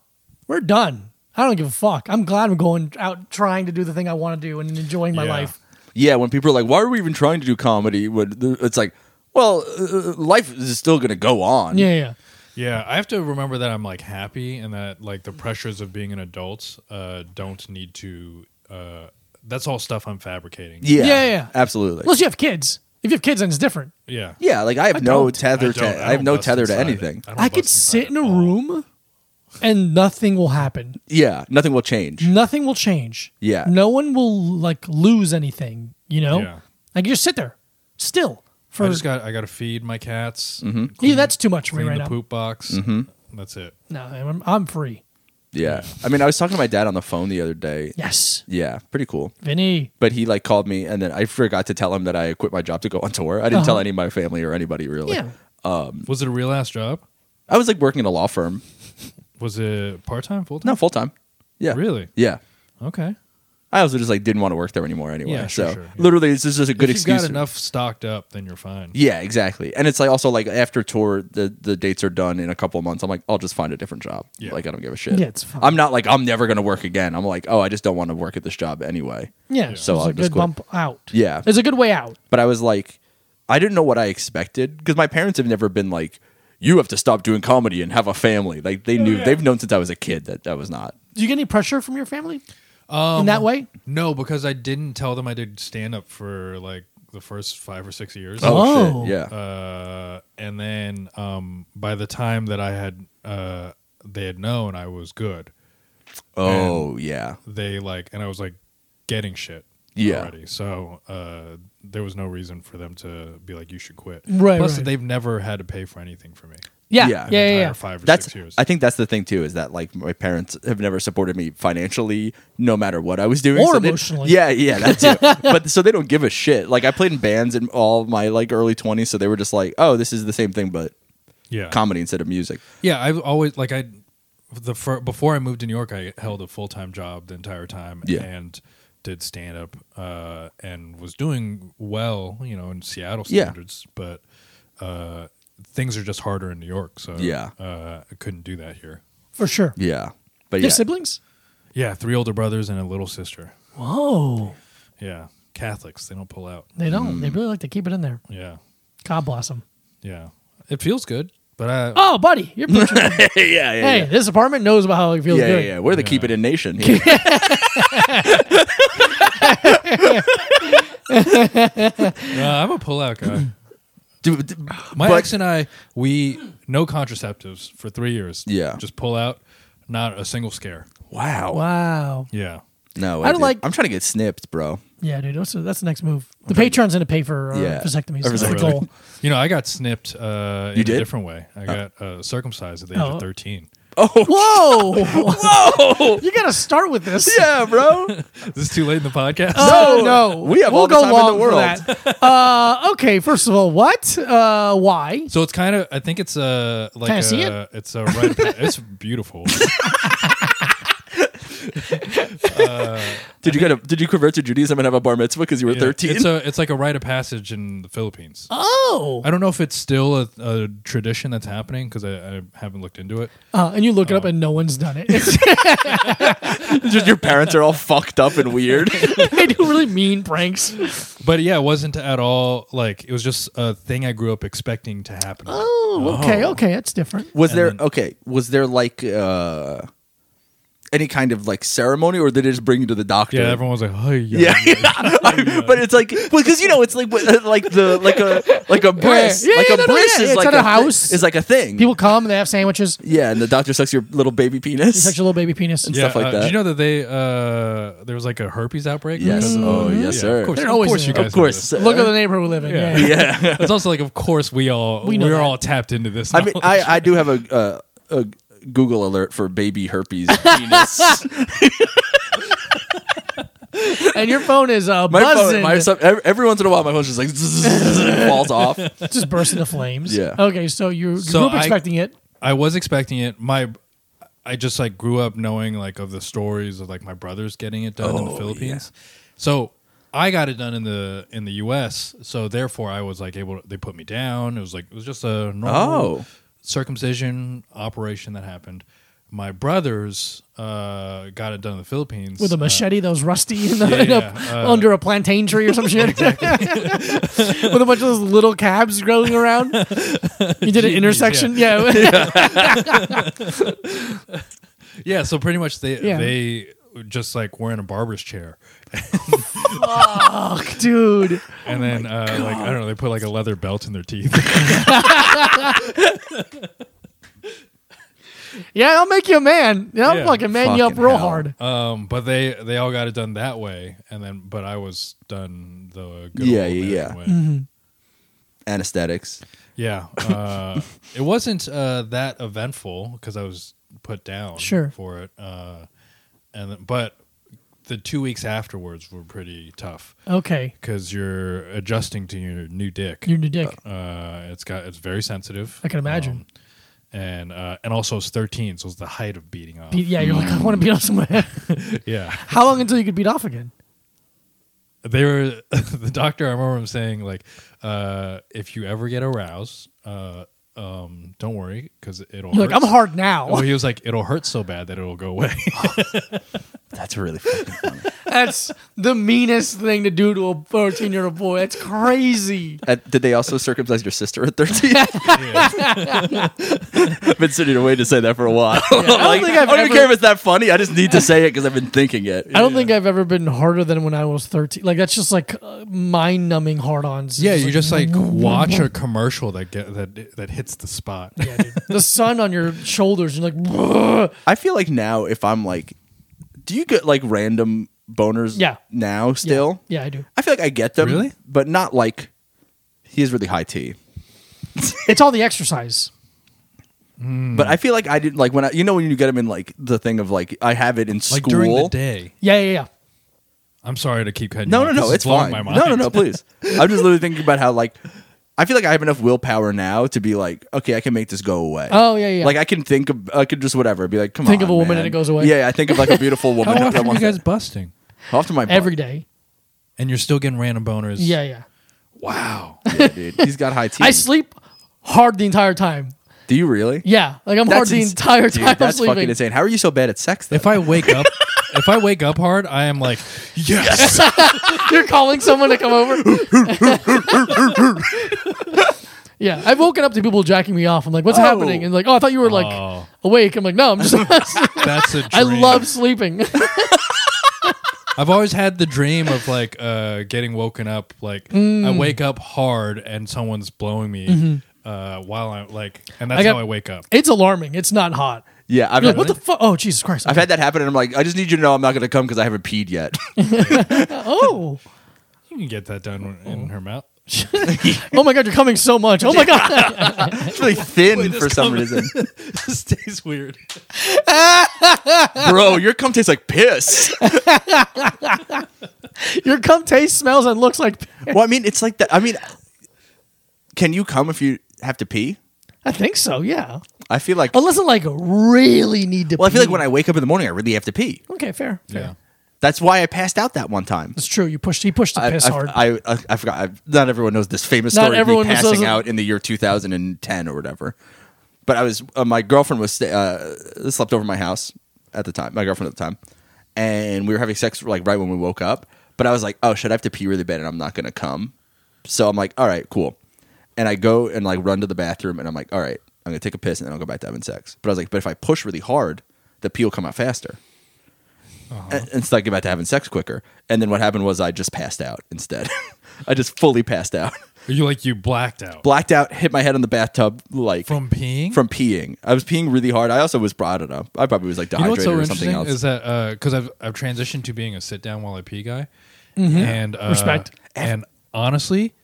S3: we're done. I don't give a fuck. I'm glad I'm going out trying to do the thing I want to do and enjoying my
S2: Yeah.
S3: life.
S1: yeah, when people are like, "Why are we even trying to do comedy?" When the- it's like, well, uh, life is still going to go on.
S3: Yeah, yeah.
S2: Yeah, I have to remember that I'm like happy and that like the pressures of being an adult uh, don't need to. Uh, that's all stuff I'm fabricating.
S1: yeah,
S3: Yeah, yeah.
S1: absolutely.
S3: Unless you have kids. If you have kids, then it's different.
S2: yeah.
S1: yeah, like I have no tether. to, I, have
S2: don't
S1: no
S2: bust
S1: tether to
S2: inside it.
S1: anything.
S2: don't
S3: I could
S2: bust inside
S3: sit
S2: it
S3: in a
S2: at all.
S3: room and nothing will happen.
S1: Yeah, nothing will change.
S3: Nothing will change.
S1: Yeah.
S3: No one will like lose anything, you know?
S2: Yeah.
S3: I can just sit there still for
S2: I just got I got to feed my cats.
S1: Mm-hmm.
S3: yeah, that's too much for me
S2: clean
S3: right
S2: the
S3: now.
S2: poop box. That's it.
S3: No, I'm, I'm free.
S1: Yeah, I mean, I was talking to my dad on the phone the other day.
S3: Yes.
S1: Yeah, pretty cool.
S3: Vinny.
S1: But he like called me, and then I forgot to tell him that I quit my job to go on tour. I didn't
S2: Uh-huh.
S1: tell any of my family or anybody really.
S3: Yeah.
S2: Was it a real ass job?
S1: I was like working at a law firm,
S2: Was it part time, full time?
S1: no full time. Yeah,
S2: Really?
S1: Yeah,
S2: Okay.
S1: I also just like didn't want to work there anymore anyway.
S2: Yeah, sure,
S1: so
S2: sure, yeah.
S1: literally, this is just a good
S2: if
S1: excuse.
S2: You've got
S1: for-
S2: enough stocked up, then you're fine.
S1: Yeah, exactly. And it's like also like after tour, the the dates are done in a couple of months. I'm like, I'll just find a different job.
S2: Yeah.
S1: Like I don't give a shit.
S3: Yeah, it's fine.
S1: I'm not like I'm never gonna work again. I'm like, oh, I just don't want to work at this job anyway.
S3: Yeah,
S2: Yeah.
S3: so,
S1: So
S3: it's
S1: I'll
S3: a
S1: just
S3: good
S1: quit.
S3: bump out.
S1: Yeah.
S3: it's a good way out.
S1: But I was like, I didn't know what I expected because my parents have never been like, you have to stop doing comedy and have a family. Like they knew they've known since I was a kid that that was not.
S3: Do you get any pressure from your family in
S1: Um,
S3: that way?
S2: No, because I didn't tell them I did stand up for like the first five or six years.
S3: Oh.
S1: shit. Yeah.
S2: Uh, and then um, by the time that I had, uh, they had known I was good.
S1: oh yeah.
S2: They like, and I was like getting shit.
S1: Yeah.
S2: Already. So uh, there was no reason for them to be like, you should quit.
S3: Right,
S2: Plus,
S3: right.
S2: they've never had to pay for anything for me.
S3: Yeah,
S1: Yeah.
S3: yeah, yeah.
S2: entire
S3: yeah.
S2: Five or
S1: That's
S2: six years.
S1: I think that's the thing too is that like my parents have never supported me financially no matter what I was doing
S3: Or
S1: so they-
S3: emotionally.
S1: Yeah, yeah, that's it. but so they don't give a shit. Like I played in bands in all my like early 20s so they were just like, "Oh, this is the same thing but
S2: yeah.
S1: comedy instead of music."
S2: Yeah, I've always like I the fir- before I moved to New York, I held a full time job the entire time,
S1: Yeah.
S2: and did stand up uh, and was doing well, you know, in Seattle
S1: Yeah.
S2: standards, but uh, things are just harder in New York. So
S1: Yeah.
S2: uh, I couldn't do that here.
S3: for sure.
S1: Yeah. But
S3: You
S1: yeah.
S3: have siblings?
S2: Yeah, three older brothers and a little sister.
S3: Whoa.
S2: Yeah, Catholics. They don't pull out.
S3: They don't.
S1: Hmm.
S3: They really like to keep it in there.
S2: Yeah,
S3: God bless them.
S2: yeah. It feels good, but I
S3: Oh, buddy, you're picturing-
S1: yeah, yeah, yeah.
S3: hey, this apartment knows about how it feels
S1: yeah, yeah,
S3: good.
S1: yeah. We're the keep it in nation. here.
S2: no, uh, I'm a pull out guy.
S1: Dude, d-
S2: My
S1: but-
S2: ex and I, we no contraceptives for three years.
S1: Yeah.
S2: just pull out. Not a single scare.
S1: wow.
S3: Wow.
S2: Yeah.
S1: No,
S3: I
S1: I
S3: don't
S1: did-
S3: like-
S1: I'm trying to get snipped, bro.
S3: Yeah, dude. That's, that's the next move. The Patreon's going to pay for uh,
S1: Yeah.
S3: vasectomies.
S1: Or
S3: That's the
S1: vasectomy.
S3: goal.
S2: You know, I got snipped uh, in
S1: You
S2: a
S1: did?
S2: different way. I got uh, circumcised at the age
S3: Oh.
S2: of 13.
S3: Whoa. Whoa. you got to start with this.
S1: Yeah, bro.
S2: Is this too late in the podcast?
S3: Oh, no.
S1: we have
S3: we'll
S1: all the
S3: go
S1: time in the
S3: long for
S1: world.
S3: that. uh, okay, first of all, what? Uh, why?
S2: so it's kind of, I think it's uh, like
S3: Can I
S2: a,
S3: see
S2: it's a right, it's beautiful.
S1: Did you get a, did you convert to Judaism and have a bar mitzvah because you were
S2: Yeah.
S1: 13?
S2: It's a, it's like a rite of passage in the Philippines.
S3: Oh.
S2: I don't know if it's still a, a tradition that's happening because I, I haven't looked into it.
S3: Uh, and you look
S2: Oh.
S3: it up and no one's done it.
S1: Just your parents are all fucked up and weird.
S3: they do really mean pranks.
S2: But yeah, it wasn't at all like it was just a thing I grew up expecting to happen.
S3: Oh, okay, okay. That's different.
S1: Was there
S2: then-
S1: okay? Was there like uh any kind of like ceremony, or did they just bring you to the doctor?
S2: yeah, everyone was like, "Oh yeah,
S1: Yeah, yeah. I- but it's like because you know it's like what- like the like a like a bris
S3: Yeah,
S1: like
S3: yeah,
S1: a
S3: no, no,
S1: bris
S3: yeah,
S1: is
S3: it's
S1: like
S3: at
S1: a,
S3: a
S1: thi-
S3: house.
S1: is like a thing.
S3: People come, they have sandwiches.
S1: yeah, and the doctor sucks your little baby penis.
S3: Such a little baby penis.
S1: Yeah. stuff like
S2: uh,
S1: that.
S2: Did you know that they uh, there was like a herpes outbreak?
S1: yes.
S2: because of-
S1: Oh yes,
S2: Yeah,
S1: sir.
S2: Of course,
S3: They're
S2: of
S3: always
S2: course
S3: in
S2: you
S3: there.
S2: guys
S1: Of
S2: know
S1: course.
S2: this.
S1: sir.
S3: Look at the neighborhood we live in.
S2: Yeah.
S3: Yeah. yeah.
S1: Yeah.
S2: It's also like, of course, we all
S3: We
S2: we
S3: know
S2: are
S3: that.
S2: all tapped into this.
S1: I mean,
S2: knowledge.
S1: I I do have a, uh, a a Google alert for baby herpes penis.
S3: And your phone is uh,
S1: My
S3: buzzing.
S1: phone, my some- every, every once in a while, my phone's just like falls off.
S3: just burst into flames.
S1: Yeah.
S3: Okay, so you
S2: So
S3: grew up
S2: I-
S3: expecting it.
S2: I was expecting it. My I just like grew up knowing like of the stories of like my brothers getting it done in the
S1: Oh,
S2: Philippines. So I got it done in the in the U.S. So therefore, I was like able. To, they put me down. It was like it was just a normal
S1: Oh.
S2: circumcision operation that happened. My brothers uh, got it done in the Philippines
S3: With a
S2: Uh,
S3: machete that was rusty in the,
S2: yeah,
S3: in a-
S2: yeah, uh,
S3: under a plantain tree or some shit. With a bunch of those little cabs growing around. You did an
S2: Jeez,
S3: intersection. Yeah.
S2: Yeah, so pretty much they
S3: Yeah.
S2: they just like were in a barber's chair,
S3: Fuck, dude.
S2: and
S1: Oh
S2: then uh, like I don't know, they put like a leather belt in their teeth.
S3: Yeah, I'll make you a man. Yeah, I'll
S2: Yeah.
S3: fucking man you up
S1: Fucking
S3: real
S1: hell.
S3: hard.
S2: um, but they they all got it done that way, and then but I was done the good
S1: Yeah,
S2: old
S1: yeah, yeah.
S2: American way.
S3: Mm-hmm.
S1: Anesthetics.
S2: Yeah, uh, it wasn't uh, that eventful because I was put down
S3: Sure.
S2: for it, uh, and then- but the two weeks afterwards were pretty tough
S3: Okay.
S2: because you're adjusting to your new dick.
S3: You're the dick.
S2: Uh, it's got it's very sensitive.
S3: I can imagine.
S2: Um, and uh, and also it's 13, so it's the height of beating off.
S3: Be- yeah, you're like, I want to beat off somewhere.
S2: yeah,
S3: How long until you could beat off again?
S2: they were the doctor. I remember him saying like, uh, if you ever get aroused, uh, um, don't worry because it'll.
S3: You're like,
S2: hurt
S3: I'm
S2: so-"
S3: hard now.
S2: Well, he was like, it'll hurt so bad that it'll go away.
S1: That's really fucking funny.
S3: That's the meanest thing to do to a 13 year old boy. That's crazy.
S1: Uh, did they also circumcise your sister at 13? I've been sitting away to say that for a while. I'm like, I don't,
S3: think I've
S1: even
S3: ever-
S1: care if it's that funny. I just need to say it because I've been thinking it.
S3: I don't think I've ever been harder than when I was 13. Like, that's just like uh, mind numbing hard ons.
S2: yeah, you just like watch a commercial that get that that hits the spot. Yeah,
S3: the sun on your shoulders. You're like, "Bruh."
S1: I feel like now if I'm like, do you get like random boners
S3: Yeah.
S1: now still?
S3: yeah, I do.
S1: I feel like I get them,
S2: Really?
S1: but not like he is really high T.
S3: It's all the exercise.
S2: Hmm.
S1: But I feel like I didn't like when I, you know, when you get them in like the thing of like, I have it in school.
S2: like during the day.
S3: Yeah, yeah, yeah.
S2: I'm sorry to keep cutting.
S1: No,
S2: you
S1: no,
S2: off. This
S1: no.
S2: is
S1: It's
S2: blowing
S1: fine.
S2: My mind.
S1: No, no, no. Please. I'm just literally thinking about how like I feel like I have enough willpower now to be like, okay, I can make this go away.
S3: Oh, yeah, yeah.
S1: Like I can think of, I could just whatever. Be like, come on.
S3: Think of a woman
S1: man.
S3: and it goes away.
S1: Yeah, I think of like a beautiful woman.
S2: How
S1: I
S2: often are
S1: want
S2: you guys
S1: that.
S2: busting?
S1: Off to my butt.
S3: every day.
S2: and you're still getting random boners.
S3: Yeah, yeah.
S2: Wow.
S1: Yeah, dude. He's got high teeth.
S3: I sleep hard the entire time.
S1: Do you really?
S3: Yeah, like I'm hard the
S1: ins-
S3: entire
S1: Dude,
S3: time I'm
S1: that's
S3: sleeping.
S1: fucking insane. How are you so bad at sex? Though?
S2: if I wake up, if I wake up hard, I am like, yes.
S3: You're calling someone to come over. yeah, I've woken up to people jacking me off. I'm like, what's
S1: Oh.
S3: happening? And like, oh, I thought you were like
S2: Oh.
S3: awake. I'm like, no, I'm just.
S2: That's a dream.
S3: I love sleeping.
S2: I've always had the dream of like uh, getting woken up. Like
S1: Mm.
S2: I wake up hard and someone's blowing me
S1: Mm-hmm.
S2: uh, while I'm like, and that's
S3: I got-
S2: how I wake up.
S3: it's alarming. It's not hot.
S1: yeah, I've
S3: You're
S1: had,
S3: like, what the fuck? Oh, Jesus Christ!
S1: I've had that happen, and I'm like, I just need you to know I'm not going to come because I haven't peed yet.
S3: oh,
S2: You can get that done in her mouth.
S3: oh my God! You're coming so much. Oh my God!
S1: it's really thin
S2: Wait, this
S1: for some
S2: cum-
S1: reason,
S2: this tastes weird.
S1: bro. Your cum tastes like piss.
S3: Your cum taste smells, and looks like.
S1: well, I mean, it's like that. I mean, can you come if you have to pee?
S3: I think so. Yeah,
S1: I feel like.
S3: unless I like really need to.
S1: Well, I feel like when I wake up in the morning, I really have to pee.
S3: Okay, fair. fair.
S2: Yeah.
S1: That's why I passed out that one time.
S3: It's true. You pushed. He pushed the
S1: I,
S3: piss
S1: I-
S3: hard.
S1: I, I, I forgot. I, not everyone knows this famous
S3: Not
S1: story of me
S3: everyone knows
S1: passing
S3: this.
S1: out in the year 2010 or whatever. But I was uh, my girlfriend was sta- uh, slept over at my house at the time. My girlfriend at the time, and we were having sex like right when we woke up. But I was like, oh, should I have to pee really bad and I'm not gonna come? So I'm like, all right, cool. And I go and like run to the bathroom and I'm like, all right, I'm gonna take a piss and then I'll go back to having sex. But I was like, but if I push really hard, the pee will come out faster
S3: Uh-huh.
S1: and and so I get back to having sex quicker. And then what happened was I just passed out instead. I just fully passed out,
S2: Are you like you blacked out
S1: blacked out, hit my head on the bathtub like
S2: from peeing?
S1: from peeing. I was peeing really hard. I also was I don't know. I probably was like
S2: you know
S1: dehydrated
S2: what's so
S1: or something
S2: interesting
S1: else.
S2: is that because I've I've transitioned to being a sit down while I pee guy,
S1: Mm-hmm.
S2: and uh,
S3: Respect.
S2: And honestly,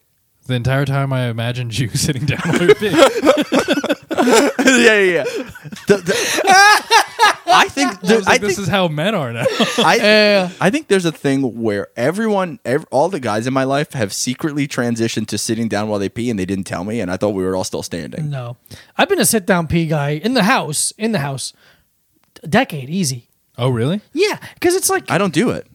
S2: the entire time I imagined you sitting down while you're peeing.
S1: yeah, yeah, yeah. The- the- I think
S2: I
S1: there-
S2: was like,
S1: I
S2: this
S1: think
S2: is how men are now.
S1: I,
S3: Yeah.
S1: I think there's a thing where everyone, ev- all the guys in my life have secretly transitioned to sitting down while they pee, and they didn't tell me, and I thought we were all still
S2: Mm.
S1: standing.
S3: No, I've been a sit down pee guy in the house, in the house, a decade easy.
S2: oh really?
S3: Yeah, because it's like I,
S1: I don't do it.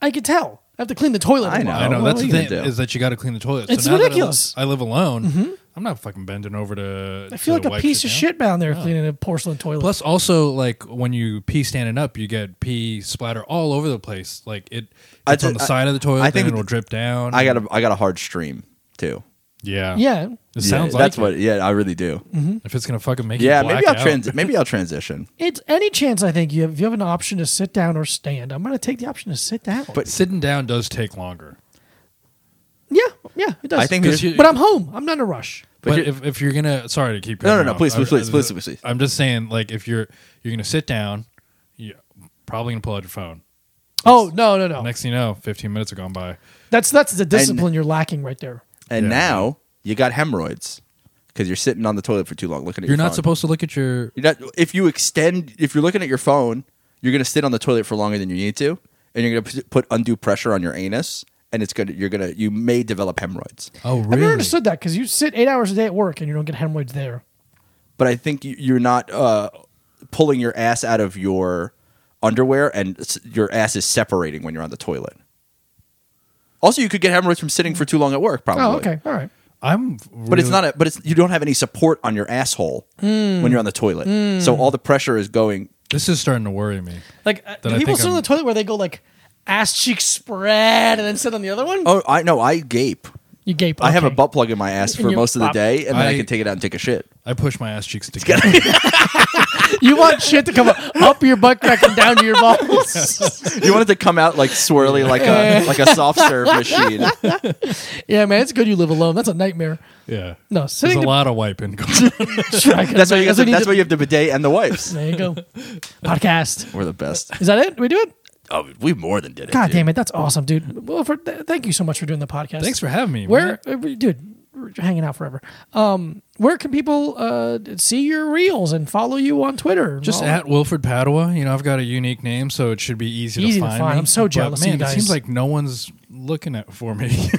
S3: could tell. I have to clean the toilet.
S1: I
S3: a
S1: know.
S3: lot.
S2: I know
S1: Well, what
S2: that's the
S1: are you
S2: thing
S1: gonna do?
S2: is that you got to clean the toilet.
S3: It's
S2: now that I live-
S3: ridiculous. Mm-hmm.
S2: I live, alone. I'm not fucking bending over to.
S3: I feel like a piece of shit down there cleaning a porcelain toilet.
S2: Plus, also like when you pee standing up, you get pee splatter all over the place. Like it,
S1: I
S2: it's on
S1: thi-
S2: the
S1: I-
S2: side of the toilet.
S1: I
S2: I
S1: think
S2: think it'll drip down.
S1: I got a, I got a hard stream too.
S2: yeah,
S3: yeah,
S2: Mm. It
S1: Yeah,
S2: sounds like
S1: that's
S2: it.
S1: what. Yeah, I really do.
S2: if it's gonna fucking make
S1: Yeah,
S2: you black
S1: maybe I'll
S2: out.
S1: transi- maybe I'll transition.
S3: it's any chance I think you have. You have an option to sit down or stand. I'm gonna take the option to sit down.
S1: But-
S2: Sitting down does take longer.
S3: yeah, yeah, it does.
S1: I think
S2: 'Cause
S1: there's-
S2: you-
S3: but I'm home. I'm not in a rush.
S1: But
S2: But,
S1: you're-
S2: if, if you're gonna, sorry to keep.
S1: No, no,
S2: cutting
S1: no,
S2: off.
S1: please,
S2: I-
S1: please,
S2: I-
S1: please, please, please, please.
S2: I'm just saying, like if you're you're gonna sit down, you're probably gonna pull out your phone.
S3: Oh no, no, no.
S2: Next thing you know, 15 minutes have gone by.
S3: That's that's the discipline you're lacking right there.
S1: and
S2: Yeah.
S1: now you got hemorrhoids because you're sitting on the toilet for too long looking at.
S2: You're
S1: your
S2: not
S1: phone.
S2: supposed to look at your
S1: You're not, if you extend, if you're looking at your phone, you're gonna sit on the toilet for longer than you need to, and you're gonna p- put undue pressure on your anus, and it's gonna you're gonna you may develop hemorrhoids.
S2: Oh, really?
S3: I've never understood that because you sit eight hours a day at work and you don't get hemorrhoids there.
S1: But I think you- you're not uh, pulling your ass out of your underwear, and s- your ass is separating when you're on the toilet. Also, you could get hemorrhoids from sitting for too long at work. Probably.
S3: Oh, okay, all right.
S2: I'm,
S1: But it's not a. But it's you don't have any support on your asshole when you're on the toilet. So all the pressure is going.
S2: This is starting to worry me.
S3: Like uh,
S2: Then
S3: do
S2: I
S3: people
S2: think
S3: sit on
S2: I'm-
S3: the toilet where they go like ass cheeks spread and then sit on the other one.
S1: Oh, I know. I gape.
S3: you gape.
S1: I have a
S3: okay.
S1: butt plug in my ass
S3: In
S1: for
S3: your
S1: most of the
S3: bop.
S1: day, and then I,
S2: I-
S1: can take it out and take a shit.
S2: I push my ass cheeks together.
S3: You want shit to come up, up your butt crack and down to your balls.
S1: You want it to come out like swirly, like a like a soft serve machine.
S3: yeah, man, it's good you live alone. That's a nightmare.
S2: yeah.
S3: No,
S2: There's
S3: sitting.
S2: a
S3: to-
S2: lot of wiping. going on.
S1: That's why you have
S3: That's what
S1: to,
S3: you
S1: that's
S3: did-
S1: why you have the bidet and the wipes.
S3: There you go. Podcast.
S1: We're the best.
S3: Is that it? we do it?
S1: Oh, we more than did it.
S3: God
S1: dude.
S3: damn it, that's awesome, dude. Well, for, th- thank you so much for doing the podcast.
S2: Thanks for having me.
S3: Where,
S2: man.
S3: uh, we- dude, we're hanging out forever. Um, where can people uh see your reels and follow you on Twitter? and
S2: Just
S3: all-
S2: at Wilfred Padua. You know, I've got a unique name, so it should be easy,
S3: Easy to
S2: find.
S3: find.
S2: me.
S3: I'm so jealous of
S2: But, man,
S3: you
S2: it seems
S3: guys.
S2: like no one's looking at for me.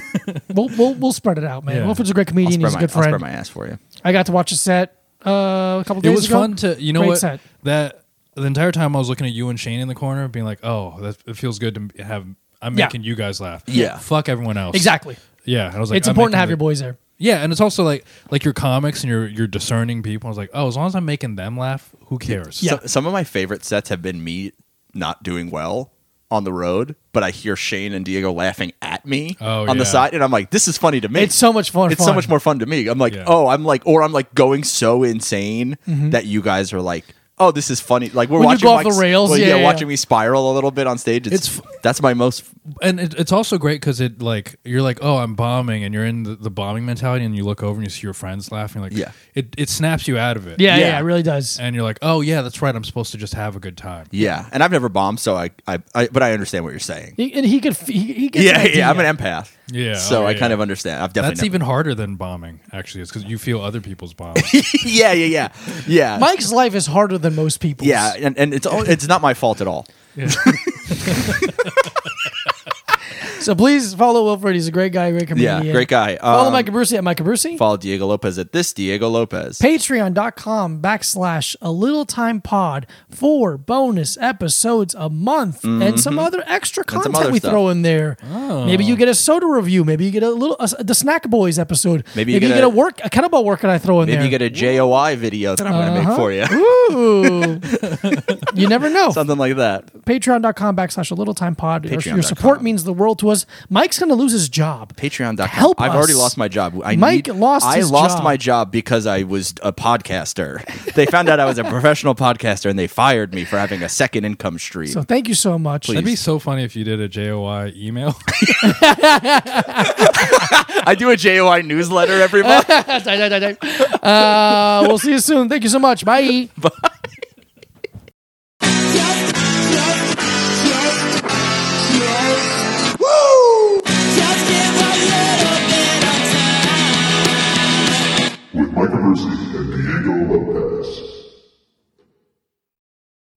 S3: we'll, we'll we'll spread it out, man.
S2: Yeah.
S3: Wilfred's a great
S1: I'll
S3: comedian.
S1: spread,
S3: He's a
S1: my,
S3: good
S1: I'll spread
S3: friend.
S1: my ass for you.
S3: I got to watch a set uh, a couple
S2: it
S3: days
S2: was
S3: ago.
S2: fun to, you know
S3: Great
S2: what?
S3: set.
S2: That the entire time I was looking at you and Shane in the corner, being like, "Oh, that it feels good to have I'm
S3: Yeah.
S2: making you guys laugh.
S1: Yeah.
S2: Fuck everyone else.
S3: Exactly.
S2: Yeah. And I was like,
S3: it's
S2: I'm
S3: important to
S2: making
S3: have
S2: the-
S3: your boys there.
S2: Yeah, and it's also like like your comics and your your discerning people. I was like, oh, as long as I'm making them laugh, who cares?
S3: Yeah.
S1: So- some of my favorite sets have been me not doing well on the road, but I hear Shane and Diego laughing at me
S2: Oh,
S1: on the
S2: yeah.
S1: side, and I'm like, this is funny to me.
S3: It's so much fun.
S1: It's so much more fun to me. I'm like,
S2: Yeah.
S1: oh, I'm like, or I'm like going so insane that you guys are like, oh, this is funny. Like we're
S3: Mm-hmm. When
S1: watching
S3: you go off
S1: Mike-
S3: the rails,
S1: well,
S3: yeah, yeah,
S1: watching
S3: yeah.
S1: me spiral a little bit on stage. It's,
S2: It's
S1: that's my most.
S2: And it, it's also great because it like you're like, oh, I'm bombing, and you're in the, the bombing mentality, and you look over and you see your friends laughing. Like,
S1: Yeah.
S2: it it snaps you out of it.
S3: Yeah, yeah,
S1: Yeah.
S3: it really does.
S2: and you're like, oh yeah, that's right. I'm supposed to just have a good time.
S1: Yeah, and I've never bombed, so I, I, I but I understand what you're saying.
S3: He, and he could. f- He, he gets an
S1: Yeah,
S3: idea.
S1: yeah, I'm an empath.
S2: Yeah,
S1: so
S2: oh,
S1: I
S2: yeah,
S1: kind
S2: yeah.
S1: of understand. I've definitely
S2: That's even harder than bombing. Actually, it's because you feel other people's bombs.
S1: even yeah, yeah, yeah, yeah.
S3: Mike's life is harder than most people's.
S1: Yeah, and, and it's all, it's not my fault at all.
S3: So please follow Wilfred. He's a great guy, great comedian.
S1: Yeah, great guy.
S3: Follow
S1: Um,
S3: Mike Abruzzi at Mike Abruzzi.
S1: Follow Diego Lopez at this Diego Lopez.
S3: Patreon.com backslash a little time pod for bonus episodes a month and some other extra
S1: Mm-hmm. some
S3: content
S1: other
S3: we
S1: stuff. Oh.
S3: throw in there. Maybe you get a soda review. Maybe you get a little uh, the Snack Boys episode.
S1: Maybe you get
S3: a,
S1: a-
S3: work a kettlebell workout I throw in
S1: Maybe you
S3: there.
S1: get a JOI video that I'm going
S3: Uh-huh.
S1: to make for you.
S3: Ooh. you never know.
S1: Something like that.
S3: Patreon.com backslash a little time pod. Your- Your
S1: Patreon.com.
S3: support means the world to us. Mike's gonna lose his job.
S1: Patreon.com.
S3: Help
S1: I've
S3: us.
S1: already lost my job. I
S3: Mike
S1: need-
S3: lost
S1: I
S3: his
S1: lost
S3: job.
S1: my job because I was a podcaster. They found out I was a professional podcaster and they fired me for having a second income stream.
S3: So thank you so much.
S2: That'd be so funny if you did a JOI email.
S1: I do a JOI newsletter every month.
S3: uh, we'll see you soon. Thank you so much. Bye.